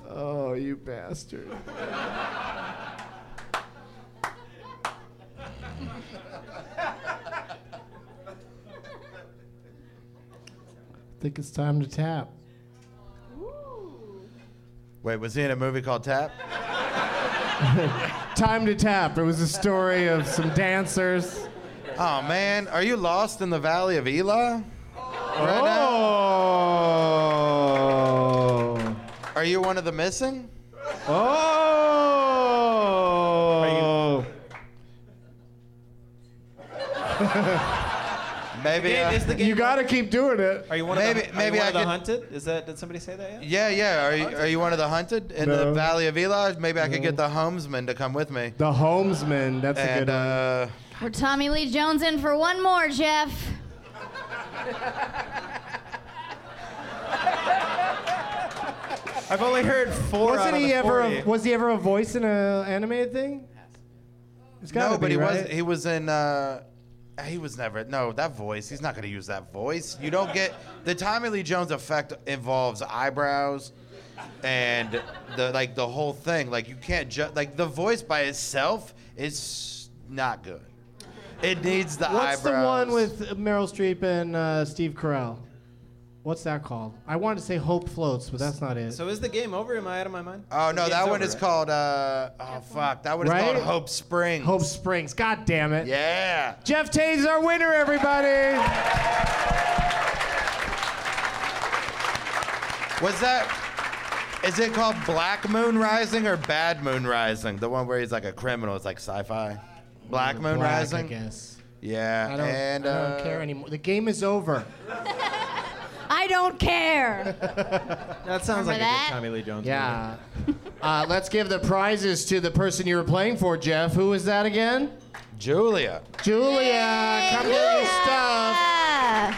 [SPEAKER 2] Oh, you bastard. think it's time to tap.
[SPEAKER 4] Wait, was he in a movie called Tap?
[SPEAKER 2] Time to tap. It was a story of some dancers.
[SPEAKER 4] Oh man, are you lost in the valley of Elah?
[SPEAKER 2] Oh.
[SPEAKER 4] Are you one of the missing?
[SPEAKER 2] Oh.
[SPEAKER 4] Maybe. uh,
[SPEAKER 5] Is the game?
[SPEAKER 2] You got to keep doing it.
[SPEAKER 5] Are you one
[SPEAKER 4] Maybe-
[SPEAKER 5] of the, are
[SPEAKER 4] maybe
[SPEAKER 5] you one
[SPEAKER 4] I
[SPEAKER 5] of the
[SPEAKER 4] could-
[SPEAKER 5] hunted? Is that? Did somebody say that yet?
[SPEAKER 4] yeah, yeah. Are you, are you one of the hunted in the
[SPEAKER 2] No.
[SPEAKER 4] Valley of Elah? Maybe I could get the homesman to come with me.
[SPEAKER 2] The Homesman. That's a
[SPEAKER 4] And
[SPEAKER 2] good one.
[SPEAKER 4] uh,
[SPEAKER 3] We're Tommy Lee Jones in for one more, Jeff.
[SPEAKER 5] I've only heard four. out
[SPEAKER 2] Wasn't
[SPEAKER 5] of
[SPEAKER 2] he
[SPEAKER 5] the
[SPEAKER 2] ever?
[SPEAKER 5] 40.
[SPEAKER 2] A, was he ever a voice in an animated thing? It's gotta
[SPEAKER 4] no, but
[SPEAKER 2] be,
[SPEAKER 4] he
[SPEAKER 2] right?
[SPEAKER 4] was he was in. Uh, he was never no that voice. He's not going to use that voice. You don't get the Tommy Lee Jones effect involves eyebrows, and the like the whole thing. Like you can't ju- like the voice by itself is not good. It needs the
[SPEAKER 2] What's the
[SPEAKER 4] eyebrows.
[SPEAKER 2] one with Meryl Streep and uh, Steve Carell? What's that called? I wanted to say Hope Floats, but that's not it.
[SPEAKER 5] So is the game over? Am I out of my mind?
[SPEAKER 4] Oh no,
[SPEAKER 5] The
[SPEAKER 4] that
[SPEAKER 5] game's
[SPEAKER 4] one
[SPEAKER 5] over,
[SPEAKER 4] is
[SPEAKER 5] right?
[SPEAKER 4] called. Uh, oh fuck, that one is
[SPEAKER 2] Right?
[SPEAKER 4] called Hope Springs.
[SPEAKER 2] Hope Springs. God damn it.
[SPEAKER 4] Yeah.
[SPEAKER 2] Jeff Tate's our winner, everybody.
[SPEAKER 4] Was that? Is it called Black Moon Rising or Bad Moon Rising? The one where he's like a criminal. It's like sci-fi. Black Moon
[SPEAKER 2] Black, I
[SPEAKER 4] Rising.
[SPEAKER 2] guess.
[SPEAKER 4] Yeah.
[SPEAKER 2] I don't,
[SPEAKER 4] and
[SPEAKER 2] I don't
[SPEAKER 4] uh,
[SPEAKER 2] care anymore. The game is over.
[SPEAKER 3] I don't care.
[SPEAKER 5] That sounds
[SPEAKER 3] Remember
[SPEAKER 5] like
[SPEAKER 3] that?
[SPEAKER 5] a good Tommy Lee Jones.
[SPEAKER 2] Yeah. uh, let's give the prizes to the person you were playing for, Jeff. Who was that again?
[SPEAKER 4] Julia.
[SPEAKER 2] Julia, come get your stuff.
[SPEAKER 3] Ah.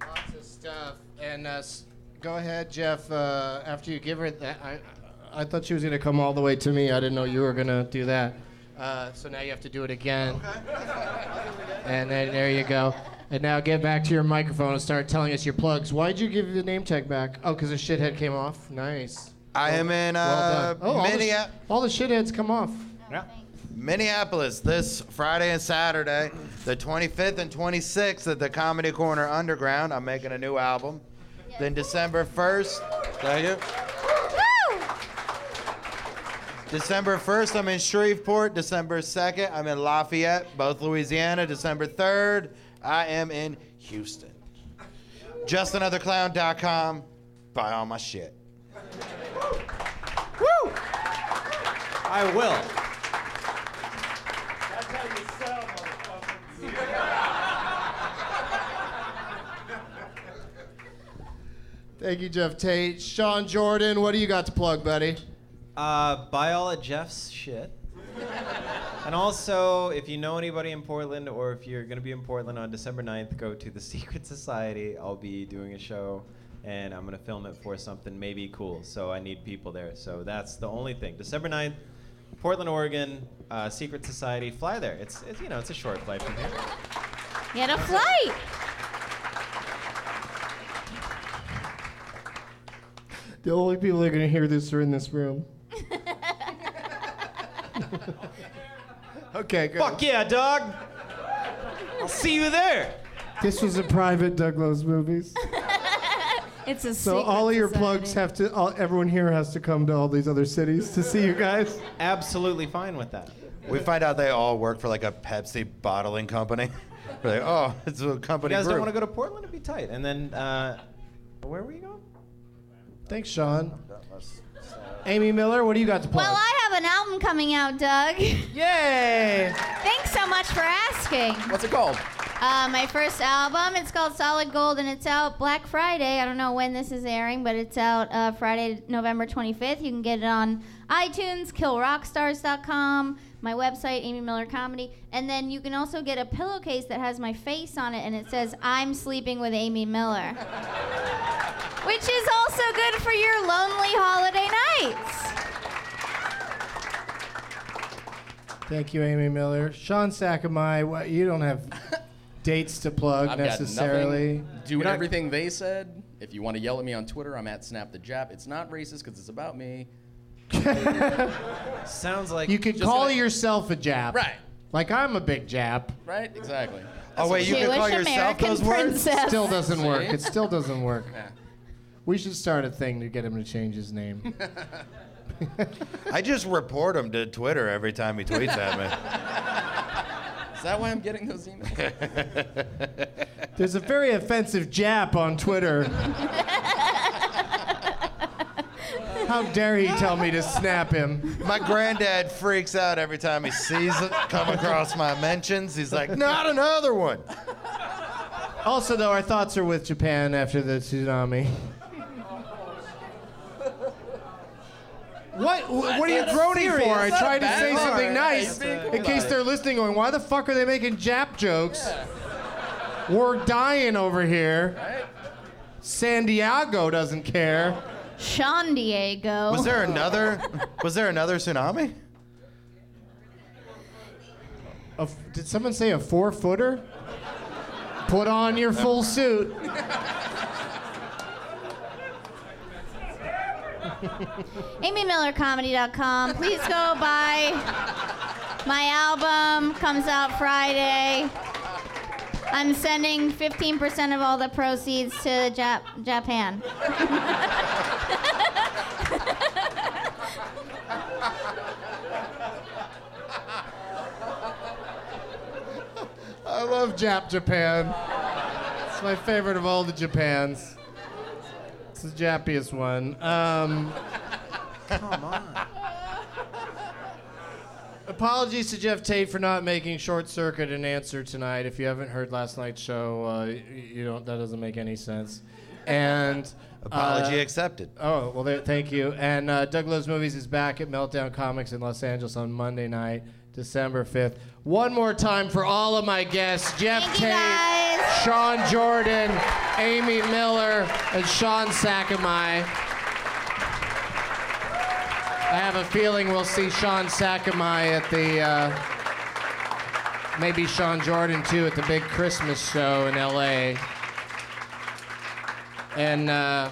[SPEAKER 2] Lots of stuff. And uh, s- go ahead, Jeff. Uh, after you give her that, I, I I thought she was gonna come all the way to me. I didn't know you were gonna do that. Uh, so now you have to do it again. and then there you go. And now get back to your microphone and start telling us your plugs. Why'd you give the name tag back? Oh, because the shithead came off. Nice.
[SPEAKER 4] I am in uh,
[SPEAKER 2] Well done. Oh, all the,
[SPEAKER 4] Minneapolis.
[SPEAKER 2] sh- all the shitheads come off.
[SPEAKER 4] Minneapolis this Friday and Saturday, the 25th and 26th at the Comedy Corner Underground. I'm making a new album. Then December 1st, thank you. December 1st, I'm in Shreveport. December 2nd, I'm in Lafayette, both Louisiana. December 3rd, I am in Houston. JustAnotherClown.com. Buy all my shit.
[SPEAKER 5] I will.
[SPEAKER 2] Thank you, Jeff Tate. Sean Jordan, what do you got to plug, buddy?
[SPEAKER 5] Uh, buy all of Jeff's shit. and also, if you know anybody in Portland or if you're going to be in Portland on December 9th, go to the Secret Society. I'll be doing a show and I'm going to film it for something maybe cool. So I need people there. So that's the only thing. December 9th, Portland, Oregon, uh, Secret Society. Fly there. It's, it's, you know, it's a short flight from here.
[SPEAKER 3] Get a flight.
[SPEAKER 2] The only people that are going to hear this are in this room. okay, good.
[SPEAKER 5] Fuck yeah, dog. I'll see you there.
[SPEAKER 2] This was a private Douglas movies.
[SPEAKER 7] It's a
[SPEAKER 2] So all of your plugs have to, all, everyone here has to come to all these other cities to see you guys.
[SPEAKER 5] Absolutely fine with that.
[SPEAKER 4] We find out they all work for like a Pepsi bottling company. We're like, oh, it's a
[SPEAKER 5] You
[SPEAKER 4] company
[SPEAKER 5] guys don't
[SPEAKER 4] group.
[SPEAKER 5] want to go to Portland? It'd be tight. And then, uh, where were you going?
[SPEAKER 2] Thanks, Sean. Amy Miller, what do you got to plug?
[SPEAKER 3] Well, I have an album coming out, Doug.
[SPEAKER 2] Yay!
[SPEAKER 3] Thanks so much for asking.
[SPEAKER 6] What's it called?
[SPEAKER 3] Uh, my first album, it's called Solid Gold, and it's out Black Friday. I don't know when this is airing, but it's out uh, Friday, November 25th. You can get it on iTunes, killrockstars.com, my website, Amy Miller Comedy. And then you can also get a pillowcase that has my face on it, and it says, I'm sleeping with Amy Miller. Which is also good for your lonely holiday nights.
[SPEAKER 2] Thank you, Amy Miller. Sean Sakamai, what, you don't have dates to plug
[SPEAKER 6] I've
[SPEAKER 2] necessarily.
[SPEAKER 6] got nothing. Do everything they said. If you want to yell at me on Twitter, I'm at Snap the Jap. It's not racist because it's about me.
[SPEAKER 5] Sounds like
[SPEAKER 2] You could
[SPEAKER 6] Just
[SPEAKER 2] call
[SPEAKER 6] gonna-
[SPEAKER 2] yourself a Jap.
[SPEAKER 6] Right.
[SPEAKER 2] Like I'm a big Jap.
[SPEAKER 6] Right? Exactly.
[SPEAKER 4] Oh wait, you can
[SPEAKER 3] Jewish
[SPEAKER 4] call yourself
[SPEAKER 3] American
[SPEAKER 4] those words.
[SPEAKER 3] princess.
[SPEAKER 2] Still doesn't work.
[SPEAKER 6] See?
[SPEAKER 2] It still doesn't work. We should start a thing to get him to change his name.
[SPEAKER 4] I just report him to Twitter every time he tweets at me.
[SPEAKER 6] Is that why I'm getting those emails?
[SPEAKER 2] There's a very offensive Jap on Twitter. How dare he tell me to snap him?
[SPEAKER 4] My granddad freaks out every time he sees it come across my mentions. He's like, not another one.
[SPEAKER 2] Also, though, our thoughts are with Japan after the tsunami. What? Wh- What are you groaning for? I
[SPEAKER 6] That's not
[SPEAKER 2] tried to
[SPEAKER 6] bad
[SPEAKER 2] say
[SPEAKER 6] bar.
[SPEAKER 2] something
[SPEAKER 6] Yeah, you're
[SPEAKER 2] nice
[SPEAKER 6] being cool
[SPEAKER 2] in case
[SPEAKER 6] about
[SPEAKER 2] they're listening, going, "Why the fuck are they making Jap jokes? We're dying over here." San Diego doesn't care.
[SPEAKER 3] Sean Diego.
[SPEAKER 4] Was there another? Was there another tsunami?
[SPEAKER 2] A f- did someone say a four footer? Put on your full suit.
[SPEAKER 3] AmyMillerComedy.com. Please go buy my album. Comes out Friday. I'm sending 15% of all the proceeds to Jap- Japan.
[SPEAKER 2] I love Jap Japan. It's my favorite of all the Japans. It's the jappiest one. Um,
[SPEAKER 1] Come on.
[SPEAKER 2] apologies to Jeff Tate for not making Short Circuit an answer tonight. If you haven't heard last night's show, uh, y- you don't. That doesn't make any sense. And
[SPEAKER 6] Uh,
[SPEAKER 4] Apology
[SPEAKER 2] accepted. Oh well, there, thank you. And uh, Doug Loves Movies is back at Meltdown Comics in Los Angeles on Monday night, December fifth. One more time for all of my guests: Jeff Tate, Sean Jordan, Amy Miller, and Sean Sakamai. I have a feeling we'll see Sean Sakamai at the, uh, maybe Sean Jordan too, at the big Christmas show in LA. And uh,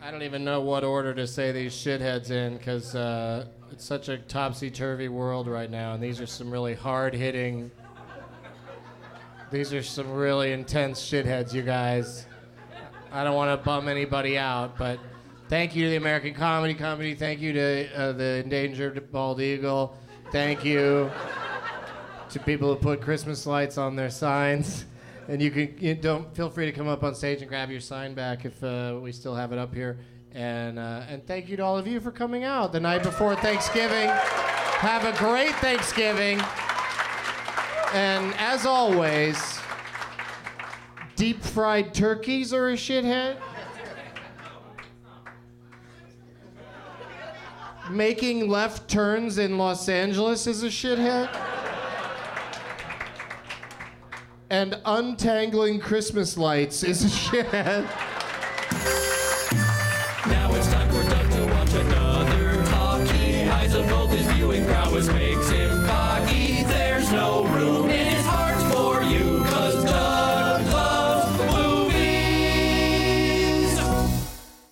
[SPEAKER 2] I don't even know what order to say these shitheads in because uh, it's such a topsy turvy world right now, and these are some really hard hitting, these are some really intense shitheads, you guys. I don't want to bum anybody out, but thank you to the American Comedy Company. Thank you to uh, the Endangered Bald Eagle. Thank you to people who put Christmas lights on their signs. And you can you don't feel free to come up on stage and grab your sign back if uh, we still have it up here. And uh, and thank you to all of you for coming out the night before Thanksgiving. Have a great Thanksgiving. And as always, deep fried turkeys are a shithead. Making left turns in Los Angeles is a shithead. And untangling Christmas lights is a shithead.
[SPEAKER 1] Now it's time for Doug to watch another talkie. Eyes of gold, his viewing prowess may